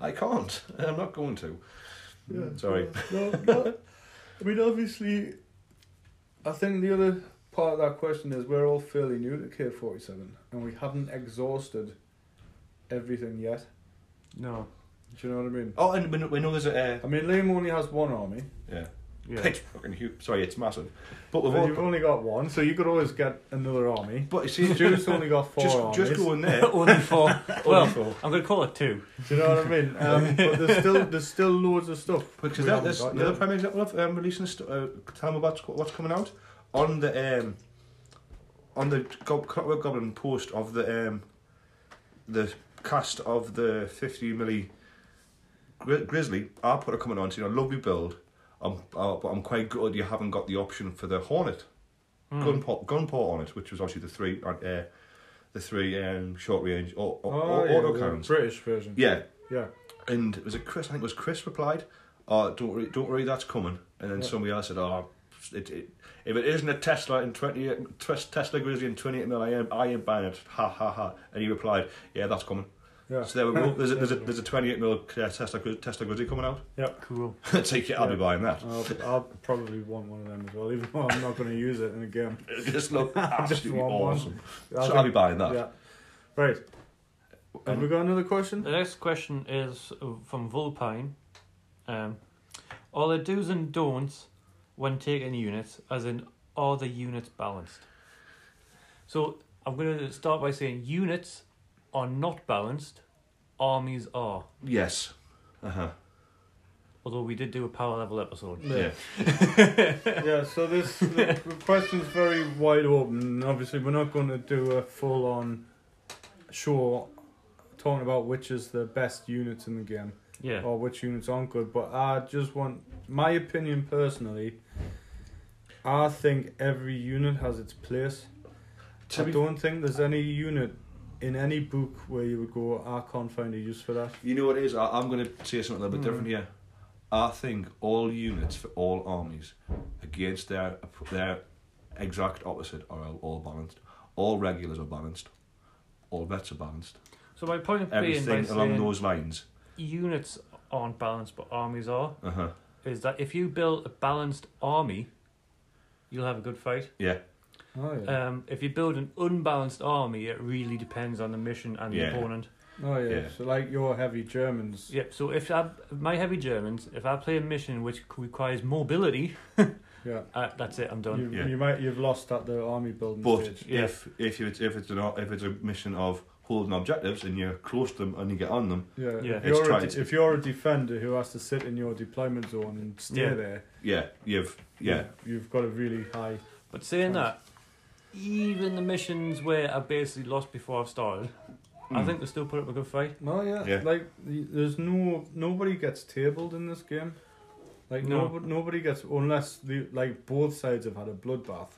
I can't. I'm not going to. Yeah. Hmm. Sorry. No, no. I mean, obviously, I think the other part of that question is we're all fairly new to K forty seven, and we haven't exhausted everything yet. No. Do you know what I mean? Oh, and we know, we know there's a. Uh, I mean, Liam only has one army. yeah. Yeah. Pitch fucking huge. Sorry, it's massive. But we've Well, all you've only got one, so you could always get another army. But you see, Stu's only got four just armies. just go in there. Only four. Only Well, four. I'm going to call it two. Do you know what I mean? Um, but there's still there's still loads of stuff. Because we that, haven't that's got another yet. prime example of um, releasing st- uh, tell them about what's coming out on the um, on the Gob- Clockwork Goblin post of the um, the cast of the fifty milli gri- Grizzly. I put a comment on saying I love your build, I'm, uh, but I'm quite good. You haven't got the option for the Hornet Hmm. Hmm. gun port gun port on it, which was obviously the three uh, uh, the three um, short range or, or, Oh, or yeah, auto the cannons. British version. Yeah, Yeah. and was it Chris? I think it was Chris replied, "Oh, don't worry, don't worry, that's coming." And then Yeah. somebody else said, "Oh, it, it, if it isn't a Tesla in twenty Tes- Tesla Grizzly in twenty eight mil, I am I am buying it." Ha ha ha! And he replied, "Yeah, that's coming." Yeah. So there we go. There's a, there's a there's a twenty eight mil uh, Tesla Gri- Tesla Grizzly coming out. Cool. it's like, yeah, I'll be Yeah. buying that. I'll, I'll probably want one of them as well, even though I'm not going to use it in a game. It's look absolutely want one. awesome. I So think- I'll be buying that. Yeah. Right. Have we got another question? The next question is uh, from Vulpine. Um, are the do's and don'ts when taking units, as in, are the units balanced? So I'm going to start by saying units are not balanced, armies are. Yes. Uh huh. Although we did do a power level episode. Yeah. yeah, so this the question's very wide open. Obviously, we're not going to do a full on show talking about which is the best units in the game Yeah. or which units aren't good, but I just want my opinion personally. I think every unit has its place. To I be- don't think there's any unit in any book where you would go, I can't find a use for that. You know what it is? I, I'm going to say something a little bit different here. I think all units for all armies against their their exact opposite are all, all balanced. All regulars are balanced. All vets are balanced. So my point being by Everything along saying those lines. units aren't balanced, but armies are, Uh huh. is that if you build a balanced army, you'll have a good fight. Yeah. Oh yeah. Um, if you build an unbalanced army, it really depends on the mission and Yeah. the opponent. oh yeah. yeah. So like your heavy Germans. Yep. So if I, my heavy Germans, if I play a mission which c- requires mobility, Yeah. uh, that's it. I'm done. You, Yeah. you might you've lost at the army building But stage. Yeah. if if it's if it's an o- if it's a mission of holding objectives and you're close to them and you get on them, Yeah. Yeah. If, It's you're a, trying de- to- if you're a defender who has to sit in your deployment zone and stay Yeah. there, yeah, you've yeah. you've, you've got a really high. But saying that, even the missions where I basically lost before I've started, I Hmm. Mm. think they still put up a good fight. No, yeah, Yeah. like y- there's no nobody gets tabled in this game. Like No. no. nobody gets unless the like both sides have had a bloodbath.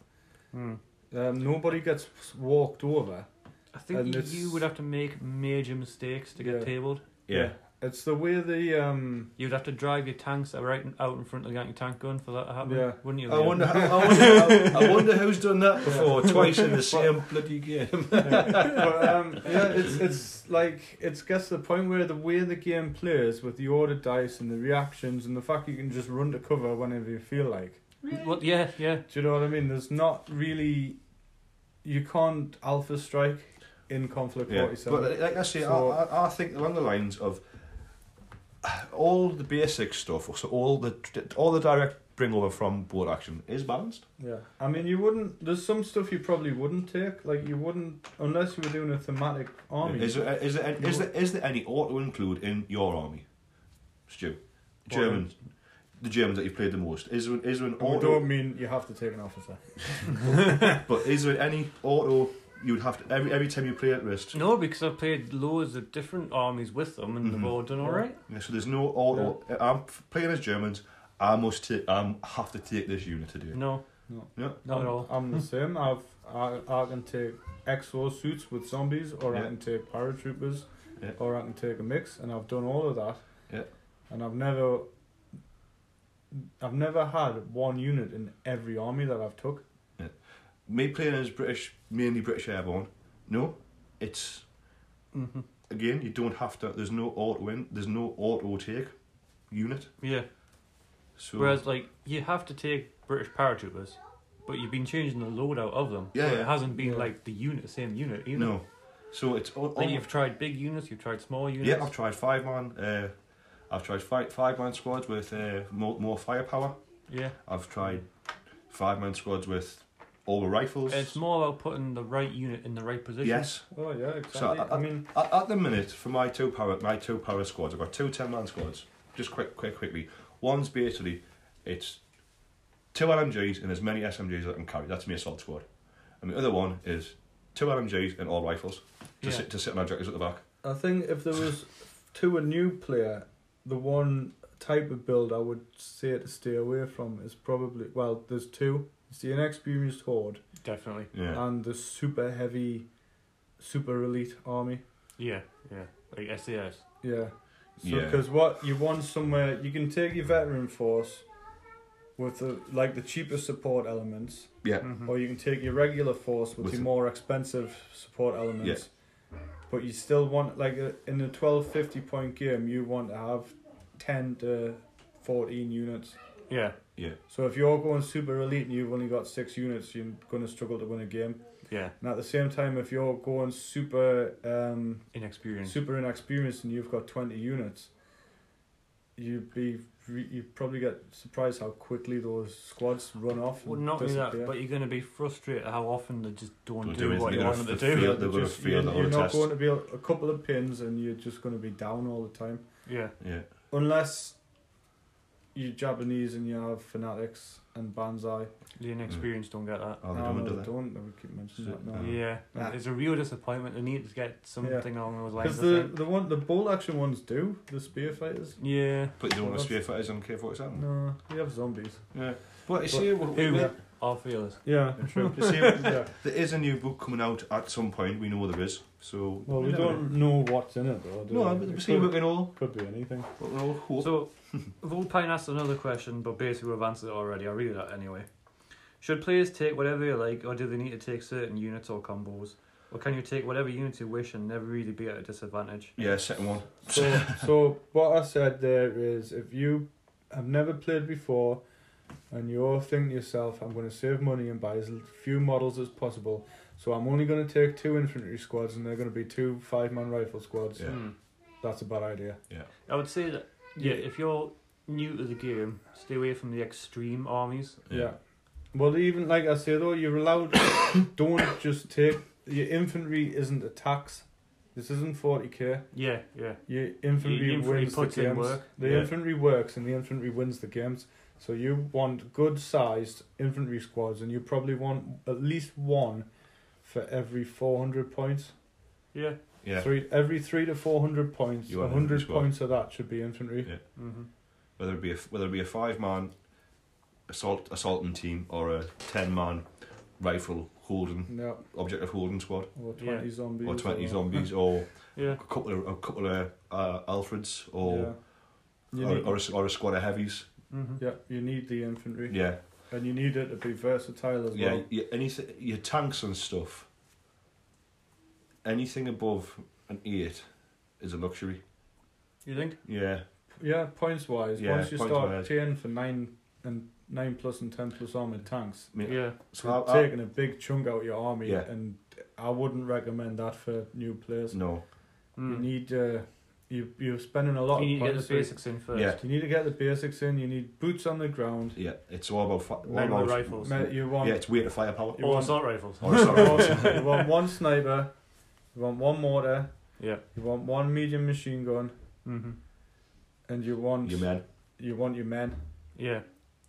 Um, nobody gets walked over. I think And you, it's- you would have to make major mistakes to get Yeah. tabled. yeah. It's the way the um. You'd have to drive your tanks right in- out in front of the anti-tank gun for that to happen, Yeah. wouldn't you? I Liam? wonder, how, I, wonder how, I wonder who's done that before twice in the same bloody game. but um, yeah, it's it's like it's gets to the point where the way the game plays with the order dice and the reactions and the fact you can just run to cover whenever you feel like. What? Yeah, yeah. Do you know what I mean? There's not really, you can't alpha strike in conflict Yeah. forty seven. But uh, like I say, So- I, I, I think along the lines of all the basic stuff, so all the all the direct bring over from board action is balanced. Yeah, I mean, you wouldn't. There's some stuff you probably wouldn't take, like you wouldn't unless you were doing a thematic army. Is there, is, there, is, there, is there any auto include in your army, Stu? Germans, the Germans that you've played the most. Is there, is there an And we auto? don't mean you have to take an officer. But is there any auto you would have to every every time you play at wrist? No, because I've played loads of different armies with them, and Mhm. they've all done all right. Yeah, so there's no auto. I'm playing as Germans. I must take. I have to take this unit today. No, No. No. not at all. I'm the same. I've I, I can take exo suits with zombies, or I Yeah. can take paratroopers, Yeah. or I can take a mix, and I've done all of that. Yeah. And I've never, I've never had one unit in every army that I've took. me playing as British, mainly British Airborne. No, it's hmm again you don't have to. There's no auto in. There's no auto take unit. Yeah. So Whereas, like, you have to take British paratroopers, but you've been changing the loadout of them. Yeah, so yeah. It hasn't been Yeah. like the unit, same unit either. no, so it's all. Like, you've tried big units, you've tried small units. yeah, I've tried five man. Uh, I've tried five five man squads with uh, more more firepower. Yeah. I've tried five man squads with all the rifles. It's more about putting the right unit in the right position. yes. Oh yeah, exactly. So, I, I- mean, At, at the minute, for my two power my two power squads, I've got two ten man squads. Just quick, quick, quickly. One's basically it's two LMGs and as many SMGs as I can carry. That's my assault squad. And the other one is two LMGs and all rifles to Yeah. sit to sit on our jockeys at the back. I think if there was to a new player, the one type of build I would say to stay away from is probably well, there's two. It's the inexperienced horde Definitely. Yeah. and the super heavy, super elite army. Yeah. Yeah. Like SAS. Yeah. So Yeah. because what you want somewhere you can take your veteran force with the like the cheaper support elements, yeah. Mhm. or you can take your regular force with, With your the- more expensive support elements. But you still want like uh, in a twelve fifty point game, you want to have ten to fourteen units. Yeah. Yeah. So if you're going super elite and you've only got six units, you're going to struggle to win a game. Yeah. And at the same time, if you're going super um, Inexperienced. super inexperienced and you've got 20 units you'd be you probably get surprised how quickly those squads run off and Well, not only disappear. that, but you're going to be frustrated how often they just don't Don't do, do what anything. you They're want them gonna to feel- do. they're gonna Just- feel you're, the you're not test. going to be a, a couple of pins and you're just going to be down all the time Yeah. Yeah. unless you're Japanese and you have fanatics and banzai Mm. The inexperienced don't get that. Oh, they No, don't no, do Ah, they that. don't they would keep mentioning that Uh, no. yeah. Nah. It's a real disappointment. They need to get something along those lines. because I the, think. the one the bolt action ones do the spear fighters Yeah. But you don't want to spear fighters on K forty seven. no they have zombies Yeah. But you But- see, what- Who? Yeah. Our feelers. yeah you see, there yeah is a new book coming out at some point. We know there is. So well we never don't know what's in it though do know. No, we? but It we see what could- we all, could be anything what we all hope. So, Vulpine asked another question, but basically we've answered it already. I'll read that anyway. Should players take whatever they like, or do they need to take certain units or combos? Or can you take whatever units you wish and never really be at a disadvantage? yeah, second one. So, so what I said there is, if you have never played before, and you're thinking to yourself, I'm going to save money and buy as few models as possible, so I'm only going to take two infantry squads, and they're going to be two five-man rifle squads. Yeah. Hmm. That's a bad idea. I would say that, yeah, if you're new to the game, stay away from the extreme armies. Yeah. Well, even like I say though, you're allowed. don't just take your infantry. Isn't a tax. This isn't forty k. Yeah, yeah. Your infantry, Your infantry wins puts the in games. work. The Yeah. infantry works and the infantry wins the games. So you want good sized infantry squads and you probably want at least one for every 400 points. Yeah. Yeah. Three, every 3 to 400 points, You want an 100 infantry squad. points of that should be infantry. Yeah. Mm-hmm. whether it be a, whether it be a five man assault assaulting team or a ten man rifle holding No, objective holding squad or 20 Yeah. zombies. or twenty zombies or Yeah. a couple of a couple of uh, Alfreds Yeah. or You or, need, or, a, s- or a squad of heavies. Mm-hmm. yeah, you need the infantry. Yeah, And you need it to be versatile as yeah. well. y- anything your tanks and stuff. Anything above an eight is a luxury. You think? Yeah, Yeah, points wise. Yeah, Once you points start wise. paying for 9 and 9 plus and 10 plus armoured tanks, I mean, Yeah. So how, You're how- taking a big chunk out of your army, Yeah. and I wouldn't recommend that for new players. no, You Mm. need uh, you you're spending a lot. You of need to get points the basics in first. Yeah. You need to get the basics in. You need boots on the ground. yeah. It's all about fi- all Men with about rifles. Ma- You want Yeah, it's weight of firepower. You Or want- assault rifles. Or assault rifles. you want one sniper, you want one mortar, Yeah. you want one medium machine gun, Mm-hmm. and you want Your men. you want your men, Yeah.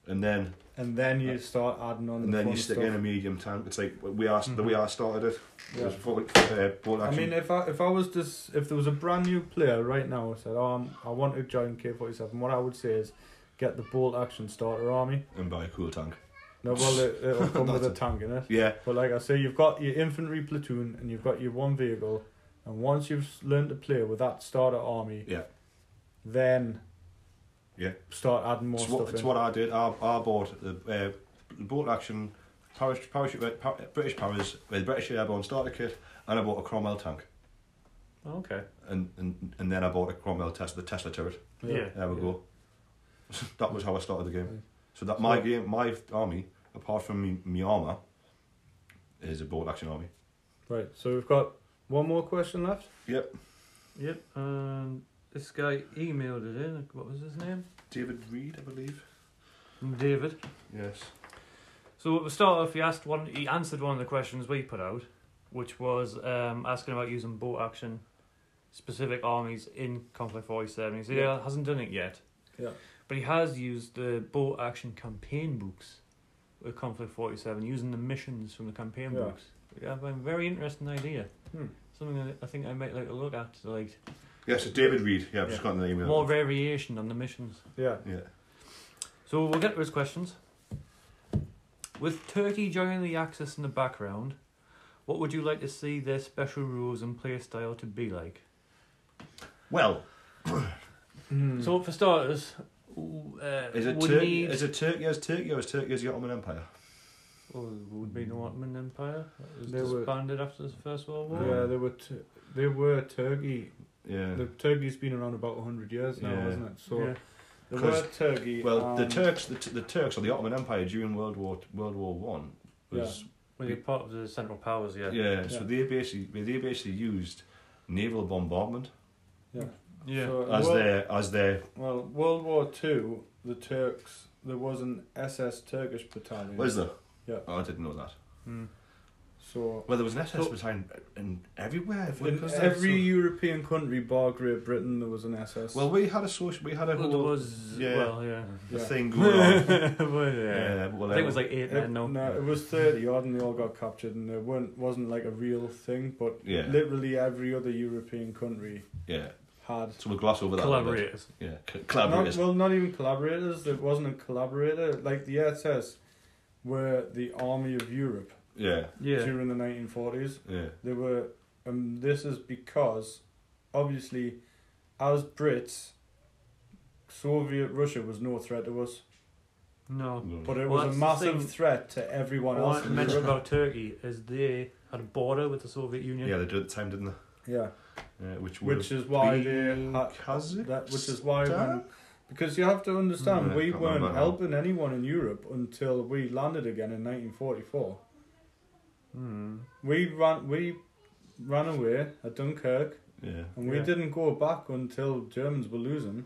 and then and then you start adding on. and the then fun you stick stuff. Mm-hmm. in a medium tank. It's like we are the way I started it. It was Yeah. full- uh, bolt I action. mean, if I if I was this, if there was a brand new player right now who said, "Oh, I'm, I want to join K forty seven, what I would say is, get the bolt action starter army. and buy a cool tank. No, well, it, it'll come with a tank in it. Yeah, But like I say, you've got your infantry platoon and you've got your one vehicle, and once you've learned to play with that starter army, Yeah. then Yeah. start adding more it's stuff what, it's in. what I did. I, I bought the uh, bolt action parachute, parachute par- British Paris with British Airborne starter kit, and I bought a Cromwell tank. Okay. And, and and then I bought a Cromwell Tesla Tesla turret. Yeah. There we go. that was how I started the Right. game. So that my So- game, my army, apart from me, me armor, is a bolt action army. Right. So we've got one more question left. Yep. Um, this guy emailed it in. What was his name? David Reed, I believe. from David. Yes. So at the start off, he asked one. He answered one of the questions we put out, which was um, asking about using boat action, specific armies in conflict forty seven. He said Yeah. he hasn't done it yet. Yeah. But he has used the boat action campaign books with conflict forty seven, using the missions from the campaign Yeah. books. Yeah, a very interesting idea. Hmm. Something that I think I might like to look at, like Yes, it's David Reed. Yeah, I've just Yeah. gotten the email. more variation on the missions. Yeah. yeah. So we'll get to his questions. With Turkey joining the Axis in the background, what would you like to see their special rules and playstyle to be like? Well, So for starters, w- uh, Hmm. is it would Turkey? need Is it Turkey as Turkey or is Turkey as the Ottoman Empire? oh, would be the Ottoman Empire that was They were- disbanded after the First World War. Yeah, they were t- they were Turkey. Yeah. The Turkey's been around about hundred years now, Yeah. hasn't it? So Yeah. they were 'Cause- Turkey. um, well, the um, and- Turks, the, t- the Turks or the Ottoman Empire during World War World War One was Well, you're part of the Central Powers, yeah. yeah. So Yeah. they basically they basically used naval bombardment Yeah. Yeah. So as World, their as their well, World War Two, the Turks. There was an SS Turkish battalion. where's the Yeah. Oh, I didn't know that. Mm. So Well, there was an SS So- battalion in everywhere. in because that's every so- European country, bar Great Britain, there was an SS. well, we had a social, we had a Well, whole there was, yeah. well, yeah. Yeah. thing going on. Well, yeah. yeah, well, I think it was like eight It- men, no. no, it was thirty odd, and they all got captured, and it weren't wasn't like a real thing, but Yeah. literally every other European country yeah. had. So we'll gloss over that. a little bit. Collaborators. Yeah, co- Not, collaborators. well, not even collaborators. It wasn't a collaborator. Like the SS were the army of Europe Yeah, Yeah. during the nineteen forties. yeah, They were, um, this is because, obviously, as Brits, Soviet Russia was no threat to us, No. but it was Well, that's a the massive thing. threat to everyone What I else. want to in mention Europe. about Turkey is they had a border with the Soviet Union. yeah, they did at the time, didn't Yeah, they? Yeah, which would which is why they been had Kazakhstan? that which is why when, because you have to understand Yeah, we Mm, can't remember weren't now. helping anyone in Europe until we landed again in 1944 Hmm. we ran we ran away at Dunkirk yeah, and we Yeah. didn't go back until Germans were losing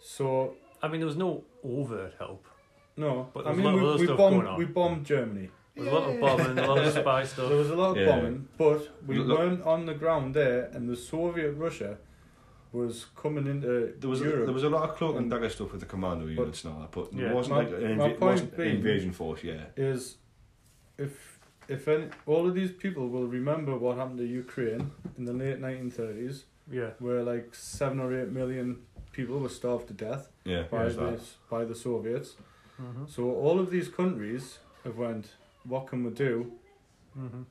so I mean, there was no overt help. no But I there's a lot mean of other we, we stuff going bombed on. we bombed Germany There was a lot of bombing, a lot of spy stuff. there was a lot of Yeah. bombing but we Look- look- weren't on the ground there and the Soviet Russia was coming into there was Europe there was a lot of cloak and dagger stuff with the commando units and all that, but Yeah. it wasn't My- like an, my inv- point wasn't an being- invasion force. Yeah, is if if any, all of these people will remember what happened to Ukraine in the late 1930s, Yeah. where like seven or eight million people were starved to death yeah, by there's the that. by the Soviets. hmm So all of these countries have went, what can we do? hmm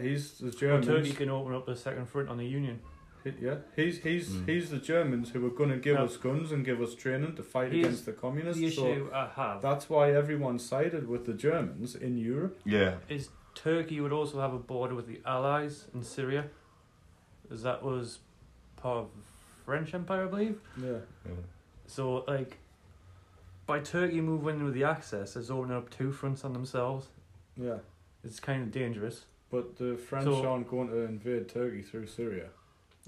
He's the Well, Mm-hmm. Germans. Turkey can open up the second front on the Union. he- yeah, he's he's Mm. he's the Germans who were going to give No. us guns and give us training to fight Here's against the communists. The so issue I have that's why everyone sided with the Germans in Europe. Yeah, is Turkey would also have a border with the Allies in Syria, as that was part of French Empire, I believe. Yeah. yeah. So, like, by Turkey moving in with the Axis, it's opening up two fronts on themselves. Yeah. It's kind of dangerous. But the French So- aren't going to invade Turkey through Syria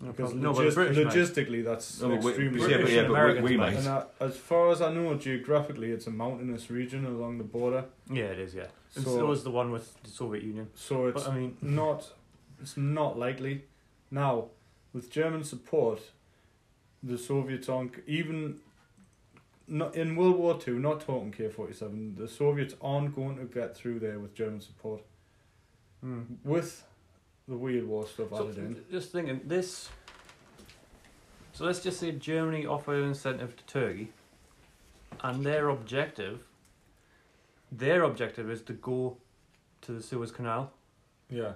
because no, but the logis- British might. logistically that's No, but we- extremely. yeah, but, British yeah, and but we, we Americans, might. mate. And uh, as far as I know, geographically, it's a mountainous region along the border, Yeah, it is. Yeah, and So- so was the one with the Soviet Union. so it's But I mean, not it's not likely. Now, with German support, the Soviets aren't even not in World War Two. Not talking K forty seven. The Soviets aren't going to get through there with German support. hmm. With the weird war stuff so, added in, just thinking this. So let's just say Germany offered an incentive to Turkey, and their objective. Their objective is to go to the Suez Canal. yeah.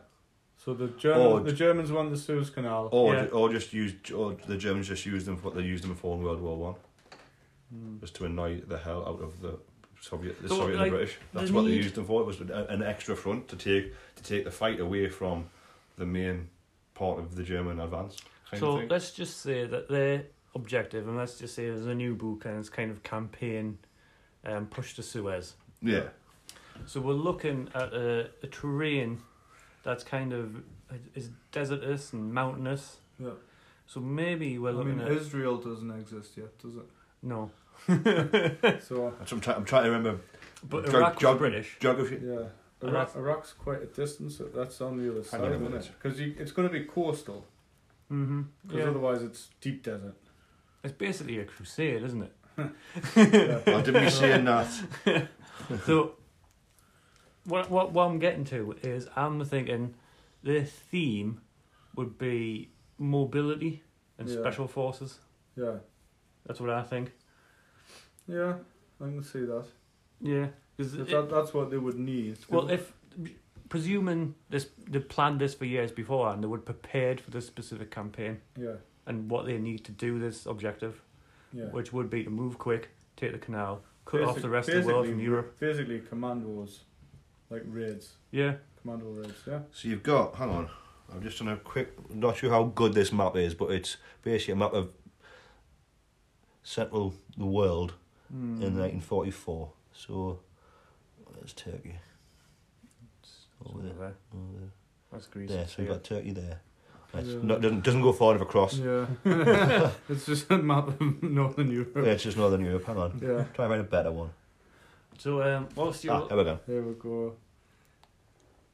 So the Germans, Or- the Germans won the Suez Canal. Or, Yeah. or just use or the Germans just used them for what they used them for in World War One, Hmm. just to annoy the hell out of the Soviet, the So, Soviet like, and the British. the That's what they need- used them for. It was a- an extra front to take to take the fight away from the main part of the German advance. Kind So of thing. let's just say that their objective, and let's just say there's a new book and it's kind of campaign, um, push to Suez. yeah, So we're looking at a, a terrain that's kind of is desertous and mountainous. Yeah. So maybe we're I mean, looking at Israel doesn't exist yet, does it? no. So That's what I'm, try- I'm trying to remember But Jog- Iraq was jog- British. geography. yeah, And Iraq, that's- Iraq's quite a distance. so That's on the other side, on a isn't minute. it? Because it's going to be coastal. Mm-hmm. Because Yeah. otherwise, it's deep desert. It's basically a crusade, isn't it? I didn't be saying that. so what, what what I'm getting to is I'm thinking the theme would be mobility and Yeah. special forces. Yeah, That's what I think. yeah, I can see that. Yeah, because But that that's what they would need. well, if presuming this they planned this for years before and they were prepared for this specific campaign yeah, and what they need to do this objective, yeah. which would be to move quick, take the canal, cut off Basic- the rest of the world from basically- Europe. Basically, commandos, like raids, Yeah, commando raids. Yeah, So you've got, hang on, I'm just on a quick, not sure how good this map is, but it's basically a map of central the world Hmm. in 1944. So, there's Turkey. Over there. Somewhere. over there. that's Greece. There, so we've Yeah. got Turkey there. It's Yeah. not, doesn't, doesn't go far enough across. yeah. it's just a map of northern Yeah, Europe. it's just Northern Europe, hang on. Yeah, Try and find a better one. So, um, whilst you're Ah, there we go. here we go.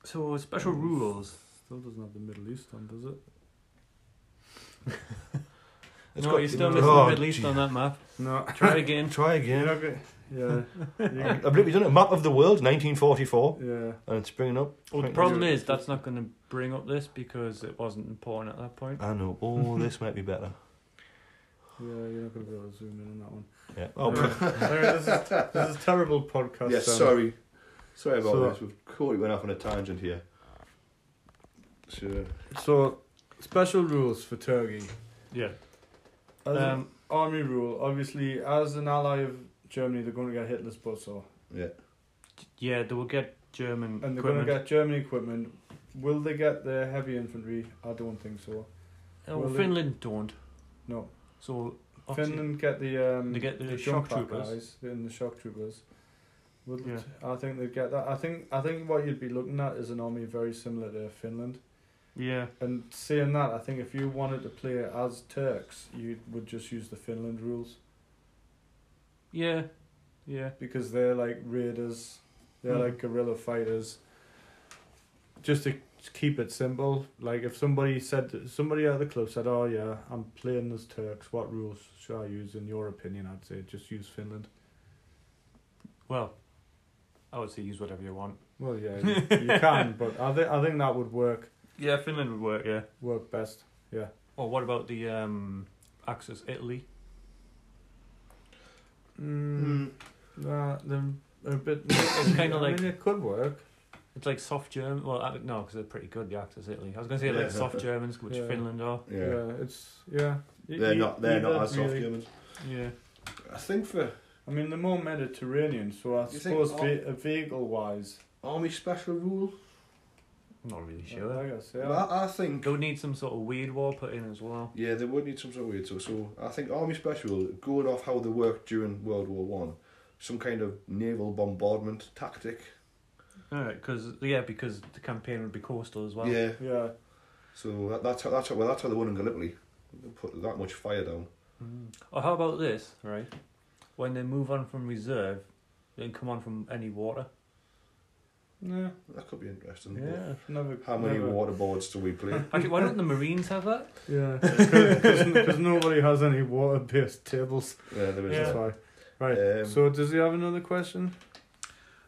so special mm. rules. Still doesn't have the Middle East on, does it? It's no, got- you're still Oh, missing the Middle East gee. on that map. No. Try again. Try You're again. not gonna- yeah. I You- believe you've done a map of the world, 1944, yeah. and it's bringing up. Well, the Right, problem you're- is that's not going to bring up this because it wasn't important at that point. I know. Oh, this might be better. Yeah, you're not going to be able to zoom in on that one. Yeah. Oh, Anyway, anyway, this, is, this is terrible podcast. Yes, um, sorry. Sorry about So- this. We've totally went off on a tangent here. So, So, special rules for Turkey. Yeah. As an Um, army rule, obviously, as an ally of Germany, they're going to get Hitler's buzzsaw. yeah. Yeah, they will get German And they're going to equipment. get German equipment. Will they get their heavy infantry? I don't think so. Oh, well, they- Finland don't. No. So obviously- Finland get the um, They get the jump shock pack troopers. guys and the shock troopers. Would Yeah. I think they'd get that. I think I think what you'd be looking at is an army very similar to Finland. Yeah. And seeing that, I think if you wanted to play as Turks, you would just use the Finland rules Yeah. Yeah. because they're like raiders, they're Mhm. like guerrilla fighters. Just to keep it simple, like if somebody said somebody at the club said, "Oh yeah, I'm playing as Turks. What rules should I use?" In your opinion, I'd say just use Finland. Well, I would say use whatever you want. Well, yeah, you, you can, but I think I think that would work Yeah, Finland would work. Yeah. work best. Or what about the um, Axis Italy? Mm, Nah, then a bit. Hmm. It's kinda I like- mean, it could work. It's like soft German. Well, I, no, because they're pretty good. The Axis Italy. I was going to say like Yeah. soft Germans, which Yeah. Finland are. Yeah, it's yeah. E- They're e- not. They're either not as soft really. humans. Yeah. I think for I mean, they're more Mediterranean, so I You think suppose all- ve- uh, vehicle wise, army special rule, I'm not really sure. like I say, I- I, I think. They would need some sort of weird war put in as well. Yeah, they would need some sort of weird. So, so I think army special rule, going off how they worked during World War One, some kind of naval bombardment tactic. All right, because yeah, because the campaign would be coastal as well. Yeah. yeah, So that, that's how that's how, well that's how they won in Gallipoli. They put that much fire down. Mm. Or how about this, right? When they move on from reserve, they can come on from any water. yeah, That could be interesting. but yeah. Never. How many never. water boards do we play? Actually, why don't the Marines have that? Yeah, because nobody has any water-based tables. yeah, there is. Yeah. That's that. why. Right. Um, so, does he have another question?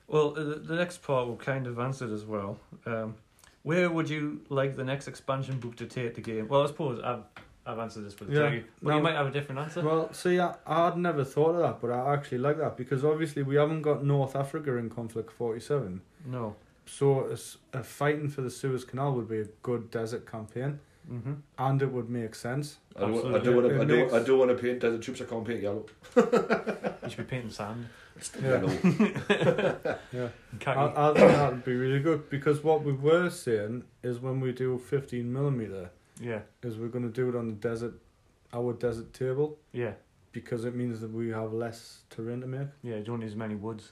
Well, uh, the, the next part will kind of answer it as well. Um, where would you like the next expansion book to take the game? Well, I suppose I've I've answered this for the Yeah, yeah. but no. you might have a different answer. Well, see, I, I'd never thought of that, but I actually like that because obviously we haven't got North Africa in conflict 47. no. So a, s- a fighting for the Suez Canal would be a good desert campaign Mm-hmm. and it would make sense. I do, I Absolutely. do want to. Yeah, I no, do. I it's- do want to paint desert troops. I can't paint yellow. You should be painting sand. Yeah. Yellow. Yeah. and I, khaki. I think that would be really good because what we were saying is when we do 15 millimeter yeah, is we're going to do it on the desert, our desert table yeah, because it means that we have less terrain to make. yeah. You don't need as many woods.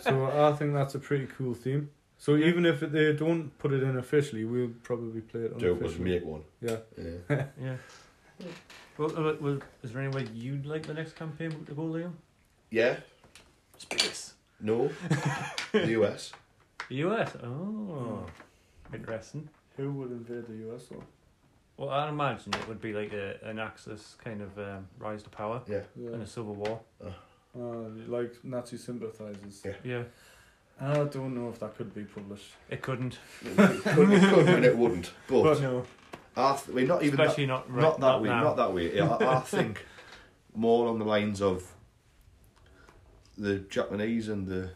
so I think that's a pretty cool theme. So even if they don't put it in officially, we'll probably play it Do it was unofficially. make one. Yeah. Yeah. Yeah. Well, well, well, is there any way you'd like the next campaign to go, Liam? Yeah, Space. no, the US. The US. Oh, interesting. Who would invade the US though? Well, I imagine it would be like a, an Axis kind of um, rise to power Yeah, and a civil war. Uh, like Nazi sympathizers. Yeah. Yeah, I don't know if that could be published. it couldn't. it could, it could and it wouldn't. But, But no. I th- we're not even that, Especially not right, not that way. now. Not that way. Yeah, I, I think more on the lines of the Japanese and the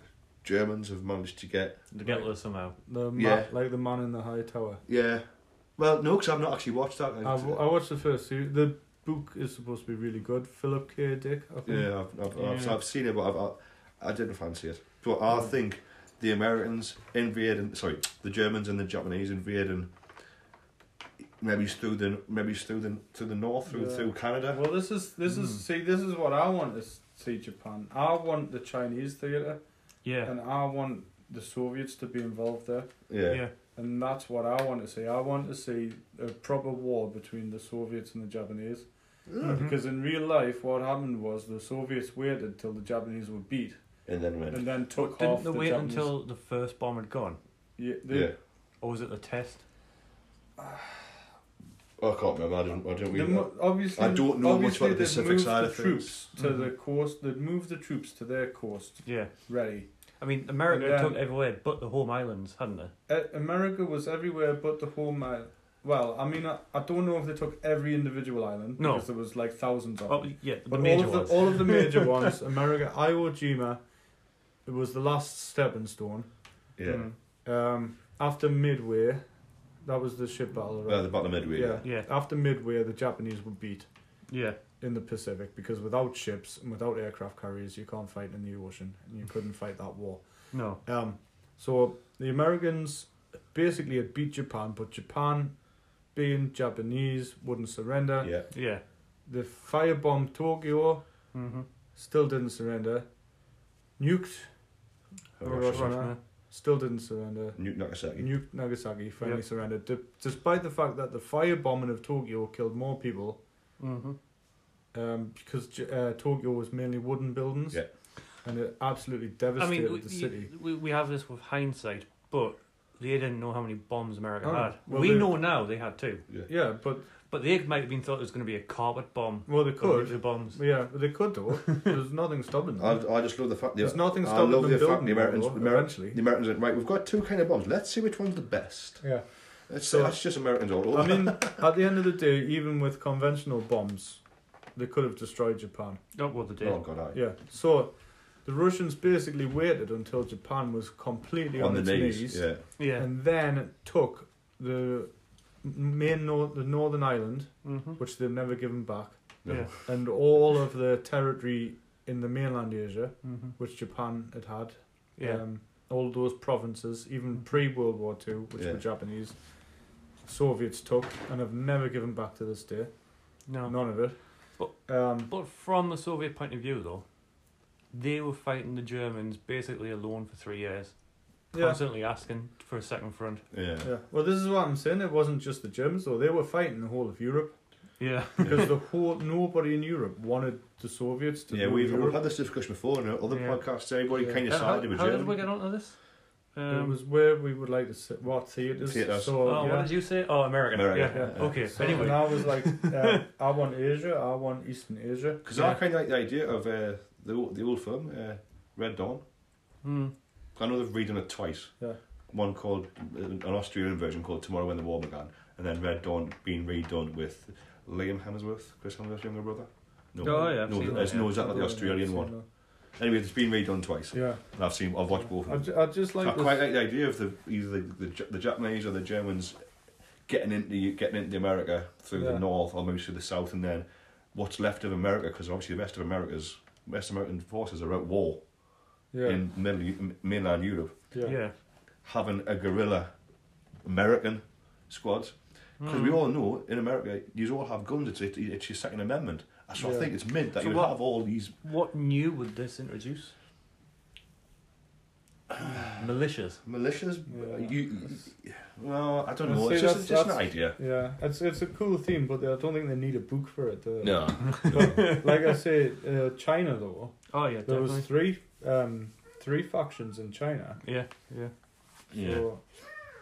Germans have managed to get. To get there somehow. The ma- Yeah. like the man in the high tower. Yeah. Well, no, because I've not actually watched that. I, w- I watched the first series. The book is supposed to be really good. Philip K. Dick. I think. Yeah, I've, I've, I've, Yeah. I've seen it, but I've, I, I didn't fancy it. But I think the Americans invading, sorry, the Germans and the Japanese invading, maybe it's through the maybe it's through the to the north through Yeah. through Canada. Well, this is this is see this is what I want to s- see Japan. I want the Chinese theater, Yeah. and I want the Soviets to be involved there, Yeah, yeah. and that's what I want to see. I want to see a proper war between the Soviets and the Japanese. Mm-hmm. Because in real life, what happened was the Soviets waited till the Japanese were beat, and then went. and then took Didn't off they the wait Japanese. until the first bomb had gone? yeah, they, Yeah, Or was it the test? Oh, I can't remember. I didn't. I didn't They read mo- that. obviously, I don't know much obviously about the they've Pacific moved side the of things. troops to Mhm. the coast. They'd moved the troops to their coast, Yeah. ready. I mean, America Yeah. took everywhere but the home islands, hadn't they? uh, America was everywhere but the whole mile. Well, I mean, I, I don't know if they took every individual island No. because there was like thousands of Oh, them. yeah, the But major all of ones. the all of the major ones, America, Iwo Jima, it was the last stepping stone. Yeah, Mm. Um, after Midway, that was the ship battle, well, right? the bottom midway. yeah. Yeah, Yeah. After Midway, the Japanese were beat Yeah. in the Pacific because without ships and without aircraft carriers, you can't fight in the ocean, and you couldn't fight that war. No. Um, so the Americans basically had beat Japan, but Japan, being Japanese, wouldn't surrender. yeah. Yeah. They firebombed Tokyo, Mm-hmm. still didn't surrender. Nuked, Oh, Hiroshima. Hiroshima. still didn't surrender. Nuke Nagasaki. Nuked Nagasaki, finally Yep. surrendered. De- despite the fact that the firebombing of Tokyo killed more people, Mm-hmm. um, because J- uh, Tokyo was mainly wooden buildings. Yeah. And it absolutely I devastated mean, we, the city. we, we have this with hindsight, but they didn't know how many bombs America Oh, had. well, we they- know now they had two, Yeah, but but they might have been thought it was going to be a carpet bomb. well, they or could. nuclear bombs. Yeah, but they could though. There's nothing stopping them. I, I just love the fact. There's The, nothing I stopping love them the fact building the Americans, them, the though, Americans, eventually. the Americans went right. We've got two kind of bombs. Let's see which one's the best. Yeah. That's, So- Oh, that's just Americans all over. I mean, at the end of the day, even with conventional bombs, they could have destroyed Japan. Not what they did. oh God, I. Yeah. So the Russians basically waited until Japan was completely on, on the its knees. knees, Yeah. Yeah. and then took the main nor- the northern island, Mm-hmm. which they've never given back, No. Yeah. and all of the territory in the mainland Asia, Mm-hmm. which Japan had had. Yeah. um, all those provinces, even pre World War Two, which Yeah. were Japanese, Soviets took and have never given back to this day. no. None of it. But- um, But from the Soviet point of view, though, they were fighting the Germans basically alone for three years, yeah, constantly asking for a second front. Yeah. yeah. Well, this is what I'm saying. It wasn't just the Germans, though. They were fighting the whole of Europe Yeah. because the whole nobody in Europe wanted the Soviets to. Yeah, rule we've, we've Europe. had this discussion before in other eh, Yeah. podcasts. Everybody Yeah. kind of how sided with how did we Germany. get onto this? Um, it was where we would like to sit. What theaters? Theatres. So, oh, yeah. what did you say? Oh, American. America, Yeah. yeah. Okay. So, anyway. and I was like, uh, I want Asia. I want Eastern Asia. Because I Yeah. kind of like the idea of uh, the old, the old film uh, Red Dawn. Hmm. I know they've redone it twice. Yeah. One called uh, an Australian version called Tomorrow When the War Began, and then Red Dawn being redone with Liam Hemsworth, Chris Hemsworth's younger brother. No, Oh, yeah, I've no, seen there's that, no, yeah. is that like the Australian one? Anyway, it's been redone twice, Yeah. and I've seen, I've watched both. I, Of them. ju- I just like I this- quite like the idea of the either the, the, Ja- the Japanese or the Germans getting into getting into America through Yeah. the north or maybe through the south, and then what's left of America because obviously the rest of America's West American forces are at war yeah. in middle, in mainland Europe, yeah. yeah. having a guerrilla American squad because Mm. Hmm. we all know in America you all have guns. It's it, it's your Second Amendment. So Yeah. I think it's mid that So you what- have all these What new would this introduce? Militias. Militias? Yeah. You, well, I don't I'd know. say It's just, that's- it's just an that's- idea. Yeah, it's it's a cool theme, but I don't think they need a book for it. do they? No. no. like I say, uh, China though. Oh yeah, There definitely. was three um three factions in China. Yeah, yeah. yeah. So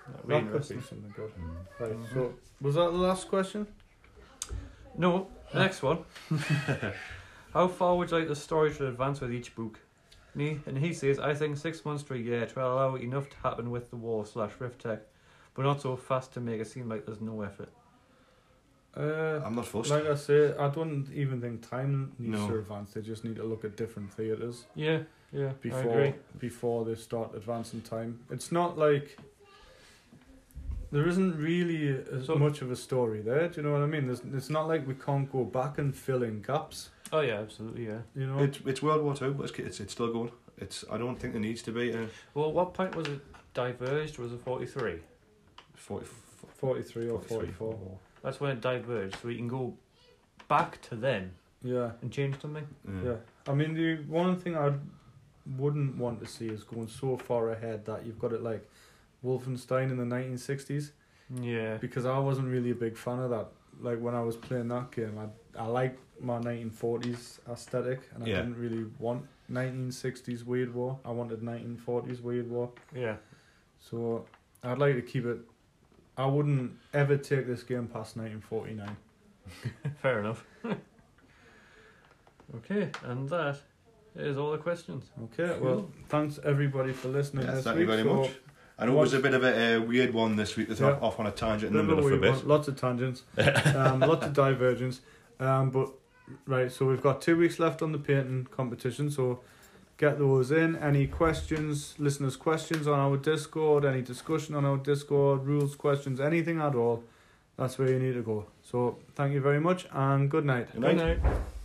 That'd be that could interesting. be something good. Mm. Right, Uh-huh. so was that the last question? No, the next one. How far would you like the story to advance with each book? Me and he says, I think six months to a year to allow enough to happen with the war slash rift tech, but not so fast to make it seem like there's no effort. Uh, I'm not fussed. like uh, I say, I don't even think time needs No. to advance. They just need to look at different theaters Yeah, yeah, I before agree. before they start advancing time. It's not like there isn't really as So- much of a story there. Do you know what I mean? There's, it's not like we can't go back and fill in gaps. Oh yeah, absolutely, yeah. You know, It's, it's World War Two, but it's, it's it's still going. It's I don't think there needs to be a Well, what point was it diverged? Was it 43? 40, 43 or 43. 44. That's when it diverged, so we can go back to then Yeah, and change something. uh, Hmm. yeah. I mean, the one thing I wouldn't want to see is going so far ahead that you've got it like Wolfenstein in the 1960s Yeah. because I wasn't really a big fan of that. Like when I was playing that game, I I liked my 1940s aesthetic and I Yeah. didn't really want 1960s weird war. I wanted 1940s weird war. Yeah. So I'd like to keep it. I wouldn't ever take this game past 1949. Fair enough. okay, and that is all the questions. Okay, well, thanks everybody for listening Yes, this thank you week. very So- much. I know it was a bit of a uh, weird one this week. That's Yeah. off on a tangent in the Remember middle for a we bit. want lots of tangents, um, lots of divergence. Um, but right, so we've got two weeks left on the painting competition, so get those in. Any questions, listeners' questions on our Discord, any discussion on our Discord, rules, questions, anything at all, that's where you need to go. So thank you very much and good night. Good night. Good night.